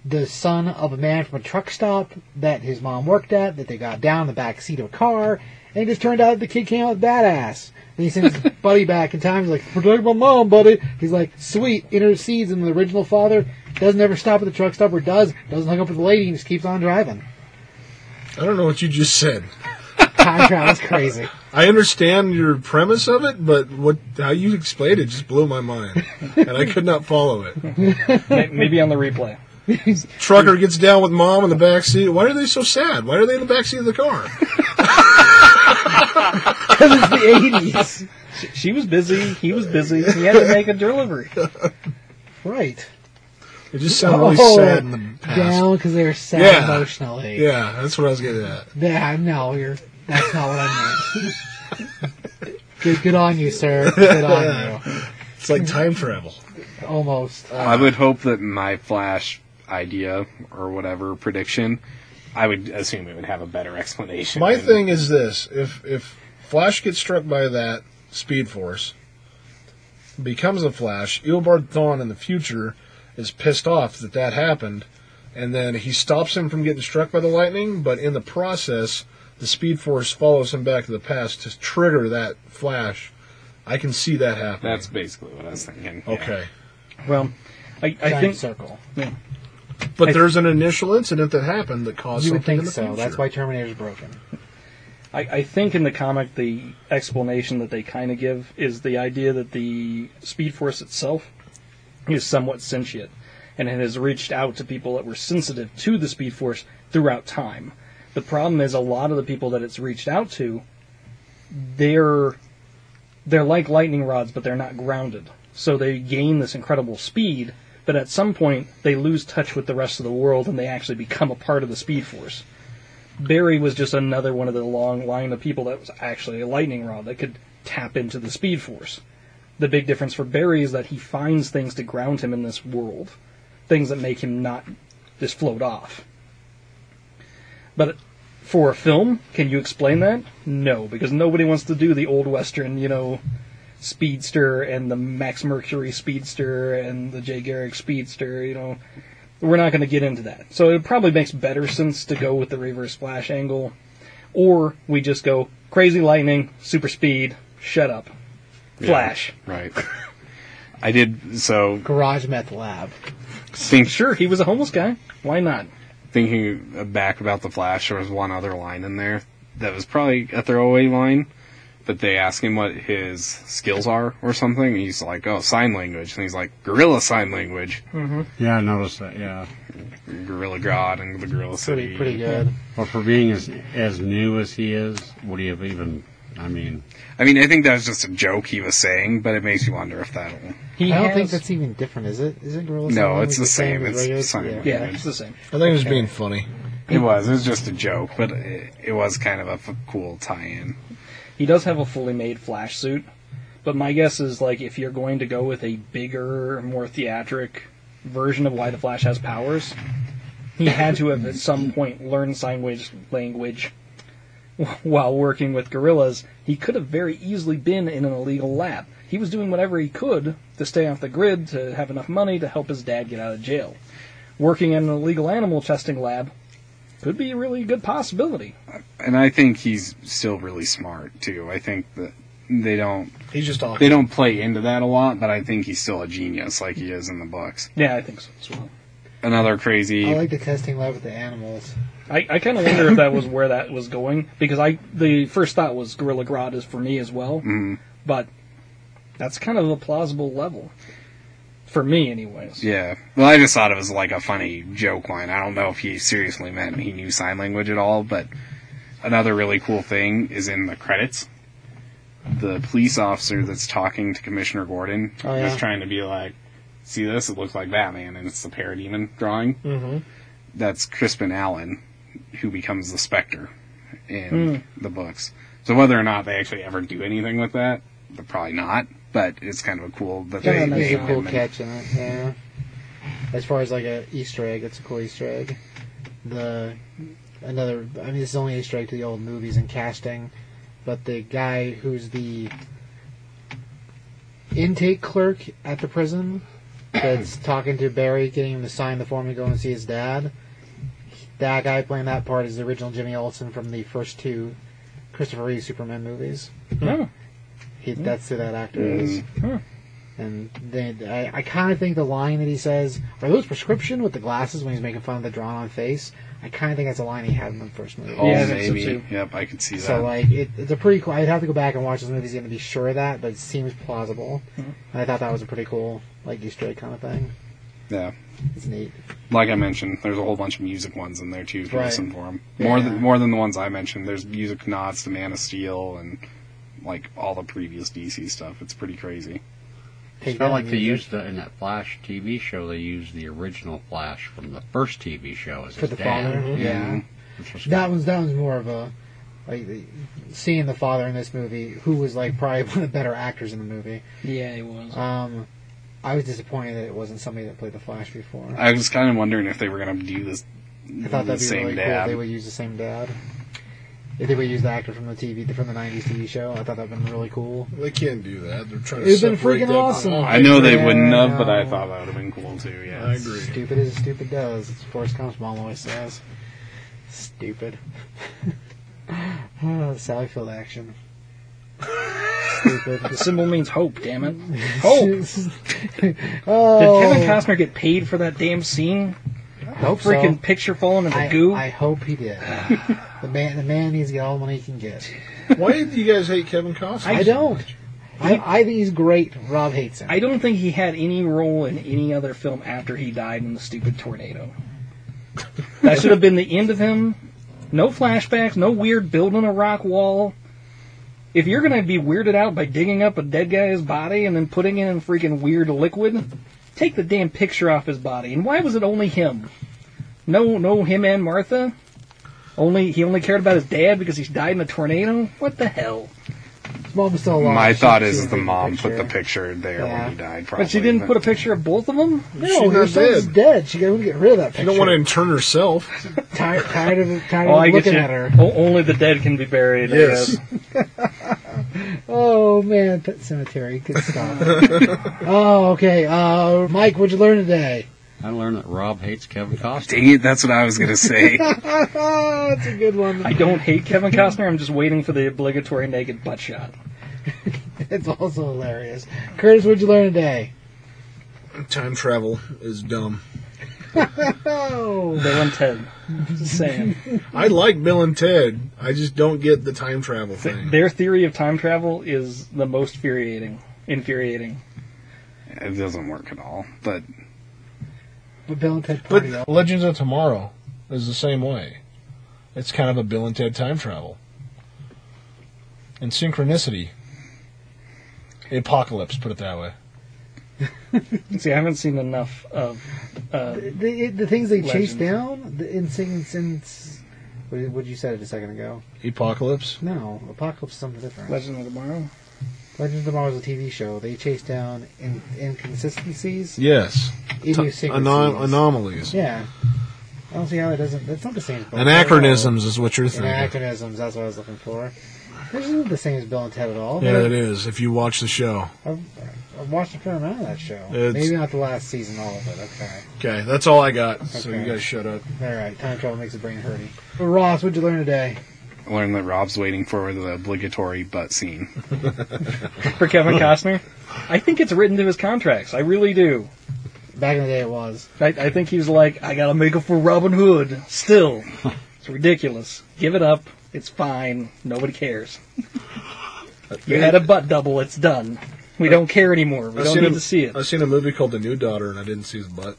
Speaker 5: the son of a man from a truck stop that his mom worked at, that they got down in the back seat of a car, and it just turned out the kid came out badass. And he sends
Speaker 3: (laughs)
Speaker 5: his buddy back in time. He's like, "Protect my mom, buddy." He's like, "Sweet." Intercedes in the original father. Doesn't ever stop at the truck stop, or does doesn't hook up with the lady. and just keeps on driving.
Speaker 3: I don't know what you just said.
Speaker 5: Time travel
Speaker 3: (laughs)
Speaker 5: is crazy.
Speaker 3: I understand your premise of it, but what how you explained it just blew my mind, and I could not follow it.
Speaker 7: may- maybe on the (laughs) replay.
Speaker 3: Trucker gets down with mom in the back seat. Why are they so sad? Why are they in the back seat of the car?
Speaker 5: It's the eighties,
Speaker 7: She, she was busy. He was busy. He had to make a delivery.
Speaker 5: right?
Speaker 3: It just sounded really
Speaker 5: Oh,
Speaker 3: sad in the past.
Speaker 5: Down because they're sad
Speaker 3: Yeah.
Speaker 5: emotionally.
Speaker 3: Yeah, that's what I was getting at.
Speaker 5: Yeah, no, you're. That's not what I meant.
Speaker 3: (laughs)
Speaker 5: good, good on you, sir. Good on you.
Speaker 3: It's like time travel.
Speaker 5: Almost.
Speaker 4: I would hope that my Flash idea or whatever prediction, I would assume it would have a better explanation.
Speaker 3: My
Speaker 4: than-
Speaker 3: thing is this: if if Flash gets struck by that Speed Force, becomes a Flash, Ilbard Thawne in the future is pissed off that that happened, and then he stops him from getting struck by the lightning. But in the process, the Speed Force follows him back to the past to trigger that Flash. I can see that happening.
Speaker 4: That's basically what I was thinking. yeah.
Speaker 3: okay.
Speaker 7: Well, I, I
Speaker 5: giant
Speaker 7: think
Speaker 5: circle.
Speaker 3: But
Speaker 7: I-
Speaker 3: there's an initial incident that happened that caused
Speaker 5: You would
Speaker 3: something
Speaker 5: think
Speaker 3: in the
Speaker 5: so.
Speaker 3: future.
Speaker 5: That's why Terminator's broken.
Speaker 7: I, I think in the comic the explanation that they kind of give is the idea that the Speed Force itself is somewhat sentient and it has reached out to people that were sensitive to the Speed Force throughout time. The problem is a lot of the people that it's reached out to, they're they're like lightning rods, but they're not grounded. So they gain this incredible speed, but at some point they lose touch with the rest of the world and they actually become a part of the Speed Force. Barry was just another one of the long line of people that was actually a lightning rod that could tap into the speed force. The big difference for Barry is that he finds things to ground him in this world, things that make him not just float off. But for a film, can you explain that? No, because nobody wants to do the old western, you know, speedster and the Max Mercury speedster and the Jay Garrick speedster, you know we're not going to get into that. So it probably makes better sense to go with the reverse flash angle, or we just go crazy lightning, super speed, shut up, flash.
Speaker 4: Right. (laughs) I did so
Speaker 5: Garage meth lab.
Speaker 4: think
Speaker 7: Sure, he was a homeless guy. Why not?
Speaker 4: thinking back about the Flash, there was one other line in there that was probably a throwaway line, but they ask him what his skills are or something, and he's like, "Oh, sign language," and he's like, "Gorilla sign language,
Speaker 6: Yeah, I noticed that. Yeah,
Speaker 4: Gorilla God, and the Gorilla
Speaker 5: Pretty
Speaker 4: City."
Speaker 5: pretty good.
Speaker 6: but for being as as new as he is, would he have even? I mean,
Speaker 4: I mean, I think that was just a joke he was saying, but it makes you wonder if that'll.
Speaker 7: He
Speaker 5: I don't
Speaker 7: has-
Speaker 5: think that's even different, is it? Is it gorilla?
Speaker 4: No,
Speaker 5: Song?
Speaker 4: it's
Speaker 5: Is
Speaker 4: the
Speaker 5: it
Speaker 4: same.
Speaker 5: as
Speaker 4: It's
Speaker 5: regular-
Speaker 4: sign language.
Speaker 7: yeah, it's the same.
Speaker 3: I think it was being funny.
Speaker 4: It was. It was just a joke, but it, it was kind of a f- cool tie-in.
Speaker 7: He does have a fully made flash suit, but my guess is like if you're going to go with a bigger, more theatric version of why the Flash has powers, he had to have at some point learned sign wage- language (laughs) while working with gorillas. He could have very easily been in an illegal lab. He was doing whatever he could to stay off the grid, to have enough money to help his dad get out of jail. Working in an illegal animal testing lab could be a really good possibility.
Speaker 4: And I think he's still really smart too. I think that they don't
Speaker 3: He's just awkward.
Speaker 4: they don't play into that a lot, but I think he's still a genius like he is in the books.
Speaker 7: Yeah, I think so as well.
Speaker 4: Another crazy.
Speaker 5: I like the testing lab with the animals.
Speaker 7: I, I kind of wonder if that was where that was going because I the first thought was Gorilla Grodd is for me as well, but that's kind of a plausible level for me, anyways.
Speaker 4: yeah. Well, I just thought it was like a funny joke line. I don't know if he seriously meant he knew sign language at all, but another really cool thing is in the credits. The police officer that's talking to Commissioner Gordon
Speaker 5: Oh, yeah.
Speaker 4: is trying to be like, "See this? It looks like Batman," and it's the parademon drawing. Mm-hmm. That's Crispin Allen, who becomes the Spectre in
Speaker 5: Hmm.
Speaker 4: the books. So whether or not they actually ever do anything with that, they're probably not. But it's kind of a cool that
Speaker 5: Kind
Speaker 4: they
Speaker 5: of makes a
Speaker 4: name
Speaker 5: cool
Speaker 4: him and-
Speaker 5: catch in it. Yeah. As far as like a Easter egg, it's a cool Easter egg. The another. I mean, this is only Easter egg to the old movies and casting, but the guy who's the intake clerk at the prison that's talking to Barry, getting him to sign the form to go and see his dad. That guy playing that part is the original Jimmy Olsen from the first two Christopher Reeve Superman movies.
Speaker 7: Oh.
Speaker 5: He, That's who that actor is.
Speaker 7: Huh.
Speaker 5: And they, I, I kind of think the line that he says, "Are those prescription?" with the glasses when he's making fun of the drawn-on face. I kind of think that's a line he had in the first movie.
Speaker 4: Oh,
Speaker 7: Yeah, I think so
Speaker 4: maybe.
Speaker 7: too.
Speaker 4: Yep, I could see that.
Speaker 5: So like, it, it's a pretty cool. I'd have to go back and watch those movies again to be sure of that, but it seems plausible. And I thought that was a pretty cool like Easter egg kind of thing.
Speaker 4: yeah.
Speaker 5: It's neat.
Speaker 4: like I mentioned, there's a whole bunch of music ones in there too for
Speaker 5: Right.
Speaker 4: this and form. More
Speaker 5: Yeah.
Speaker 4: than more than the ones I mentioned. There's music nods to Man of Steel and like all the previous DC stuff. It's pretty crazy.
Speaker 5: Take
Speaker 6: It's not
Speaker 5: that
Speaker 6: like they
Speaker 5: music
Speaker 6: used the, in that Flash TV show. They used the original Flash from the first TV show as
Speaker 5: for
Speaker 6: his
Speaker 5: the
Speaker 6: dad.
Speaker 5: father. Yeah.
Speaker 6: Which was
Speaker 5: That one's that one's more of a like the- seeing the father in this movie, who was like probably (laughs) one of the better actors in the movie.
Speaker 7: Yeah, it was.
Speaker 5: Um, I was disappointed that it wasn't somebody that played the Flash before. I,
Speaker 4: I was kind of wondering if they were gonna do this.
Speaker 5: thought
Speaker 4: the
Speaker 5: that'd be
Speaker 4: Mm, same
Speaker 5: really cool. If
Speaker 4: dad.
Speaker 5: they would use the same dad. If they would use the actor from the TV from the '90s TV show, I thought that'd been really cool.
Speaker 3: They can't do that. They're trying
Speaker 5: It'd
Speaker 3: to
Speaker 5: been
Speaker 3: separate
Speaker 5: freaking
Speaker 3: that from
Speaker 5: awesome.
Speaker 3: Aquaman.
Speaker 4: I know they
Speaker 5: Yeah,
Speaker 4: wouldn't
Speaker 5: I
Speaker 4: have, but I
Speaker 5: know.
Speaker 4: thought that would have been cool too. Yeah,
Speaker 3: I agree.
Speaker 5: Stupid as stupid does. It's Forrest Gump's mom always says. Stupid. (laughs) oh, Sally Field action. Stupid.
Speaker 7: (laughs) The symbol means hope, damn it.
Speaker 5: (laughs)
Speaker 7: Hope!
Speaker 5: oh,
Speaker 7: Did Kevin Costner get paid for that damn scene?
Speaker 5: hope so.
Speaker 7: Freaking picture falling in the
Speaker 5: I,
Speaker 7: goo.
Speaker 5: I hope he did. the man, the man needs to get all the money he can get.
Speaker 3: Why do you guys hate Kevin Costner?
Speaker 5: I
Speaker 3: so
Speaker 5: don't.
Speaker 3: much?
Speaker 5: I, I think he's great. Rob hates him.
Speaker 7: I don't think he had any role in any other film after he died in the stupid tornado. that should have been the end of him. No flashbacks, no weird building a rock wall. If you're gonna be weirded out by digging up a dead guy's body and then putting it in freaking weird liquid, take the damn picture off his body. And why was it only him? No, no, him and Martha. Only he only cared about his dad because he died in a tornado. What the hell?
Speaker 5: His mom's still alive.
Speaker 4: My
Speaker 5: She-
Speaker 4: thought
Speaker 5: she
Speaker 4: is
Speaker 5: didn't
Speaker 4: the
Speaker 5: take
Speaker 4: mom put the
Speaker 5: picture.
Speaker 4: picture there
Speaker 5: Yeah.
Speaker 4: when he died. Probably,
Speaker 7: But she didn't put a picture of both of them.
Speaker 3: She's
Speaker 5: No, her
Speaker 3: not
Speaker 5: son's dead.
Speaker 3: dead.
Speaker 5: She got to get rid of that picture.
Speaker 3: You don't want to intern herself.
Speaker 5: tired, tired of tired
Speaker 7: Oh,
Speaker 5: of
Speaker 7: I get
Speaker 5: looking
Speaker 7: you.
Speaker 5: at her.
Speaker 7: O- only the dead can be buried. I guess.
Speaker 5: Oh man, Pet Cemetery,
Speaker 4: (laughs)
Speaker 5: good stuff. oh, okay. Uh, Mike, what'd you learn today?
Speaker 6: I learned that Rob hates Kevin Costner.
Speaker 4: Dang it! That's what I was gonna
Speaker 5: (laughs)
Speaker 4: say.
Speaker 5: Ah, that's a good one.
Speaker 7: I don't hate Kevin Costner. I'm just waiting for the obligatory naked butt shot.
Speaker 5: (laughs) It's also hilarious. Curtis, what'd you learn today?
Speaker 3: Time travel is dumb.
Speaker 5: Oh,
Speaker 7: Bill and Ted. Just saying.
Speaker 3: I like Bill and Ted. I just don't get the time travel thing.
Speaker 7: Their theory of time travel is the most infuriating. Infuriating.
Speaker 4: it doesn't work at all. But
Speaker 5: but Bill and Ted party.
Speaker 3: But Legends of Tomorrow is the same way. It's kind of a Bill and Ted time travel. And synchronicity. Apocalypse, put it that way.
Speaker 7: See, I haven't seen enough of. Uh,
Speaker 5: the, the things they
Speaker 7: Legends.
Speaker 5: chase down, the insane since. What did what you said it a second ago?
Speaker 3: Apocalypse?
Speaker 5: No, Apocalypse is something different.
Speaker 7: Legend of Tomorrow.
Speaker 5: Legends of Tomorrow is a TV show. They chase down in, inconsistencies,
Speaker 3: Yes.
Speaker 5: idiosyncrasies.
Speaker 3: Anom- anomalies.
Speaker 5: Yeah. I don't see how that doesn't. That's not the same. as Bill and Ted at all.
Speaker 3: Anachronisms is what you're thinking.
Speaker 5: Anachronisms, that's what I was looking for. This isn't the same as Bill and Ted at all.
Speaker 3: yeah, it is, if you watch the show.
Speaker 5: I've, I've watched a fair amount of that show.
Speaker 3: It's-
Speaker 5: Maybe not the last season, all of it. Okay.
Speaker 3: Okay, that's all I got. So
Speaker 5: Okay.
Speaker 3: you guys shut up.
Speaker 5: Alright, time travel makes the brain hurty. But Ross, what'd you learn today?
Speaker 4: I learned that Rob's waiting for the obligatory butt scene.
Speaker 7: For Kevin Costner. I think it's written to his contracts. I really do.
Speaker 5: Back in the day it was.
Speaker 7: I, I think he's like, I gotta make up for Robin Hood. Still. It's ridiculous. Give it up. It's fine. Nobody cares. you had a butt double. It's done. We don't care anymore. We don't need to see it.
Speaker 3: I've seen a movie called The New Daughter, and I didn't see his butt.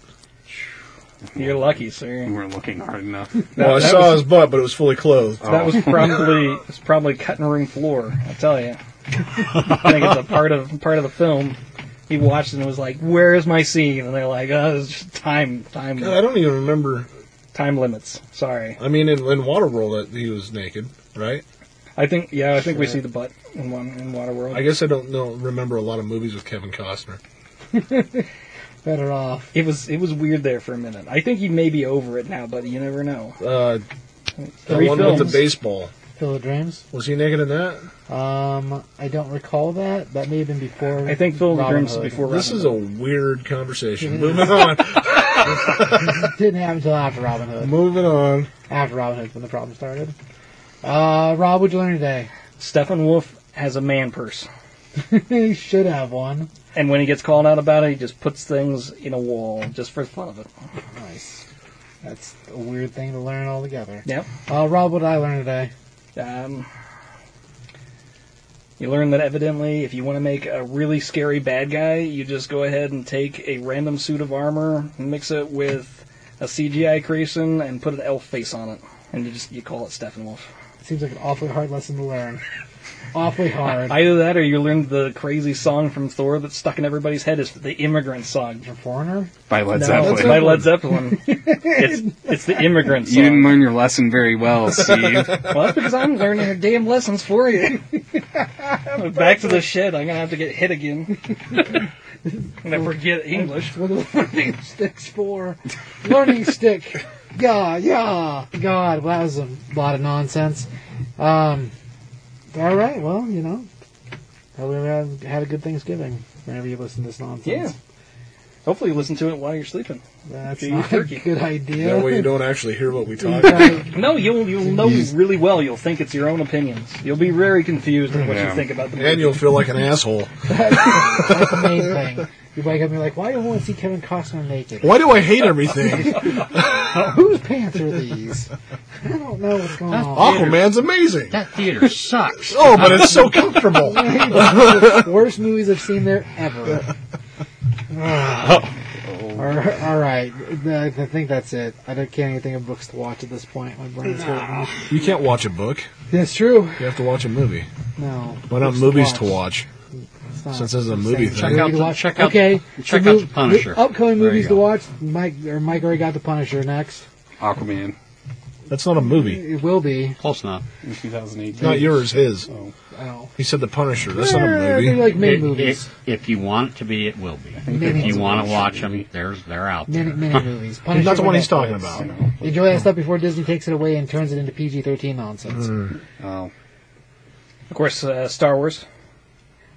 Speaker 7: You're lucky, sir.
Speaker 4: We're looking
Speaker 7: (laughs)
Speaker 4: hard enough.
Speaker 3: Well, I
Speaker 7: that
Speaker 3: saw
Speaker 7: was- Oh.
Speaker 3: his butt, but it was fully clothed.
Speaker 7: That was probably it's probably cutting room floor. I tell you. I think it's a part of part of the film. He watched it and was like, "Where is my scene?" And they're like, "Oh, it's just time, time,
Speaker 3: God, I don't even remember.
Speaker 7: time limits." Sorry.
Speaker 3: I mean, in, in Waterworld, that he was naked, right?
Speaker 7: I think, yeah, I think we see the butt in one in Waterworld.
Speaker 3: I guess I don't know remember a lot of movies with Kevin Costner.
Speaker 5: Better off.
Speaker 7: It was it was weird there for a minute. I think he may be over it now, but you never know.
Speaker 3: Uh, the
Speaker 7: Three
Speaker 3: one with
Speaker 7: films.
Speaker 3: the baseball
Speaker 5: Fill the dreams.
Speaker 3: was he naked in that?
Speaker 5: Um, I don't recall that. That may have been before.
Speaker 7: I think Phil
Speaker 5: Robin
Speaker 7: Grimm's
Speaker 5: Hood.
Speaker 7: before
Speaker 3: This
Speaker 7: Robin
Speaker 3: is a weird
Speaker 7: (laughs)
Speaker 3: conversation. Moving on.
Speaker 5: Didn't happen until after Robin Hood.
Speaker 3: Moving on.
Speaker 5: After Robin Hood, when the problem started. Uh, Rob, what'd you learn today? (laughs)
Speaker 7: Hood. Stephen Wolf has a man purse,
Speaker 5: he should have one.
Speaker 7: and when he gets called out about it, he just puts things in a wall just for the fun of it.
Speaker 5: Nice. That's a weird thing to learn altogether.
Speaker 7: Yep.
Speaker 5: Uh, Rob, what did I learn today?
Speaker 7: Um, you learn that evidently, if you want to make a really scary bad guy, you just go ahead and take a random suit of armor, mix it with a CGI creation, and put an elf face on it, and you just you call it Steppenwolf.
Speaker 5: Seems like an awfully hard lesson to learn. awfully hard.
Speaker 7: Either that, or you learn the crazy song from Thor that's stuck in everybody's head is the immigrant song.
Speaker 5: You're a foreigner?
Speaker 4: By Led
Speaker 7: no,
Speaker 4: Zeppelin.
Speaker 7: it's by Led Zeppelin. it's, it's the immigrant
Speaker 4: You didn't
Speaker 7: song.
Speaker 4: learn your lesson very
Speaker 7: (laughs)
Speaker 4: well, Steve.
Speaker 7: Well, that's because I'm learning your damn lessons
Speaker 4: (laughs)
Speaker 7: for you. Back to the shed. I'm gonna have to get hit again. and I forget English.
Speaker 5: What are the (laughs) learning sticks for? learning stick. Yeah, yeah. God, well, that was a lot of nonsense. Um, all right, well, you know, hope everyone had a good Thanksgiving whenever you listen to this
Speaker 7: Yeah.
Speaker 5: nonsense.
Speaker 7: Hopefully, you listen to it while you're sleeping.
Speaker 5: That's
Speaker 7: Do
Speaker 5: not
Speaker 7: turkey.
Speaker 5: a good idea.
Speaker 3: That way you don't actually hear what
Speaker 7: (laughs)
Speaker 3: we talk about.
Speaker 5: Right.
Speaker 7: No, you'll you'll know really well. You'll think it's your own opinions. You'll be very confused at what
Speaker 4: Yeah.
Speaker 7: you think about the movie.
Speaker 3: And you'll feel like an asshole.
Speaker 5: (laughs) That's the main thing. You wake up and you're like, why do I want to see Kevin Costner
Speaker 3: (laughs)
Speaker 5: naked? (laughs)
Speaker 3: Why do I hate everything?
Speaker 5: Whose pants are these? I don't know what's going on.
Speaker 3: Aquaman's amazing.
Speaker 6: That
Speaker 3: (laughs)
Speaker 6: theater sucks.
Speaker 3: Oh, but it's so
Speaker 6: (laughs)
Speaker 3: comfortable.
Speaker 5: (laughs) Worst movies I've seen there
Speaker 3: (laughs)
Speaker 5: ever. Ar- all right, I I think that's it. I don't- can't even think of books to watch at this point. My brain's hurting.
Speaker 3: You can't watch a book.
Speaker 5: That's true.
Speaker 3: You have to watch a movie.
Speaker 5: No.
Speaker 3: Why not
Speaker 5: Books
Speaker 3: movies to watch?
Speaker 5: It's not-
Speaker 3: Since this is a
Speaker 5: I'm
Speaker 3: movie
Speaker 5: saying
Speaker 3: thing.
Speaker 6: Check out
Speaker 5: movie to
Speaker 6: the-
Speaker 5: watch.
Speaker 6: check out-
Speaker 5: okay.
Speaker 6: check
Speaker 5: the
Speaker 6: out
Speaker 5: mov-
Speaker 6: The Punisher.
Speaker 5: Upcoming
Speaker 6: There you
Speaker 5: movies to
Speaker 6: go.
Speaker 5: watch. Mike or Mike already got the Punisher next.
Speaker 4: Aquaman
Speaker 3: That's not a movie.
Speaker 5: It will be.
Speaker 6: Close enough.
Speaker 4: in 2018.
Speaker 3: Not yours, his.
Speaker 5: Oh.
Speaker 3: He said The Punisher. That's not
Speaker 5: Eh,
Speaker 3: a
Speaker 5: they're
Speaker 3: movie.
Speaker 5: like mid
Speaker 6: It-
Speaker 5: movies.
Speaker 6: it- if you want it to be, it will be.
Speaker 5: Mini-
Speaker 6: If you want to watch them, there's they're out there.
Speaker 5: Many, many movies. Punisher
Speaker 3: That's the one
Speaker 5: on
Speaker 3: he's talking
Speaker 5: Netflix.
Speaker 3: about.
Speaker 5: Enjoy that stuff before Disney takes it away and turns it into PG 13 nonsense.
Speaker 4: Oh,
Speaker 7: Of course, uh, Star Wars.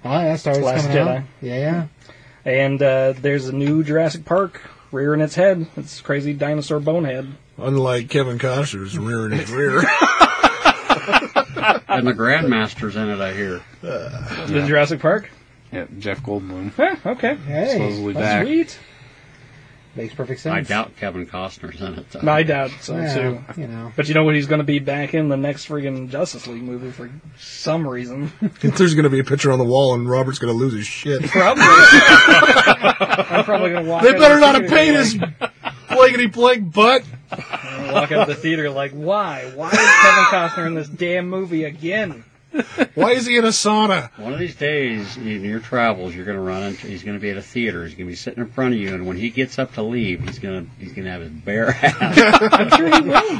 Speaker 5: All right, Oh, that Star Wars
Speaker 7: Last
Speaker 5: coming out.
Speaker 7: Jedi.
Speaker 5: Yeah, yeah.
Speaker 7: And uh, there's a new Jurassic Park rearing its head. It's crazy dinosaur bonehead.
Speaker 3: Unlike Kevin Costner's rearing his rear. (laughs)
Speaker 6: And the Grandmaster's in it, I hear.
Speaker 7: The Jurassic Park.
Speaker 4: yeah, Jeff Goldblum.
Speaker 7: Huh, okay.
Speaker 5: Hey,
Speaker 4: Supposedly
Speaker 5: that's-
Speaker 4: back.
Speaker 7: Sweet.
Speaker 5: makes perfect sense.
Speaker 6: I doubt Kevin Costner's in it. though.
Speaker 7: No, I doubt so
Speaker 5: Yeah,
Speaker 7: too.
Speaker 5: You know,
Speaker 7: But you know what? He's going to be back in the next friggin' Justice League movie for some
Speaker 3: (laughs)
Speaker 7: reason.
Speaker 3: There's going to be a picture on the wall and Robert's going to lose his shit.
Speaker 7: Probably. I'm probably going to walk.
Speaker 3: They
Speaker 7: out
Speaker 3: better
Speaker 7: of the
Speaker 3: not have
Speaker 7: theater
Speaker 3: paid
Speaker 7: like-
Speaker 3: his blankety blank butt.
Speaker 7: (laughs) Walk out of the theater like, why? Why is Kevin Costner in this damn movie again?
Speaker 3: Why is he in a sauna?
Speaker 6: One of these days, in your travels, you're going to run into. He's going to be at a theater. He's going to be sitting in front of you, and when he gets up to leave, he's going to he's going to have his bare (laughs) ass.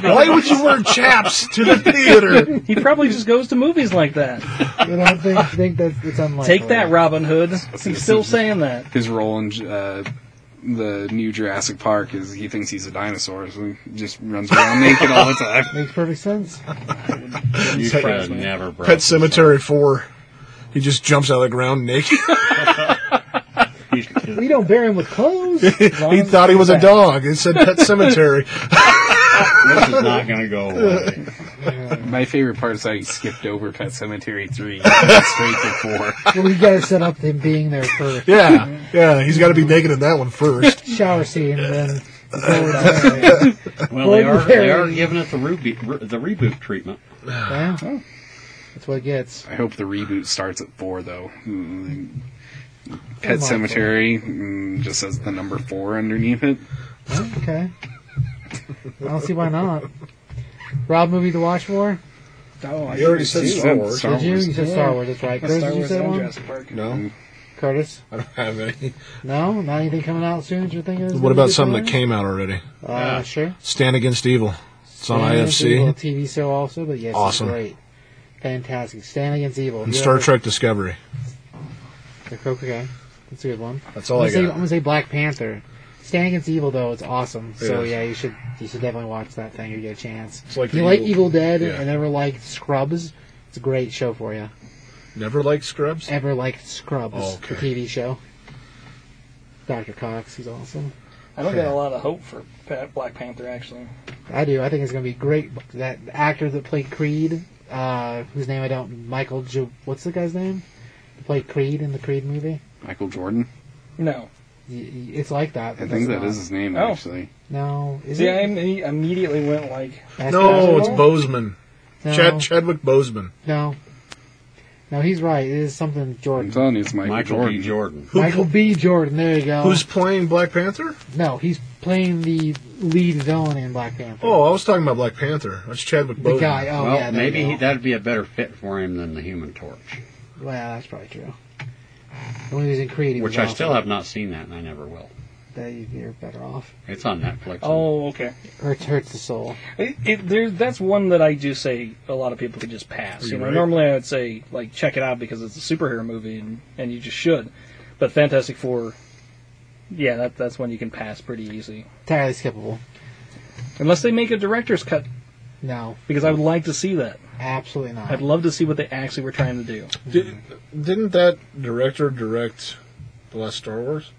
Speaker 3: Why would you wear chaps to the theater?
Speaker 7: He probably just goes to movies like that.
Speaker 5: I don't think, think that's it's unlikely.
Speaker 7: Take that, Robin Hood. He's still saying that.
Speaker 4: His role in uh, the new Jurassic Park is he thinks he's a dinosaur, so he just runs
Speaker 7: (laughs)
Speaker 4: around naked all the time.
Speaker 5: Makes perfect sense.
Speaker 6: you try to never broke
Speaker 3: Pet
Speaker 6: his-
Speaker 3: Cemetery 4. He just jumps out of the ground
Speaker 5: (laughs)
Speaker 3: naked.
Speaker 6: He's,
Speaker 5: We don't bury him with clothes.
Speaker 3: he thought he was a dog. It said Pet
Speaker 5: (laughs)
Speaker 3: Cemetery.
Speaker 6: this is not going to go away.
Speaker 4: My favorite part is how he skipped over Pet Cemetery 3
Speaker 7: (laughs)
Speaker 4: and straight to 4.
Speaker 5: well, you got to set up him being there for
Speaker 3: Yeah, yeah. He's got to be naked in that one first.
Speaker 5: shower scene, and then forward to
Speaker 6: Well, they are they are
Speaker 5: Ordinary.
Speaker 6: giving it the ruby, the reboot treatment.
Speaker 5: yeah. That's what it gets.
Speaker 4: I hope the reboot starts at 4, though. Mm,
Speaker 5: Come on,
Speaker 4: Pet Cemetery mm, just says the number 4 underneath it.
Speaker 5: Okay. I don't see why not. Rob, movie to watch for?
Speaker 7: Oh, I
Speaker 3: You already said
Speaker 4: Dude,
Speaker 3: Star Wars.
Speaker 4: Star
Speaker 5: Did you?
Speaker 4: Wars.
Speaker 5: You said Star Wars. That's right.
Speaker 7: That's
Speaker 5: Curtis,
Speaker 7: Star
Speaker 5: did you
Speaker 7: Wars
Speaker 5: say
Speaker 7: and
Speaker 5: one?
Speaker 7: Jurassic Park.
Speaker 3: No,
Speaker 5: Curtis?
Speaker 3: I don't have any.
Speaker 5: No? Not anything coming out soon that you're thinking is
Speaker 3: What
Speaker 5: gonna be
Speaker 3: about
Speaker 5: good
Speaker 3: something that
Speaker 5: coming
Speaker 3: came out already?
Speaker 5: out? Uh, sure.
Speaker 3: Stand Against Evil. It's on
Speaker 5: Stand Against Evil
Speaker 3: IFC
Speaker 5: TV show also, but yes,
Speaker 3: Awesome.
Speaker 5: it's great. Fantastic. Stand Against Evil.
Speaker 3: and
Speaker 5: Yeah,
Speaker 3: Star Trek Discovery.
Speaker 5: Okay. That's a good one.
Speaker 3: That's all I
Speaker 5: I'm gonna, say, I'm
Speaker 3: got.
Speaker 5: gonna say Black Panther. Stand Against Evil though, it's awesome. So
Speaker 3: is.
Speaker 5: yeah, you should you should definitely watch that thing. if You get a chance.
Speaker 3: It's like
Speaker 5: If you
Speaker 3: the
Speaker 5: like
Speaker 3: Evil-
Speaker 5: Evil Dead
Speaker 3: yeah.
Speaker 5: and ever liked Scrubs, it's a great show for you.
Speaker 3: Never liked Scrubs.
Speaker 5: Ever liked Scrubs,
Speaker 3: Okay.
Speaker 5: the TV show. Dr. Cox, he's awesome.
Speaker 7: I don't got a lot of hope for Pa- Black Panther, actually.
Speaker 5: I do. I think it's gonna be great. That actor that played Creed, uh, whose name I don't, Michael. Jo- what's the guy's name? That played Creed in the Creed movie.
Speaker 4: Michael Jordan.
Speaker 7: No.
Speaker 5: Y- y- It's like that.
Speaker 4: I
Speaker 5: but
Speaker 4: think
Speaker 5: that's
Speaker 4: that
Speaker 5: not-
Speaker 4: is his name,
Speaker 7: Oh.
Speaker 4: actually.
Speaker 5: No, is
Speaker 7: See, I
Speaker 5: it?
Speaker 7: im- immediately went like,
Speaker 5: That's
Speaker 3: No,
Speaker 5: not-
Speaker 3: it's Bozeman.
Speaker 5: No.
Speaker 3: Chad Chadwick Bozeman.
Speaker 5: No. No, he's right. It is something
Speaker 4: I'm
Speaker 5: Jordan.
Speaker 4: telling you, it's Michael,
Speaker 6: Michael
Speaker 4: Jordan.
Speaker 6: B. Jordan.
Speaker 5: Michael B. Jordan. There you go.
Speaker 3: Who's playing Black Panther?
Speaker 5: no, he's playing the lead villain in Black Panther.
Speaker 3: Oh, I was talking about Black Panther. That's Chadwick
Speaker 5: the
Speaker 3: Boseman.
Speaker 5: guy. Oh,
Speaker 6: well,
Speaker 5: yeah. there
Speaker 6: maybe
Speaker 5: you
Speaker 6: he,
Speaker 5: go.
Speaker 6: that'd be a better fit for him than the Human Torch,
Speaker 5: Well, that's probably true. When he was in Creed, he
Speaker 6: which
Speaker 5: was
Speaker 6: I
Speaker 5: awesome.
Speaker 6: still have not seen that, and I never will.
Speaker 5: That you- You're better off.
Speaker 6: It's on Netflix.
Speaker 7: oh, okay.
Speaker 5: Hurts, hurts the soul.
Speaker 7: It, it, there, that's one that I do say a lot of people could just pass. You know,
Speaker 3: Right.
Speaker 7: normally I would say like check it out because it's a superhero movie and, and you just should. But Fantastic Four, yeah, that that's one you can pass pretty easy
Speaker 5: Entirely skippable.
Speaker 7: unless they make a director's cut
Speaker 5: No,
Speaker 7: because I would like to see that.
Speaker 5: absolutely not.
Speaker 7: I'd love to see what they actually were trying to do.
Speaker 3: Did, didn't that director direct the last Star Wars?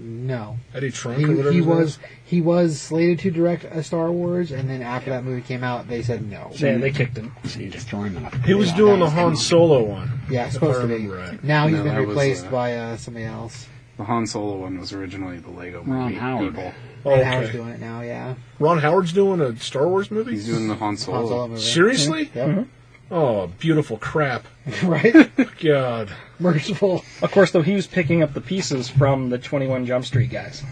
Speaker 5: no,
Speaker 3: Eddie Trunk
Speaker 5: he,
Speaker 3: or whatever.
Speaker 5: he
Speaker 3: his name
Speaker 5: was
Speaker 3: is?
Speaker 5: he was slated to direct a Star Wars, and then after that movie came out, they said no.
Speaker 7: Yeah, they kicked him.
Speaker 6: See, destroy him.
Speaker 3: He was
Speaker 5: Yeah,
Speaker 3: doing
Speaker 5: that
Speaker 3: the
Speaker 5: was
Speaker 3: Han
Speaker 5: him.
Speaker 3: Solo one.
Speaker 5: Yeah,
Speaker 3: if
Speaker 5: it's supposed
Speaker 3: I
Speaker 5: to be.
Speaker 3: remember right.
Speaker 5: Now he's
Speaker 4: No,
Speaker 5: been
Speaker 4: that was,
Speaker 5: replaced
Speaker 4: uh,
Speaker 5: by uh, somebody else.
Speaker 4: The Han Solo one was originally the Lego
Speaker 6: Ron
Speaker 4: movie.
Speaker 6: Howard.
Speaker 4: people.
Speaker 3: Oh,
Speaker 5: Ron
Speaker 3: okay.
Speaker 5: Howard's doing it now, yeah.
Speaker 3: Ron Howard's doing a Star Wars movie.
Speaker 4: He's doing the Han
Speaker 5: Han Solo
Speaker 4: Solo.
Speaker 5: movie.
Speaker 3: Seriously?
Speaker 5: Yep.
Speaker 3: Oh, beautiful crap.
Speaker 5: (laughs) right?
Speaker 3: God.
Speaker 5: Merciful.
Speaker 7: Of course, though, he was picking up the pieces from the Twenty One Jump Street guys.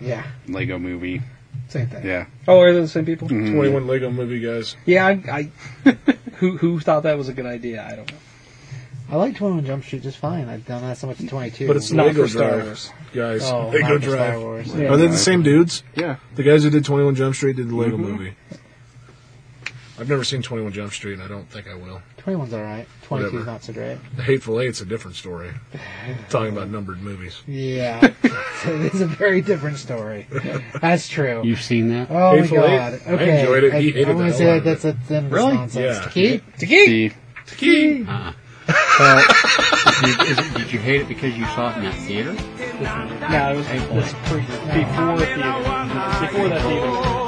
Speaker 5: Yeah,
Speaker 4: Lego movie.
Speaker 5: same thing.
Speaker 4: Yeah.
Speaker 7: Oh, are they the same people?
Speaker 3: 21 Lego movie guys.
Speaker 7: Yeah, I, (laughs) I who who thought that was a good idea? I don't know.
Speaker 5: I like 21 Jump Street just fine. I've done that so much in 22.
Speaker 3: But it's
Speaker 7: Not
Speaker 3: Lego
Speaker 7: for Star
Speaker 3: Drive.
Speaker 7: Wars.
Speaker 3: Guys,
Speaker 5: oh, not
Speaker 3: Lego
Speaker 5: for Star
Speaker 3: Drive.
Speaker 5: Wars.
Speaker 7: Yeah.
Speaker 3: Are they the same dudes?
Speaker 4: Yeah.
Speaker 3: The guys who did 21 Jump Street did the Lego
Speaker 5: Mm-hmm.
Speaker 3: movie. I've never seen 21 Jump Street, and I don't think I will.
Speaker 5: 21's alright. 22's
Speaker 3: Whatever.
Speaker 5: not so great.
Speaker 3: The Hateful Eight's a different story. Talking about numbered movies.
Speaker 5: Yeah.
Speaker 3: (laughs)
Speaker 5: (laughs) so it's a very different story. That's true.
Speaker 6: You've seen that?
Speaker 5: Oh my
Speaker 3: Hateful Eight?
Speaker 5: god.
Speaker 3: I
Speaker 5: Okay.
Speaker 3: enjoyed it. He hated
Speaker 5: I'm gonna
Speaker 3: the
Speaker 5: say
Speaker 3: hell
Speaker 5: that that's a thin
Speaker 6: Really?
Speaker 5: nonsense.
Speaker 3: Yeah.
Speaker 5: To keep?
Speaker 4: See,
Speaker 3: Key.
Speaker 6: Did, is it, did you hate it because you saw it in that theater?
Speaker 7: No, it was, it was pre- before theater. Before that theater.